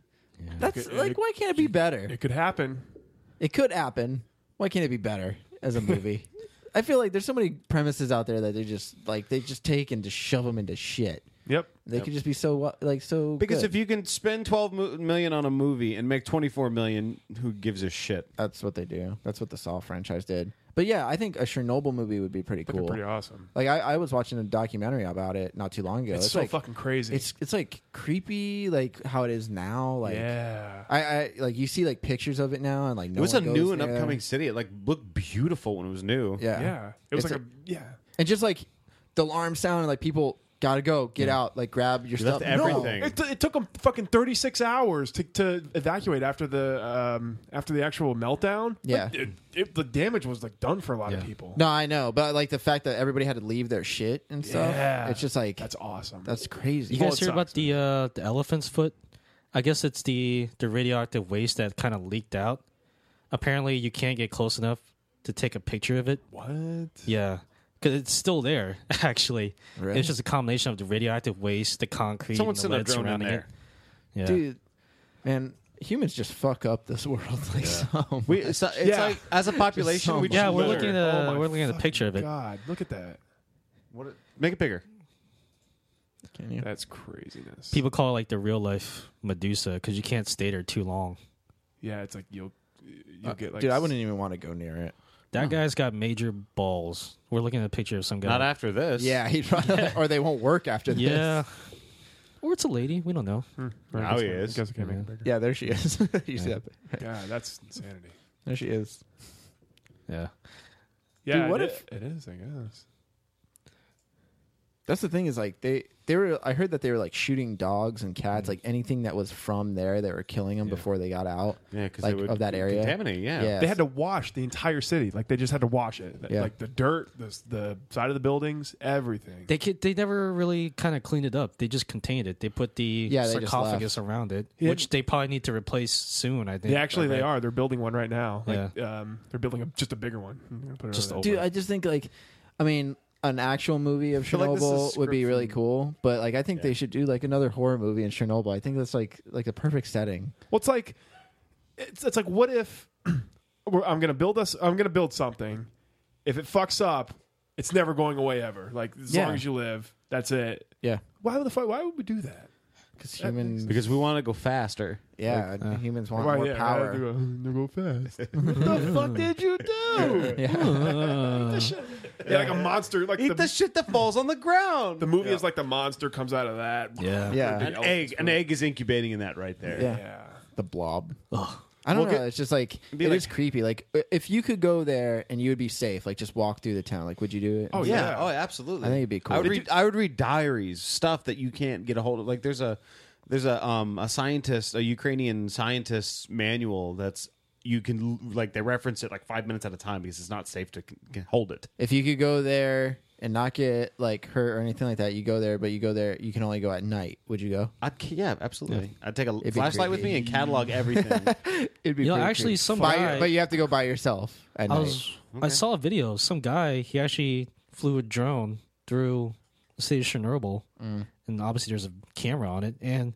[SPEAKER 2] That's
[SPEAKER 1] It-
[SPEAKER 2] like,
[SPEAKER 1] it-
[SPEAKER 2] why can't it be better?
[SPEAKER 1] it could happen.
[SPEAKER 2] It could happen. Why can't it be better as a
[SPEAKER 3] (laughs)
[SPEAKER 2] movie? I feel like there's so many premises out there that they just like they just take and just shove them into shit.
[SPEAKER 1] Yep.
[SPEAKER 2] They could just be so wa- like so.
[SPEAKER 3] Because
[SPEAKER 2] good.
[SPEAKER 3] if you can spend twelve mo- million on a movie and make twenty four million, who gives a shit?
[SPEAKER 2] That's what they do. That's what the Saw franchise did. But yeah, I think a Chernobyl movie would be pretty
[SPEAKER 1] be
[SPEAKER 2] cool.
[SPEAKER 1] pretty awesome.
[SPEAKER 2] Like I, I was watching a documentary about it not too long ago.
[SPEAKER 1] It's so
[SPEAKER 2] like,
[SPEAKER 1] fucking crazy.
[SPEAKER 2] It's it's like creepy, like how it is now. Like
[SPEAKER 1] Yeah.
[SPEAKER 2] I, I like you see like pictures of it now, and like no
[SPEAKER 3] it was a
[SPEAKER 2] one goes
[SPEAKER 3] new and
[SPEAKER 2] there.
[SPEAKER 3] upcoming city. It like looked beautiful when it was new.
[SPEAKER 2] Yeah,
[SPEAKER 1] Yeah. It was
[SPEAKER 2] It's
[SPEAKER 1] like a, yeah.
[SPEAKER 2] and just like the alarm sound, and like people gotta go, get out, like grab your
[SPEAKER 3] left
[SPEAKER 2] stuff.
[SPEAKER 3] everything.
[SPEAKER 1] It, t- it took them fucking 36 hours to, to evacuate after the um, after the actual meltdown.
[SPEAKER 2] Yeah.
[SPEAKER 1] Like, it, it, the damage was like done for a lot of people.
[SPEAKER 2] No, no, I know, but like the fact that everybody had to leave their shit and stuff.
[SPEAKER 1] Yeah.
[SPEAKER 2] it's just like
[SPEAKER 1] That's awesome.
[SPEAKER 2] that's crazy.
[SPEAKER 4] You guys hear about the uh, the elephant's foot? I guess it's the the radioactive waste that kind of leaked out. Apparently, you can't get close enough to take a picture of it.
[SPEAKER 1] what?
[SPEAKER 4] Yeah, because it's still there. (laughs) Actually,
[SPEAKER 2] Really?
[SPEAKER 4] it's just a combination of the radioactive waste, the concrete,
[SPEAKER 3] Someone
[SPEAKER 4] and the
[SPEAKER 3] sent a
[SPEAKER 4] lead
[SPEAKER 3] drone in
[SPEAKER 4] surrounding
[SPEAKER 3] there.
[SPEAKER 4] it. Yeah,
[SPEAKER 2] dude, man, humans just fuck up this (laughs) world like so.
[SPEAKER 3] We it's, it's
[SPEAKER 1] Yeah.
[SPEAKER 3] like as a population,
[SPEAKER 2] so
[SPEAKER 3] we
[SPEAKER 2] much.
[SPEAKER 3] just
[SPEAKER 4] yeah, we're
[SPEAKER 3] better.
[SPEAKER 4] looking at
[SPEAKER 1] Oh
[SPEAKER 4] a,
[SPEAKER 1] my
[SPEAKER 4] we're looking at a
[SPEAKER 1] fucking
[SPEAKER 4] picture of it.
[SPEAKER 1] God, look at that.
[SPEAKER 3] What it- make it bigger.
[SPEAKER 1] That's craziness.
[SPEAKER 4] People call it like the real life Medusa because you can't stay there too long.
[SPEAKER 1] yeah, it's like you'll you'll get like
[SPEAKER 2] Uh, dude, I wouldn't even want to go near it.
[SPEAKER 4] That guy's got major balls. We're looking at a picture of some guy.
[SPEAKER 3] Not after this.
[SPEAKER 2] Yeah, he'd
[SPEAKER 1] (laughs)
[SPEAKER 2] probably, or they won't work after this. (laughs)
[SPEAKER 4] yeah, or it's a lady. We don't know.
[SPEAKER 1] I
[SPEAKER 3] Now
[SPEAKER 1] guess
[SPEAKER 3] he
[SPEAKER 1] I
[SPEAKER 3] is.
[SPEAKER 1] guess I can't make it bigger.
[SPEAKER 2] Yeah, there she is. (laughs) you see that?
[SPEAKER 1] God, that's insanity.
[SPEAKER 2] There she is.
[SPEAKER 4] Yeah.
[SPEAKER 1] Yeah,
[SPEAKER 2] what
[SPEAKER 1] it,
[SPEAKER 2] if-
[SPEAKER 1] it is? I guess.
[SPEAKER 2] That's the thing is like they they were. I heard that they were like shooting dogs and cats,
[SPEAKER 4] Mm.
[SPEAKER 2] like anything that was from there, they were killing them before they got out.
[SPEAKER 3] Yeah, because
[SPEAKER 2] like of that area.
[SPEAKER 3] contaminate. Yeah,
[SPEAKER 2] Yeah.
[SPEAKER 1] They had to wash the entire city. Like they just had to wash it.
[SPEAKER 2] Yeah.
[SPEAKER 1] Like the dirt, the the side of the buildings, everything.
[SPEAKER 4] They could, they never really kind of cleaned it up. They just contained it. They put the
[SPEAKER 2] Yeah, they just
[SPEAKER 4] sarcophagus around it,
[SPEAKER 1] Yeah.
[SPEAKER 4] which they probably need to replace soon. I think.
[SPEAKER 1] Yeah, actually, they
[SPEAKER 4] Right?
[SPEAKER 1] are. They're building one right now. Like, um, they're building a, just a bigger one. I'm gonna put it
[SPEAKER 4] Just
[SPEAKER 1] over
[SPEAKER 4] over.
[SPEAKER 2] Dude, I just think like, I mean, an actual movie of
[SPEAKER 3] feel like this is
[SPEAKER 2] Chernobyl would be
[SPEAKER 3] script
[SPEAKER 2] really
[SPEAKER 3] from-
[SPEAKER 2] cool, but like I think they should do like another horror movie in Chernobyl. I think that's like like the perfect setting.
[SPEAKER 1] there. well, it's like, it's it's like, what if (clears throat) we're, I'm gonna build us? I'm gonna build something. If it fucks up, it's never going away ever. Like as
[SPEAKER 2] Yeah.
[SPEAKER 1] long as you live, that's it.
[SPEAKER 2] Yeah,
[SPEAKER 1] Why would the fuck? Why would we do that?
[SPEAKER 2] because humans,
[SPEAKER 3] because we want to go faster.
[SPEAKER 2] yeah, humans want
[SPEAKER 1] Why-
[SPEAKER 2] more
[SPEAKER 1] yeah,
[SPEAKER 2] power.
[SPEAKER 1] they go, "They go fast. what the fuck did you do? Yeah, like a monster. Like
[SPEAKER 3] Eat
[SPEAKER 1] the,
[SPEAKER 3] the, shit that falls on the ground.
[SPEAKER 1] the movie is like the monster comes out of that.
[SPEAKER 3] (laughs)
[SPEAKER 4] Yeah.
[SPEAKER 2] Yeah.
[SPEAKER 1] The
[SPEAKER 3] an egg. An egg is incubating in that right there.
[SPEAKER 2] Yeah.
[SPEAKER 1] Yeah.
[SPEAKER 2] the blob. I don't
[SPEAKER 3] Well,
[SPEAKER 2] know.
[SPEAKER 3] get-
[SPEAKER 2] it's just like it
[SPEAKER 3] be
[SPEAKER 2] is
[SPEAKER 3] like-
[SPEAKER 2] creepy. Like i- if you could go there and you would be safe, like just walk through the town. Like would you do it?
[SPEAKER 1] Oh,
[SPEAKER 3] Yeah.
[SPEAKER 1] Yeah.
[SPEAKER 3] Oh, absolutely.
[SPEAKER 2] I think it'd be cool.
[SPEAKER 3] I would
[SPEAKER 2] Did
[SPEAKER 3] read. I would read diaries, stuff that you can't get a hold of. Like there's a there's a um a scientist, a Ukrainian scientist's manual that's you can l- like they reference it like five minutes at a time because it's not safe to c- c- hold it.
[SPEAKER 2] If you could go there and not get like hurt or anything like that, you go there. But you go there, you can only go at night. Would you go?
[SPEAKER 3] I'd, c- yeah, absolutely. I'd take a
[SPEAKER 2] be Mm-hmm.
[SPEAKER 3] flashlight with
[SPEAKER 2] creepy.
[SPEAKER 3] me
[SPEAKER 2] (laughs)
[SPEAKER 3] and catalog everything.
[SPEAKER 2] It'd be
[SPEAKER 4] You know,
[SPEAKER 2] pretty
[SPEAKER 4] actually,
[SPEAKER 2] creepy.
[SPEAKER 4] some
[SPEAKER 2] By your-
[SPEAKER 4] guy-
[SPEAKER 2] but you have to go by yourself at
[SPEAKER 4] I
[SPEAKER 2] night.
[SPEAKER 4] was. I saw a video. of Some guy he actually flew a drone through the city of Chernobyl, and obviously there's a camera on it, and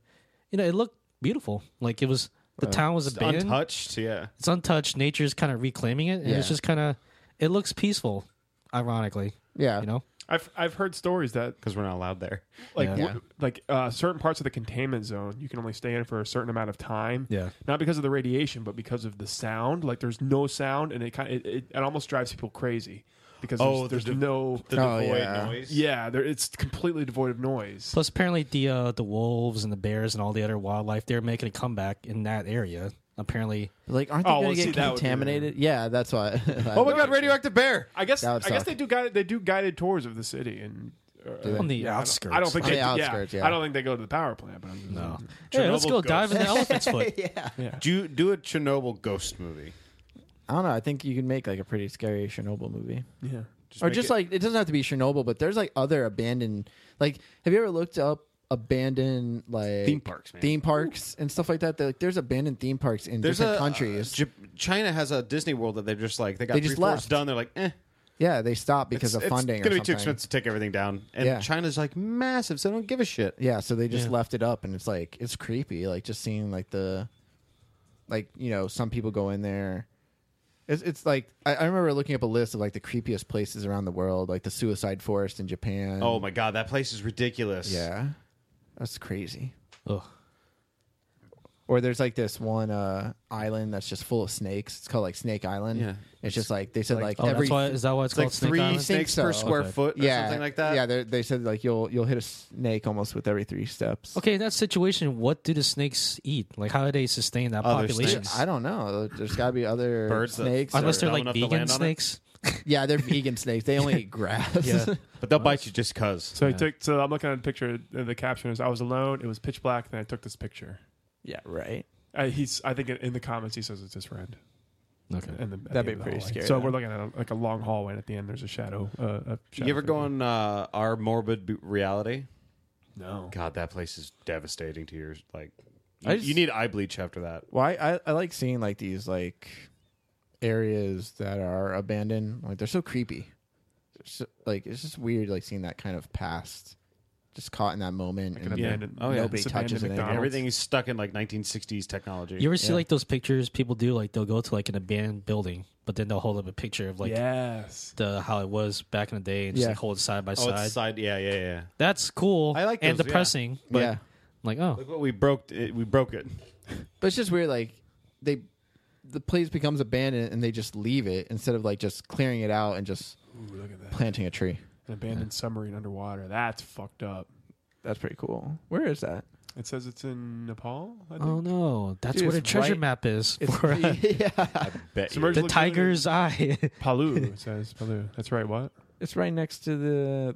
[SPEAKER 4] you know it looked beautiful. Like it was the town was abandoned,
[SPEAKER 3] Untouched. Yeah.
[SPEAKER 4] it's untouched. Nature's kind of reclaiming it, and
[SPEAKER 2] Yeah.
[SPEAKER 4] it's just kind of it looks peaceful, ironically.
[SPEAKER 2] yeah,
[SPEAKER 4] You know,
[SPEAKER 1] I've I've heard stories that
[SPEAKER 3] Because we're not allowed there.
[SPEAKER 1] like
[SPEAKER 4] Yeah.
[SPEAKER 1] w- like uh, certain parts of the containment zone you can only stay in for a certain amount of time.
[SPEAKER 4] Yeah.
[SPEAKER 1] Not because of the radiation, but because of the sound. Like there's no sound, and it kind it, it, it almost drives people crazy because
[SPEAKER 3] Oh,
[SPEAKER 1] there's,
[SPEAKER 3] the
[SPEAKER 1] there's
[SPEAKER 3] div-
[SPEAKER 1] no
[SPEAKER 3] The
[SPEAKER 2] Oh,
[SPEAKER 3] devoid
[SPEAKER 2] yeah.
[SPEAKER 3] noise.
[SPEAKER 1] yeah, there, it's completely devoid of noise.
[SPEAKER 4] plus apparently the uh, the wolves and the bears and all the other wildlife they're making a comeback in that area. Apparently,
[SPEAKER 2] like aren't they
[SPEAKER 1] Oh,
[SPEAKER 2] going
[SPEAKER 1] well,
[SPEAKER 2] to
[SPEAKER 1] see,
[SPEAKER 2] get
[SPEAKER 1] that would be-
[SPEAKER 2] contaminated? Yeah, that's why. (laughs)
[SPEAKER 3] Oh my god, radioactive bear.
[SPEAKER 1] I guess
[SPEAKER 2] That
[SPEAKER 1] I
[SPEAKER 2] would
[SPEAKER 1] guess
[SPEAKER 2] suck.
[SPEAKER 1] they do guided they do guided tours of the city and. uh,
[SPEAKER 4] on the
[SPEAKER 1] yeah, I don't-
[SPEAKER 4] outskirts.
[SPEAKER 1] I don't think
[SPEAKER 2] On
[SPEAKER 1] they.
[SPEAKER 2] the
[SPEAKER 1] do-
[SPEAKER 2] outskirts,
[SPEAKER 1] yeah,
[SPEAKER 2] yeah.
[SPEAKER 1] I don't think they go to the power plant. But I'm just,
[SPEAKER 4] No.
[SPEAKER 2] (laughs)
[SPEAKER 4] Hey, let's
[SPEAKER 3] Chernobyl
[SPEAKER 4] go
[SPEAKER 3] ghost.
[SPEAKER 4] dive
[SPEAKER 3] (laughs)
[SPEAKER 4] in the elephant's foot.
[SPEAKER 3] Do do a Chernobyl ghost movie.
[SPEAKER 2] I don't know. I think you can make like a pretty scary Chernobyl movie.
[SPEAKER 1] yeah.
[SPEAKER 2] or
[SPEAKER 3] make
[SPEAKER 2] just
[SPEAKER 3] it-
[SPEAKER 2] like it doesn't have to be Chernobyl, but there's like other abandoned. Like, have you ever looked up abandoned like
[SPEAKER 3] Theme parks, man.
[SPEAKER 2] theme parks and stuff like that? They're like, there's abandoned theme parks in
[SPEAKER 3] There's
[SPEAKER 2] different
[SPEAKER 3] a
[SPEAKER 2] countries.
[SPEAKER 3] uh, Jap- China has a Disney World that they're just like they got
[SPEAKER 2] They
[SPEAKER 3] three
[SPEAKER 2] just
[SPEAKER 3] fourths
[SPEAKER 2] left.
[SPEAKER 3] done. They're like, eh,
[SPEAKER 2] yeah, they stop because
[SPEAKER 3] it's,
[SPEAKER 2] of funding.
[SPEAKER 3] It's gonna
[SPEAKER 2] or
[SPEAKER 3] be too
[SPEAKER 2] something.
[SPEAKER 3] expensive to take everything down. And
[SPEAKER 2] Yeah.
[SPEAKER 3] China's like massive, so they don't give a shit.
[SPEAKER 2] Yeah, so they just left it up, and it's like it's creepy. Like just seeing like the, like you know, some people go in there, It's, it's like I, I remember looking up a list of like the creepiest places around the world, like the suicide forest in Japan.
[SPEAKER 3] Oh my god, that place is ridiculous.
[SPEAKER 2] yeah, that's crazy.
[SPEAKER 4] Ugh.
[SPEAKER 2] Or there's like this one uh, island that's just full of snakes. It's called like Snake Island.
[SPEAKER 3] Yeah.
[SPEAKER 2] It's just like they said like,
[SPEAKER 4] Oh,
[SPEAKER 2] every
[SPEAKER 4] that's why, is that why it's,
[SPEAKER 3] It's
[SPEAKER 4] called
[SPEAKER 3] like
[SPEAKER 4] Snake
[SPEAKER 3] three
[SPEAKER 4] Island?
[SPEAKER 2] Snake-
[SPEAKER 3] snakes per
[SPEAKER 2] so.
[SPEAKER 3] square
[SPEAKER 4] Okay.
[SPEAKER 3] foot or something like that.
[SPEAKER 2] Yeah, they they said like you'll you'll hit a snake almost with every three steps.
[SPEAKER 4] Okay, in that situation, what do the snakes eat? Like, how do they sustain that
[SPEAKER 3] Other
[SPEAKER 4] population?
[SPEAKER 3] Oh, snakes.
[SPEAKER 2] I don't know. There's got to be other
[SPEAKER 3] Birds that-
[SPEAKER 2] snakes.
[SPEAKER 4] Unless
[SPEAKER 2] or-
[SPEAKER 4] they're
[SPEAKER 3] dumb
[SPEAKER 4] like
[SPEAKER 3] enough to
[SPEAKER 4] vegan
[SPEAKER 3] land on it? (laughs)
[SPEAKER 4] snakes.
[SPEAKER 2] yeah, they're vegan snakes. They
[SPEAKER 4] (laughs)
[SPEAKER 2] only eat grass.
[SPEAKER 4] Yeah.
[SPEAKER 3] But they'll bite you just cuz.
[SPEAKER 1] So I took. So I'm looking at a picture. uh, The caption is: "I was alone. It was pitch black. Then I took this picture."
[SPEAKER 2] (laughs) yeah, right.
[SPEAKER 1] Uh, he's. I think in- in the comments he says it's his friend.
[SPEAKER 4] Okay.
[SPEAKER 1] And the, at
[SPEAKER 2] That'd
[SPEAKER 1] the
[SPEAKER 2] be
[SPEAKER 1] end of the
[SPEAKER 2] pretty
[SPEAKER 1] hallway.
[SPEAKER 2] scary,
[SPEAKER 1] So
[SPEAKER 2] though.
[SPEAKER 1] we're looking at a, like a long hallway, and at the end there's a shadow. Uh, a shadow
[SPEAKER 3] You ever go
[SPEAKER 1] figure.
[SPEAKER 3] on uh, our morbid b- reality?
[SPEAKER 1] No.
[SPEAKER 3] God, that place is devastating to your like.
[SPEAKER 2] I
[SPEAKER 3] You,
[SPEAKER 2] just-
[SPEAKER 3] you need eye bleach after that.
[SPEAKER 2] Why I, I like seeing like these like areas that are abandoned. Like they're so creepy. They're so- like it's just weird like seeing that kind of past, just caught in that moment.
[SPEAKER 1] Like an
[SPEAKER 2] and-
[SPEAKER 3] Yeah.
[SPEAKER 1] abandoned.
[SPEAKER 3] Oh, yeah.
[SPEAKER 1] it's
[SPEAKER 2] Nobody
[SPEAKER 1] abandoned
[SPEAKER 2] touches anything.
[SPEAKER 1] McDonald's.
[SPEAKER 3] Everything is stuck in like 1960s technology.
[SPEAKER 4] You ever see like those pictures people do? Like they'll go to like an abandoned building, but then they'll hold up a picture of like
[SPEAKER 1] yes.
[SPEAKER 4] the how it was back in the day and just
[SPEAKER 2] Yeah.
[SPEAKER 4] like hold it side by
[SPEAKER 3] oh, it's
[SPEAKER 4] side.
[SPEAKER 3] side. Yeah, yeah, yeah.
[SPEAKER 4] That's cool.
[SPEAKER 3] I like
[SPEAKER 4] and
[SPEAKER 3] those, yeah.
[SPEAKER 4] depressing. But
[SPEAKER 2] yeah,
[SPEAKER 4] I'm like oh,
[SPEAKER 3] Look what we broke. It, we broke it.
[SPEAKER 2] but it's just weird. Like they, the place becomes abandoned and they just leave it instead of like just clearing it out and just
[SPEAKER 1] Ooh, look at that.
[SPEAKER 2] planting a tree.
[SPEAKER 1] An abandoned submarine underwater. That's fucked up.
[SPEAKER 2] That's pretty cool. Where is (laughs) that?
[SPEAKER 1] It says it's in Nepal. I think.
[SPEAKER 4] oh no, that's
[SPEAKER 2] Dude,
[SPEAKER 4] what a
[SPEAKER 2] it's
[SPEAKER 4] treasure
[SPEAKER 2] right-
[SPEAKER 4] map is
[SPEAKER 2] (laughs)
[SPEAKER 4] for uh,
[SPEAKER 2] yeah,
[SPEAKER 3] Bet
[SPEAKER 1] Submerged
[SPEAKER 3] you.
[SPEAKER 4] the
[SPEAKER 1] lagoon in
[SPEAKER 2] (laughs)
[SPEAKER 4] tiger's eye.
[SPEAKER 1] Palu. It says Palu. That's right. What?
[SPEAKER 2] it's right next to the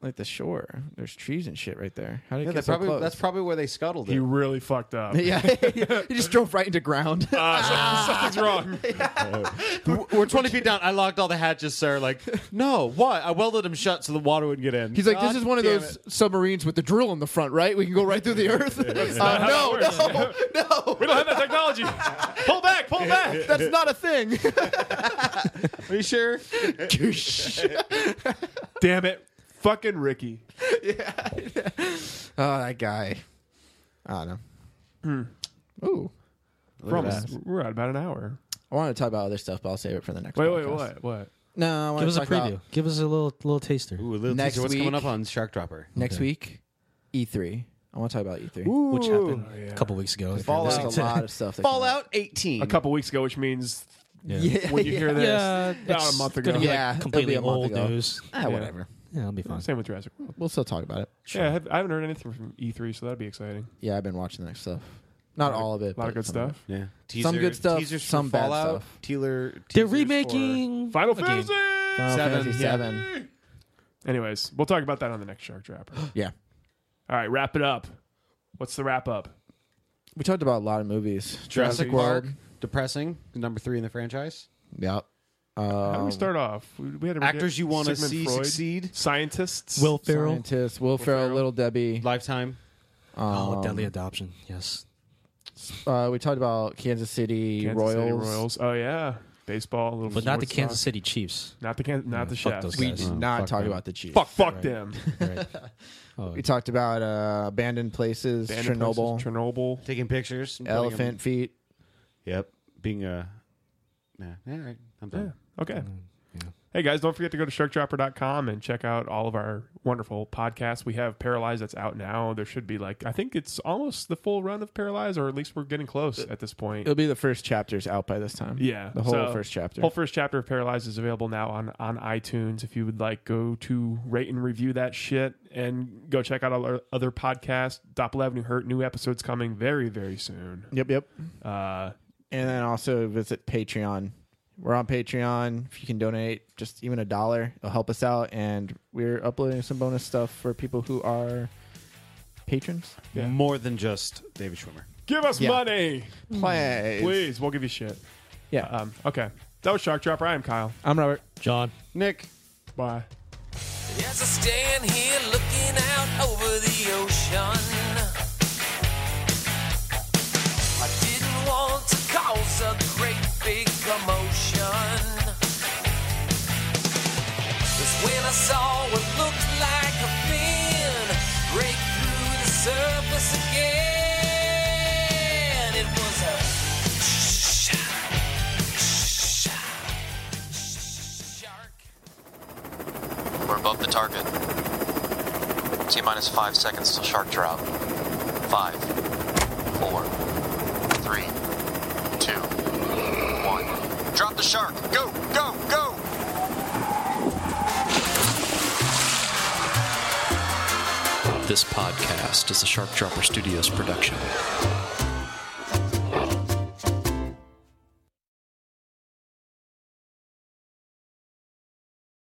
[SPEAKER 2] like the shore. There's trees and shit right there. How did it
[SPEAKER 3] Yeah,
[SPEAKER 2] get
[SPEAKER 3] that's
[SPEAKER 2] so
[SPEAKER 3] probably
[SPEAKER 2] close?
[SPEAKER 3] that's probably where they scuttled
[SPEAKER 1] He
[SPEAKER 3] it.
[SPEAKER 1] really fucked up. (laughs)
[SPEAKER 2] (laughs) yeah, he just drove right into ground.
[SPEAKER 3] Ah,
[SPEAKER 1] Uh, so-
[SPEAKER 3] (laughs)
[SPEAKER 1] something's wrong.
[SPEAKER 3] We're 20 feet down. I locked all the hatches, sir. Like, no, why? I welded them shut so the water wouldn't get in.
[SPEAKER 2] He's like,
[SPEAKER 3] God
[SPEAKER 2] this is one of
[SPEAKER 3] damn
[SPEAKER 2] those
[SPEAKER 3] it.
[SPEAKER 2] submarines with the drill in the front, right? We can go right through
[SPEAKER 1] (laughs)
[SPEAKER 2] the earth. Uh, no, no, no.
[SPEAKER 1] We don't have that technology. pull back. Pull back.
[SPEAKER 2] That's not
[SPEAKER 1] (laughs)
[SPEAKER 2] a thing. (laughs)
[SPEAKER 3] Are you sure?
[SPEAKER 1] Damn it. Fucking Ricky.
[SPEAKER 2] oh, that guy. I don't know. Ooh,
[SPEAKER 1] We're, almost- we're Hmm. at about an hour.
[SPEAKER 2] I wanted to talk about other stuff, but I'll save it for the next.
[SPEAKER 1] Wait, wait,
[SPEAKER 2] podcast.
[SPEAKER 1] what? What?
[SPEAKER 2] No, I want
[SPEAKER 4] Give
[SPEAKER 2] to
[SPEAKER 4] us a
[SPEAKER 2] talk about
[SPEAKER 4] preview. Give us a little little taster.
[SPEAKER 3] Ooh, a little
[SPEAKER 2] Next
[SPEAKER 3] teaser. What's coming
[SPEAKER 2] week-
[SPEAKER 3] up on Shark Dropper?
[SPEAKER 2] next
[SPEAKER 4] Okay.
[SPEAKER 2] week. E3. I want to talk about E3.
[SPEAKER 4] Which happened
[SPEAKER 1] Oh, yeah.
[SPEAKER 4] a couple weeks ago.
[SPEAKER 2] There's
[SPEAKER 3] Fallout.
[SPEAKER 2] a lot of
[SPEAKER 1] (laughs)
[SPEAKER 2] stuff. that came out.
[SPEAKER 3] Fallout 18.
[SPEAKER 1] A couple weeks ago, which means
[SPEAKER 4] (laughs) Yeah,
[SPEAKER 1] when
[SPEAKER 2] (laughs)
[SPEAKER 1] you
[SPEAKER 2] Ah,
[SPEAKER 1] hear this,
[SPEAKER 4] Yeah,
[SPEAKER 1] about
[SPEAKER 4] it's
[SPEAKER 1] a month
[SPEAKER 4] gonna
[SPEAKER 1] ago.
[SPEAKER 4] be, like,
[SPEAKER 2] Yeah, it'll be
[SPEAKER 4] completely
[SPEAKER 2] a month
[SPEAKER 4] old
[SPEAKER 2] ago.
[SPEAKER 4] news.
[SPEAKER 2] Ah, whatever.
[SPEAKER 4] Yeah, it'll be fun.
[SPEAKER 1] Same with Jurassic World.
[SPEAKER 2] We'll still talk about it.
[SPEAKER 1] Yeah, I, have, I haven't heard anything from E3, so that'd be exciting.
[SPEAKER 2] Yeah, I've been watching that stuff. Not all of
[SPEAKER 1] A lot
[SPEAKER 2] it. but
[SPEAKER 1] of good
[SPEAKER 2] some of it.
[SPEAKER 1] stuff.
[SPEAKER 3] Yeah.
[SPEAKER 2] Some good stuff,
[SPEAKER 3] Teasers for
[SPEAKER 2] some bad
[SPEAKER 3] Fallout.
[SPEAKER 2] stuff.
[SPEAKER 3] Tealer.
[SPEAKER 4] They're
[SPEAKER 3] teasers for-
[SPEAKER 4] remaking
[SPEAKER 1] Final
[SPEAKER 4] a game.
[SPEAKER 1] Fantasy.
[SPEAKER 2] Final
[SPEAKER 3] Seven,
[SPEAKER 2] Fantasy
[SPEAKER 3] yeah.
[SPEAKER 2] Seven.
[SPEAKER 1] Anyways, we'll talk about that on the next Shark Trapper.
[SPEAKER 2] Yeah.
[SPEAKER 1] All right, wrap it up. What's the wrap up?
[SPEAKER 2] We talked about a lot of movies.
[SPEAKER 3] Jurassic Park. Depressing. Number three in the franchise.
[SPEAKER 2] Yep.
[SPEAKER 1] How do
[SPEAKER 2] Um,
[SPEAKER 1] we start off? We, we had to
[SPEAKER 3] Actors you want to
[SPEAKER 1] Sigmund
[SPEAKER 3] see
[SPEAKER 1] Freud,
[SPEAKER 3] succeed.
[SPEAKER 1] Scientists.
[SPEAKER 4] Will Ferrell.
[SPEAKER 2] Scientists, Will Ferrell,
[SPEAKER 1] Ferrell.
[SPEAKER 2] Little Debbie.
[SPEAKER 3] Lifetime.
[SPEAKER 4] oh,
[SPEAKER 2] um,
[SPEAKER 4] Deadly Adoption. Yes.
[SPEAKER 2] uh, we talked about Kansas City
[SPEAKER 1] Kansas
[SPEAKER 2] Royals.
[SPEAKER 1] City Royals. Oh yeah, baseball. A little
[SPEAKER 4] But not the
[SPEAKER 1] sports
[SPEAKER 4] Kansas
[SPEAKER 1] talk.
[SPEAKER 4] City
[SPEAKER 2] (laughs)
[SPEAKER 4] Chiefs.
[SPEAKER 1] Not the Kansas. Not
[SPEAKER 4] Yeah,
[SPEAKER 1] the
[SPEAKER 4] fuck
[SPEAKER 1] chefs.
[SPEAKER 4] those
[SPEAKER 2] We
[SPEAKER 4] guys.
[SPEAKER 2] did
[SPEAKER 4] Oh,
[SPEAKER 2] not
[SPEAKER 4] fuck
[SPEAKER 2] talk
[SPEAKER 4] them.
[SPEAKER 2] about the Chiefs.
[SPEAKER 1] Fuck, fuck
[SPEAKER 4] Right.
[SPEAKER 1] them.
[SPEAKER 4] Right. Oh,
[SPEAKER 2] We talked about uh, abandoned places,
[SPEAKER 1] Abandoned
[SPEAKER 2] Chernobyl,
[SPEAKER 1] places, Chernobyl.
[SPEAKER 3] Taking pictures. and putting
[SPEAKER 2] elephant feet.
[SPEAKER 3] them- Yep. Being a. Nah. All right. I'm
[SPEAKER 1] Yeah.
[SPEAKER 3] done.
[SPEAKER 1] Okay.
[SPEAKER 4] yeah.
[SPEAKER 1] Hey guys, don't forget to go to sharkdropper.com and check out all of our wonderful podcasts. We have Paralyzed that's out now. There should be like I think it's almost the full run of Paralyzed, or at least we're getting close at this point.
[SPEAKER 2] It'll be the first chapters out by this time.
[SPEAKER 1] Yeah,
[SPEAKER 2] the whole
[SPEAKER 1] so-
[SPEAKER 2] first chapter.
[SPEAKER 1] Whole first chapter of Paralyzed is available now on on iTunes. If you would like, go to rate and review that shit, and go check out all our other podcasts. Doppel Avenue Hurt. New episodes coming very very soon.
[SPEAKER 2] yep, yep.
[SPEAKER 1] Uh,
[SPEAKER 2] And then also visit Patreon. We're on Patreon. If you can donate just even a dollar, it'll help us out. And we're uploading some bonus stuff for people who are patrons.
[SPEAKER 1] Yeah.
[SPEAKER 3] More than just David Schwimmer.
[SPEAKER 1] give us
[SPEAKER 2] Yeah.
[SPEAKER 1] money,
[SPEAKER 2] Play.
[SPEAKER 1] please. We'll give you shit.
[SPEAKER 2] Yeah.
[SPEAKER 1] Um, okay, that was Shark Dropper. I am Kyle.
[SPEAKER 2] I'm Robert.
[SPEAKER 4] John.
[SPEAKER 3] Nick.
[SPEAKER 1] Bye.
[SPEAKER 8] As I stand here looking out over the ocean, I didn't want to cause a great big commotion. That's when I saw what looked like a fin break through the surface again. It was a.
[SPEAKER 10] T minus five seconds till shark drop. Five, four, three, two, one. Drop the shark. Go, go, go.
[SPEAKER 8] This podcast is a Shark Dropper Studios production.